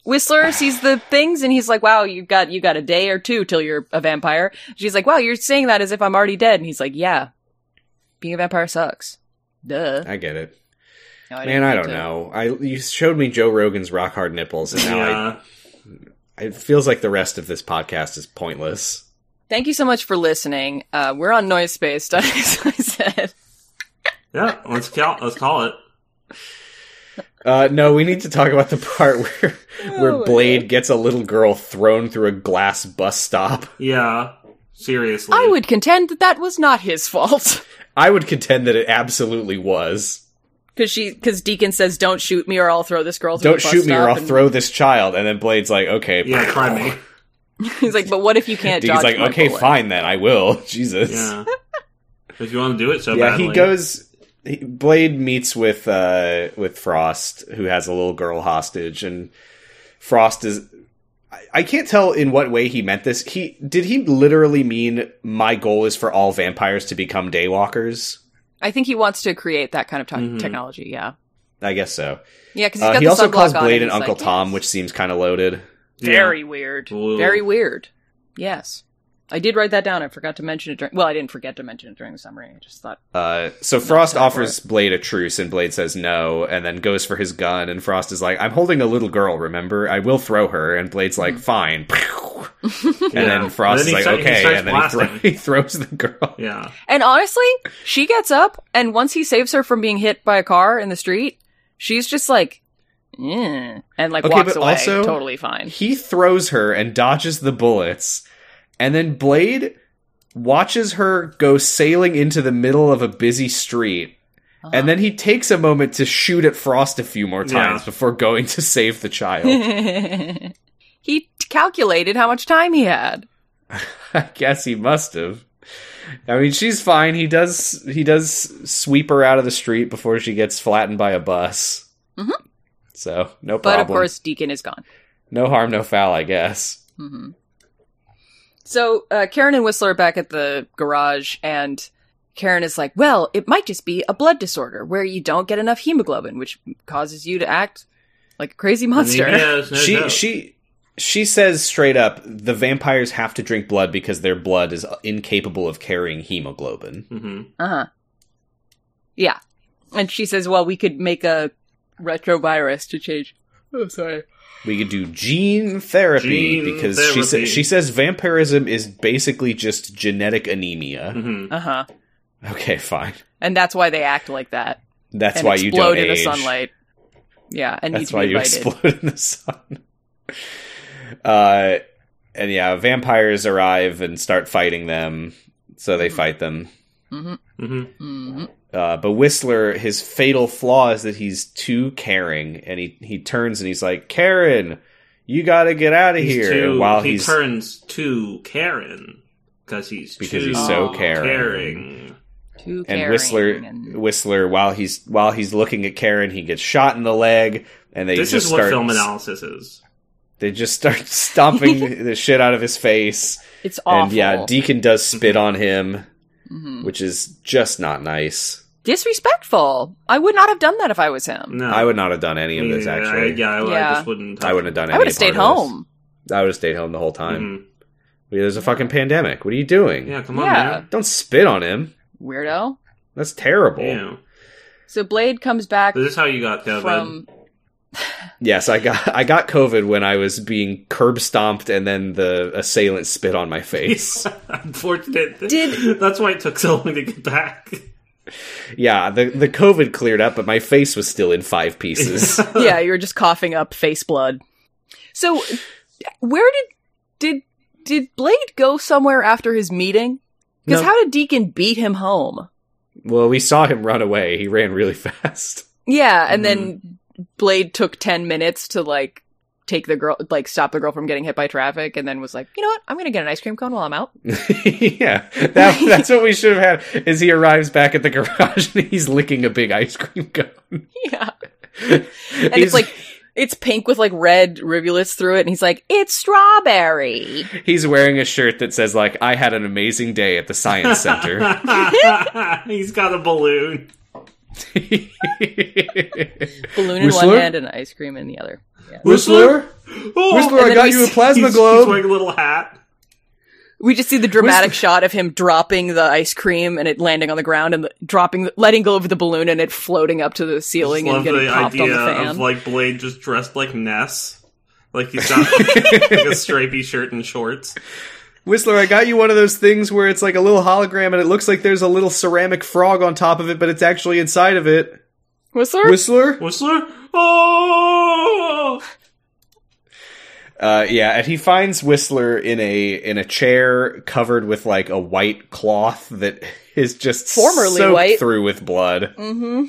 Speaker 2: Whistler sees the things and he's like, "Wow, you got you got a day or two till you're a vampire." She's like, "Wow, you're saying that as if I'm already dead." And he's like, "Yeah, being a vampire sucks." Duh.
Speaker 1: I get it.
Speaker 2: No, I
Speaker 1: Man,
Speaker 2: didn't
Speaker 1: I
Speaker 2: mean
Speaker 1: don't
Speaker 2: to.
Speaker 1: know. I you showed me Joe Rogan's rock hard nipples and now
Speaker 3: yeah.
Speaker 1: I, it feels like the rest of this podcast is pointless.
Speaker 2: Thank you so much for listening. Uh, we're on Noise Space, as I said.
Speaker 3: yeah. Let's call. Let's call it.
Speaker 1: Uh, no, we need to talk about the part where where
Speaker 2: Oh my
Speaker 1: Blade gets a little girl thrown through a glass bus stop.
Speaker 3: Yeah. Seriously.
Speaker 2: I would contend that that was not his fault
Speaker 1: I would contend that it absolutely was.
Speaker 2: because she because Deacon says, "Don't shoot me, or I'll throw this girl." Through
Speaker 1: Don't
Speaker 2: the bus
Speaker 1: shoot me or
Speaker 2: stop,"
Speaker 1: I'll
Speaker 2: and
Speaker 1: throw this child. And then Blade's like, okay.
Speaker 3: Yeah. Try me.
Speaker 2: He's like, "But what if you can't?"
Speaker 1: He's
Speaker 2: dodge
Speaker 1: like,
Speaker 2: my
Speaker 1: okay,
Speaker 2: bullet?"
Speaker 1: fine then. I will. Jesus.
Speaker 3: Yeah. If you want to do it so
Speaker 1: yeah,
Speaker 3: badly.
Speaker 1: he goes. He, Blade meets with uh, with Frost, who has a little girl hostage, and Frost is. I- I can't tell in what way he meant this. He did he literally mean my goal is for all vampires to become daywalkers?
Speaker 2: I think he wants to create that kind of te-
Speaker 1: Mm-hmm.
Speaker 3: Mhm.
Speaker 2: technology. Yeah,
Speaker 1: I guess so.
Speaker 2: yeah. Because he's
Speaker 1: Uh,
Speaker 2: got
Speaker 1: he
Speaker 2: the
Speaker 1: also
Speaker 2: sunblock
Speaker 1: calls
Speaker 2: on
Speaker 1: Blade
Speaker 2: and
Speaker 1: and
Speaker 2: he's
Speaker 1: Uncle
Speaker 2: like,
Speaker 1: Tom,
Speaker 2: "Yes."
Speaker 1: which seems kind of loaded.
Speaker 3: Yeah.
Speaker 2: Very weird.
Speaker 3: Whoa.
Speaker 2: Very weird. Yes. I did write that down. I forgot to mention it during. Well, I didn't forget to mention it during the summary. I just thought.
Speaker 1: Uh, so Frost
Speaker 2: time for
Speaker 1: offers Blade a truce, and Blade says no, and then goes for his gun. And Frost is like, "I'm holding a little girl. Remember, I will throw her." And Blade's like, "Fine." and
Speaker 3: Yeah.
Speaker 1: then Frost is
Speaker 3: And then he
Speaker 1: like,
Speaker 3: start- he
Speaker 1: "Okay,"
Speaker 3: starts
Speaker 1: and then he, thro-
Speaker 3: blasting.
Speaker 1: he throws the girl.
Speaker 3: Yeah.
Speaker 2: And honestly, she gets up, and once he saves her from being hit by a car in the street, she's just like, "Eh," and like
Speaker 1: Okay,
Speaker 2: walks
Speaker 1: but
Speaker 2: away,
Speaker 1: also-
Speaker 2: totally fine.
Speaker 1: He throws her and dodges the bullets, and then Blade watches her go sailing into the middle of a busy street. And then he takes a moment to shoot at Frost a few more
Speaker 3: Yeah.
Speaker 1: times before going to save the child.
Speaker 2: he t- calculated how much time he had.
Speaker 1: I guess he must have. I mean, she's fine. He does he does sweep her out of the street before she gets flattened by a bus.
Speaker 2: Mhm.
Speaker 1: So no
Speaker 2: But
Speaker 1: problem.
Speaker 2: of course, Deacon is gone.
Speaker 1: no harm, no foul. I guess.
Speaker 2: hmm So uh, Karen and Whistler are back at the garage, and Karen is like, "Well, it might just be a blood disorder where you don't get enough hemoglobin, which causes you to act like a crazy monster."
Speaker 3: Anemia's no
Speaker 1: she
Speaker 3: doubt.
Speaker 1: she she says straight up, the vampires have to drink blood because their blood is incapable of carrying hemoglobin.
Speaker 3: Mhm.
Speaker 2: Uh huh. Yeah, and she says, "Well, we could make a retrovirus to change." Oh, sorry.
Speaker 1: We could do gene therapy
Speaker 3: Gene
Speaker 1: because she
Speaker 3: therapy.
Speaker 1: says she says vampirism is basically just genetic anemia.
Speaker 3: Mhm.
Speaker 2: Uh huh.
Speaker 3: Mm-hmm.
Speaker 1: Okay, fine.
Speaker 2: And that's why they act like that.
Speaker 1: That's
Speaker 2: and
Speaker 1: why you
Speaker 2: explode
Speaker 1: don't
Speaker 2: in the
Speaker 1: age.
Speaker 2: sunlight. Yeah, and need
Speaker 1: That's
Speaker 2: to
Speaker 1: why
Speaker 2: be
Speaker 1: you
Speaker 2: lighted.
Speaker 1: explode in the sun. Uh, and yeah, vampires arrive and start fighting them. So
Speaker 3: Mm-hmm.
Speaker 1: they fight them.
Speaker 2: Mm-hmm.
Speaker 3: Mhm.
Speaker 2: Mhm.
Speaker 1: Uh, but Whistler, his fatal flaw is that he's too caring, and he he turns and he's like, "Karen, you got to get out of
Speaker 3: He's
Speaker 1: here."
Speaker 3: too-
Speaker 1: and while
Speaker 3: he
Speaker 1: he's
Speaker 3: turns to Karen because he's
Speaker 1: because
Speaker 3: too
Speaker 1: he's so
Speaker 2: Aw.
Speaker 1: caring.
Speaker 3: caring.
Speaker 2: Too
Speaker 1: And
Speaker 2: caring
Speaker 1: Whistler,
Speaker 2: and-
Speaker 1: Whistler, while he's while he's looking at Karen, he gets shot in the leg, and they
Speaker 3: This
Speaker 1: just
Speaker 3: is what
Speaker 1: start
Speaker 3: film analysis is.
Speaker 1: they just start stomping the shit out of his face.
Speaker 2: It's awful.
Speaker 1: And yeah, Deacon does spit
Speaker 3: Mm-hmm.
Speaker 1: on him,
Speaker 2: Mhm.
Speaker 1: which is just not nice.
Speaker 2: disrespectful. I would not have done that if I was him.
Speaker 3: No,
Speaker 1: I would not have done any of
Speaker 3: Me
Speaker 1: this
Speaker 3: neither.
Speaker 1: actually. I,
Speaker 3: I, yeah, I, I
Speaker 2: Yeah.
Speaker 3: just wouldn't.
Speaker 1: wouldn't have done any.
Speaker 2: I would have
Speaker 1: part
Speaker 2: stayed
Speaker 1: of this.
Speaker 2: home.
Speaker 1: I would have stayed home the whole time.
Speaker 3: Mhm.
Speaker 1: There's a fucking pandemic. What are you doing?
Speaker 3: Yeah, come on,
Speaker 2: Yeah.
Speaker 3: man.
Speaker 1: Don't spit on him.
Speaker 2: Weirdo.
Speaker 1: That's terrible.
Speaker 3: Yeah.
Speaker 2: So Blade comes back
Speaker 3: This is how you got COVID.
Speaker 2: from
Speaker 1: Yes, I got I got COVID when I was being curb stomped and then the assailant spit on my face.
Speaker 3: Unfortunate.
Speaker 2: Did-
Speaker 3: That's why it took so long to get back.
Speaker 1: yeah, the the COVID cleared up, but my face was still in five pieces.
Speaker 2: Yeah, you were just coughing up face blood. So where did did did Blade go somewhere after his meeting? Because
Speaker 1: No.
Speaker 2: how did Deacon beat him home?
Speaker 1: well, we saw him run away. He ran really fast.
Speaker 2: Yeah, and then Blade took 10 minutes to like take the girl, like stop the girl from getting hit by traffic, and then was like, you know what? I'm going to get an ice cream cone while I'm out.
Speaker 1: yeah, that, that's what we should have had. Is he arrives back at the garage and he's licking a big ice cream cone.
Speaker 2: yeah. And it's like, it's pink with like red rivulets through it, and he's like, it's strawberry.
Speaker 1: he's wearing a shirt that says like I had an amazing day at the science center.
Speaker 3: He's got a balloon.
Speaker 2: Balloon in
Speaker 1: Whistler?
Speaker 2: one hand and ice cream in the other. Yeah.
Speaker 1: Whistler?
Speaker 3: Oh,
Speaker 1: Whistler,
Speaker 3: and
Speaker 1: I
Speaker 3: then
Speaker 1: got
Speaker 3: we
Speaker 1: you a
Speaker 3: see-
Speaker 1: plasma
Speaker 3: he's-
Speaker 1: globe.
Speaker 3: He's wearing a little hat.
Speaker 2: We just see the dramatic shot of him dropping the ice cream and it landing on the ground and the, dropping, the, letting go of the balloon and it floating up to the ceiling
Speaker 3: Just
Speaker 2: and
Speaker 3: love
Speaker 2: getting
Speaker 3: the
Speaker 2: popped on
Speaker 3: idea
Speaker 2: the fan.
Speaker 3: of like Blade just dressed like Ness, like he's got like a stripy shirt and shorts.
Speaker 1: Whistler, I got you one of those things where it's like a little hologram and it looks like there's a little ceramic frog on top of it, but it's actually inside of it.
Speaker 2: Whistler?
Speaker 1: Whistler?
Speaker 3: Whistler, oh,
Speaker 1: Uh, yeah, and he finds Whistler in a in a chair covered with like a white cloth that is just
Speaker 2: Formerly
Speaker 1: soaked
Speaker 2: white.
Speaker 1: through with blood.
Speaker 2: mm-hmm.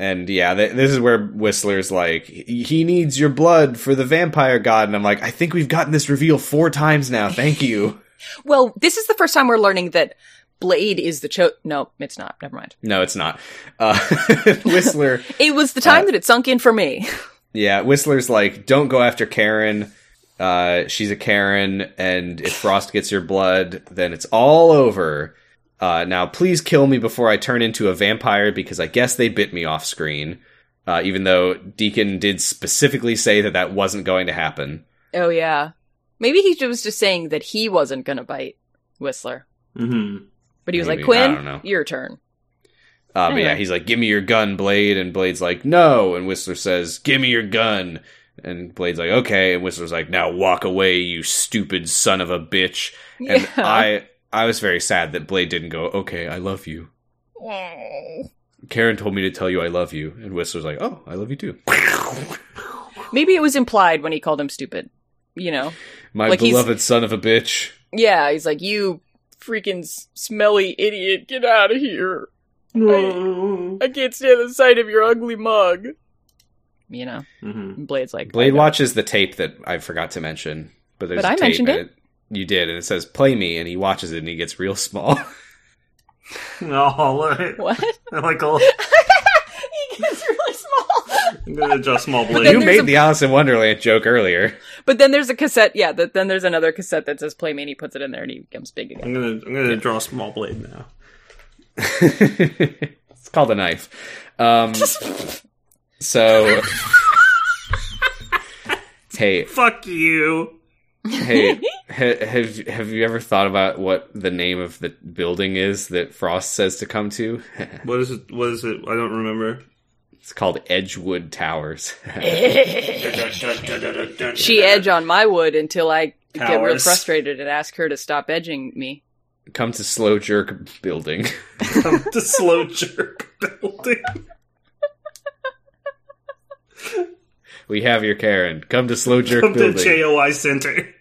Speaker 1: And yeah, th- this is where Whistler's like, he needs your blood for the vampire god. And I'm like, I think we've gotten this reveal four times now. Thank you.
Speaker 2: Well, this is the first time we're learning that Blade is the cho. No, it's not. Never mind.
Speaker 1: no, it's not. Uh, Whistler.
Speaker 2: It was the time that it sunk in for me.
Speaker 1: Yeah, Whistler's like, don't go after Karen. Uh, she's a Karen, and if Frost gets your blood, then it's all over. Uh, now, please kill me before I turn into a vampire because I guess they bit me off screen. Uh, even though Deacon did specifically say that that wasn't going to happen.
Speaker 2: oh yeah, maybe he was just saying that he wasn't gonna bite Whistler,
Speaker 3: hmm
Speaker 2: but he was
Speaker 1: Maybe.
Speaker 2: like,
Speaker 1: I don't know.
Speaker 2: "Quinn, your turn."
Speaker 1: Uh, But yeah,
Speaker 2: Anyway.
Speaker 1: he's like, give me your gun, Blade. And Blade's like, no. And Whistler says, give me your gun. And Blade's like, okay. And Whistler's like, now walk away, you stupid son of a bitch. And
Speaker 2: Yeah.
Speaker 1: I I was very sad that Blade didn't go, okay, I love you. Karen told me to tell you I love you. And Whistler's like, oh, I love you too.
Speaker 2: maybe it was implied when he called him stupid. You know?
Speaker 1: My
Speaker 2: Like, he's-
Speaker 1: beloved son of a bitch.
Speaker 2: Yeah, he's like, "You freaking s- smelly idiot, get out of here!
Speaker 3: hmm
Speaker 2: I can't stand the sight of your ugly mug." You know?
Speaker 3: Mm-hmm.
Speaker 2: And Blade's like,
Speaker 1: Blade
Speaker 2: "I don't-
Speaker 1: watches the tape that I forgot to mention. But there's
Speaker 2: But
Speaker 1: a
Speaker 2: I
Speaker 1: tape
Speaker 2: mentioned
Speaker 1: and
Speaker 2: it.
Speaker 1: You did, and it says play me, and he watches it and he gets real small.
Speaker 3: Oh, look.
Speaker 2: What?
Speaker 3: like a,
Speaker 2: he gets really small.
Speaker 3: I'm gonna adjust small
Speaker 2: then
Speaker 1: you
Speaker 3: Blade.
Speaker 2: there's
Speaker 1: made
Speaker 2: a-
Speaker 1: the Alice in Wonderland joke earlier.
Speaker 2: But then there's a cassette, yeah. That, then there's another cassette that says "Play Me," and he puts it in there, and he becomes big again.
Speaker 3: I'm gonna I'm gonna draw small Blade now.
Speaker 1: it's called a knife. Um, so. hey,
Speaker 3: Fuck you.
Speaker 1: hey, ha- have have you ever thought about what the name of the building is that Frost says to come to?
Speaker 3: What is it? What is it? I don't remember.
Speaker 1: It's called Edgewood Towers.
Speaker 2: She edge on my wood until I get real
Speaker 3: Powers.
Speaker 2: frustrated and ask her to stop edging me.
Speaker 1: come to Slow Jerk Building.
Speaker 3: Come to slow jerk building.
Speaker 1: We have your Karen. Come to Slow Jerk
Speaker 3: Come to
Speaker 1: Building.
Speaker 3: JOI Center.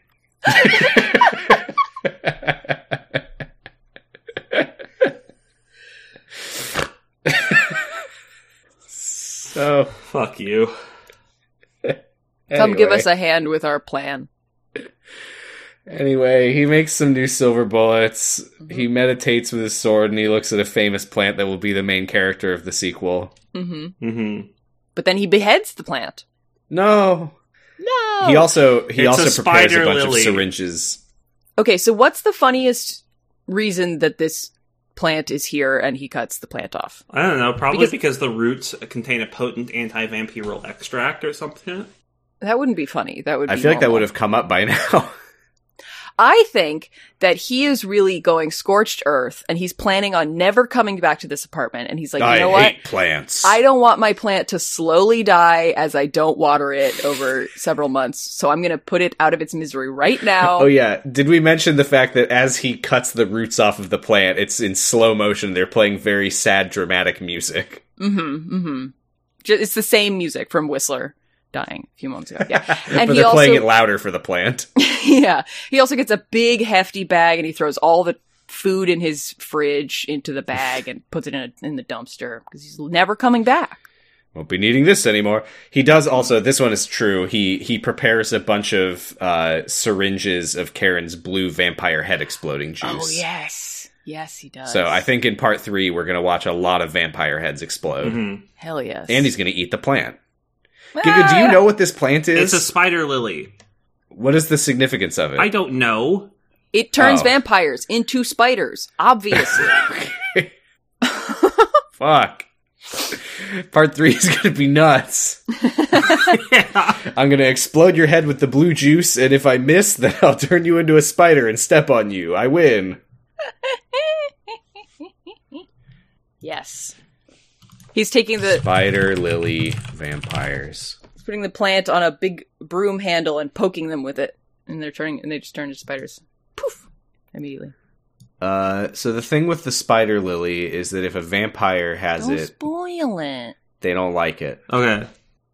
Speaker 1: so
Speaker 3: Fuck you.
Speaker 2: Come give
Speaker 1: anyway.
Speaker 2: us a hand with our plan.
Speaker 1: Anyway, he makes some new silver bullets. He meditates with his sword and he looks at a famous plant that will be the main character of the sequel.
Speaker 2: hmm
Speaker 3: hmm
Speaker 2: But then he beheads the plant.
Speaker 1: No.
Speaker 2: No.
Speaker 1: He also he
Speaker 3: It's a
Speaker 1: also prepares a
Speaker 3: spider
Speaker 1: bunch
Speaker 3: lily.
Speaker 1: of syringes.
Speaker 2: okay, so what's the funniest reason that this plant is here and he cuts the plant off?
Speaker 3: I don't know. Probably
Speaker 2: Because-
Speaker 3: because, the roots contain a potent anti-vampiral extract or something.
Speaker 2: That wouldn't be funny. That would. Be
Speaker 1: I feel like that
Speaker 2: normal.
Speaker 1: would have come up by
Speaker 2: Oh.
Speaker 1: now.
Speaker 2: I think that he is really going scorched earth and he's planning on never coming back to this apartment. And he's like, you know what?
Speaker 1: plants.
Speaker 2: I don't want my plant to slowly die as I don't water it over several months. So I'm going to put it out of its misery right now.
Speaker 1: Oh yeah, did we mention the fact that as he cuts the roots off of the plant, it's in slow motion. They're playing very sad dramatic music.
Speaker 2: Mm-hmm. Mm-hmm. It's the same music from Whistler dying a few moments ago. Yeah.
Speaker 1: but
Speaker 2: he
Speaker 1: they're playing
Speaker 2: also-
Speaker 1: it louder for the plant.
Speaker 2: yeah. He also gets a big hefty bag and he throws all the food in his fridge into the bag and puts it in, a, in the dumpster because he's never coming back.
Speaker 1: won't be needing this anymore. He does also. This one is true. He he prepares a bunch of uh, syringes of Karen's blue vampire head exploding juice.
Speaker 2: Oh yes, yes he does.
Speaker 1: So I think in part three we're gonna watch a lot of vampire heads explode,
Speaker 3: Mhm.
Speaker 2: hell yes.
Speaker 1: and he's gonna eat the plant.
Speaker 2: Ah!
Speaker 1: Giga, do you know what this plant is?
Speaker 3: It's a spider lily.
Speaker 1: what is the significance of it?
Speaker 3: I don't know.
Speaker 2: It turns
Speaker 1: Oh.
Speaker 2: vampires into spiders. Obviously,
Speaker 1: Fuck. Part three is gonna be nuts.
Speaker 3: Yeah.
Speaker 1: I'm gonna explode your head with the blue juice, and if I miss, then I'll turn you into a spider and step on you. I win.
Speaker 2: yes. He's taking the
Speaker 1: Spider lily vampires.
Speaker 2: he's putting the plant on a big broom handle and poking them with it, and they're turning and they just turn into spiders. Poof! Immediately.
Speaker 1: Uh, so the thing with the spider lily is that if a vampire has
Speaker 4: Don't
Speaker 1: it,
Speaker 4: spoil it.
Speaker 1: they don't like it.
Speaker 3: Okay.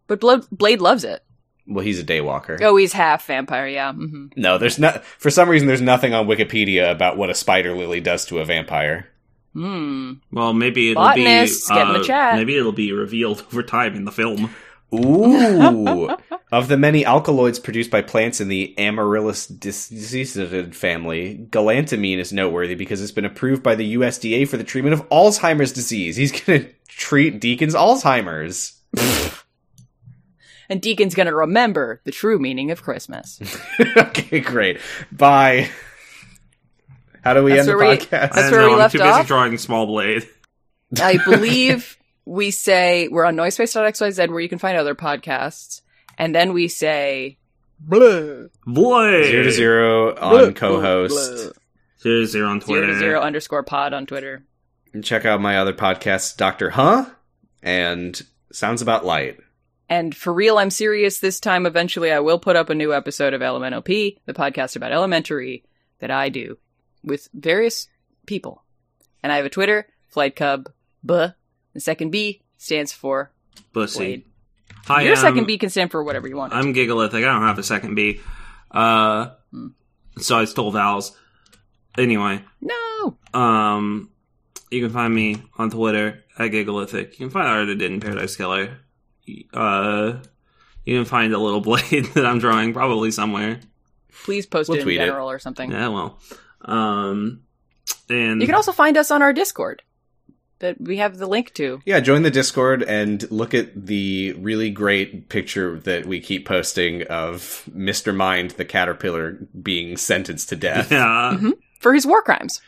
Speaker 2: But Blo- Blade loves it.
Speaker 1: Well, he's a daywalker.
Speaker 2: Oh, he's half vampire. Yeah. hmm
Speaker 1: No, there's not. For some reason, there's nothing on Wikipedia about what a spider lily does to a vampire.
Speaker 2: Hmm.
Speaker 3: Well, maybe it'll
Speaker 2: Botanists,
Speaker 3: be uh,
Speaker 2: get in the chat.
Speaker 3: maybe it'll be revealed over time in the film.
Speaker 1: Ooh. of the many alkaloids produced by plants in the Amaryllis diseaseid family, galantamine is noteworthy because it's been approved by the USDA for the treatment of Alzheimer's disease. He's going to treat Deacon's Alzheimer's.
Speaker 2: And Deacon's gonna remember the true meaning of Christmas.
Speaker 1: okay, great. Bye. How do we end
Speaker 2: That's
Speaker 1: the
Speaker 2: where we-
Speaker 1: podcast?
Speaker 2: That's
Speaker 3: I
Speaker 2: where
Speaker 3: don't
Speaker 2: we
Speaker 3: know,
Speaker 2: left
Speaker 3: uh, I'm too busy
Speaker 2: off?
Speaker 3: drawing small blade.
Speaker 2: I believe we say we're on noisepace.xyz where you can find other podcasts, and then we say bleh,
Speaker 3: Boy,
Speaker 1: Zero to zero
Speaker 2: bleh,
Speaker 1: on co-host.
Speaker 2: bleh.
Speaker 3: Zero to zero on
Speaker 2: zero
Speaker 3: Twitter.
Speaker 2: to zero underscore pod on Twitter.
Speaker 1: And check out my other podcasts, Doctor Huh and Sounds About Light.
Speaker 2: And for real, I'm serious this time. Eventually, I will put up a new episode of LMNOP, the podcast about elementary that I do with various people. And I have a Twitter, Flight Cub, buh. The second B stands for
Speaker 3: Bussy.
Speaker 2: Blade.
Speaker 3: Hi,
Speaker 2: Your
Speaker 3: I'm,
Speaker 2: second B can stand for whatever you want. it to.
Speaker 3: I'm Gigalithic. I don't have a second B. Uh,
Speaker 2: Hmm.
Speaker 3: so I stole Val's. Anyway,
Speaker 2: no!
Speaker 3: um, you can find me on Twitter at Gigalithic. You can find Art I Did in Paradise Killer. Uh, you can find a little blade that I'm drawing probably somewhere.
Speaker 2: Please post
Speaker 1: We'll
Speaker 2: it in
Speaker 1: tweet it.
Speaker 2: general or something.
Speaker 3: Yeah, well, um, and
Speaker 2: You can also find us on our Discord that we have the link to.
Speaker 1: Yeah, join the Discord and look at the really great picture that we keep posting of Mr. Mind the caterpillar being sentenced to death.
Speaker 3: yeah.
Speaker 2: for his war crimes.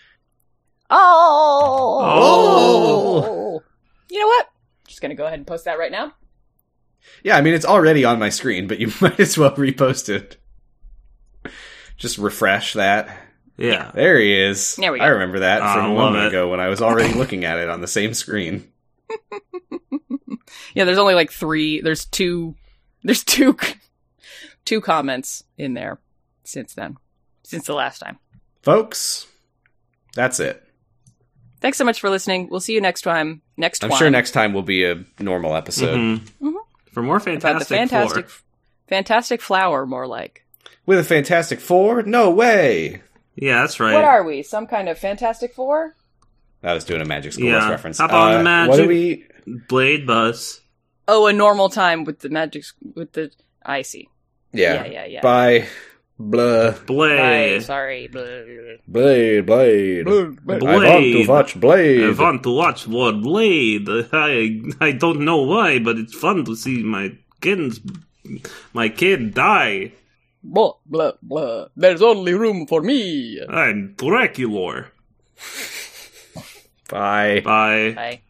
Speaker 3: Oh.
Speaker 2: You know what? Just going to go ahead and post that right now.
Speaker 1: Yeah, I mean it's already on my screen, but you might as well repost it. Just refresh that.
Speaker 3: Yeah.
Speaker 1: There he is.
Speaker 2: There we
Speaker 1: I
Speaker 2: go.
Speaker 1: remember that
Speaker 3: Ah,
Speaker 1: from a
Speaker 3: love
Speaker 1: moment
Speaker 3: it.
Speaker 1: ago when I was already looking at it on the same screen.
Speaker 2: Yeah, there's only like 3, there's 2 there's 2 two comments in there since then. Since the last time.
Speaker 1: Folks, that's it.
Speaker 2: Thanks so much for listening. We'll see you next time. Next
Speaker 1: I'm
Speaker 2: time.
Speaker 1: sure next time will be a normal episode
Speaker 3: Mhm.
Speaker 2: Mhm.
Speaker 3: For more
Speaker 2: about the
Speaker 3: fantastic,
Speaker 2: fantastic
Speaker 3: Four.
Speaker 2: fantastic flower more like.
Speaker 1: with a Fantastic Four. No way.
Speaker 3: Yeah, that's right.
Speaker 2: What are we? Some kind of fantastic four?
Speaker 1: I was doing a Magic School Bus
Speaker 3: Yeah.
Speaker 1: reference. Uh,
Speaker 3: Hop on the
Speaker 1: What do
Speaker 3: magic-
Speaker 1: we?
Speaker 3: Blade Bus.
Speaker 2: Oh, a normal time with the magic with the I see.
Speaker 1: Yeah.
Speaker 2: yeah, yeah. yeah.
Speaker 1: Bye. Blah.
Speaker 2: Bye.
Speaker 3: Blade.
Speaker 2: Sorry. Blah.
Speaker 1: Blade. Blade.
Speaker 3: Blade.
Speaker 1: watch
Speaker 3: I
Speaker 1: Blade.
Speaker 3: want to watch more Blade. I I don't know why, but it's fun to see my kids, my kid die.
Speaker 2: Blah, blah, blah. There's only room for me.
Speaker 3: I'm Dracula.
Speaker 1: Bye.
Speaker 3: Bye.
Speaker 2: Bye.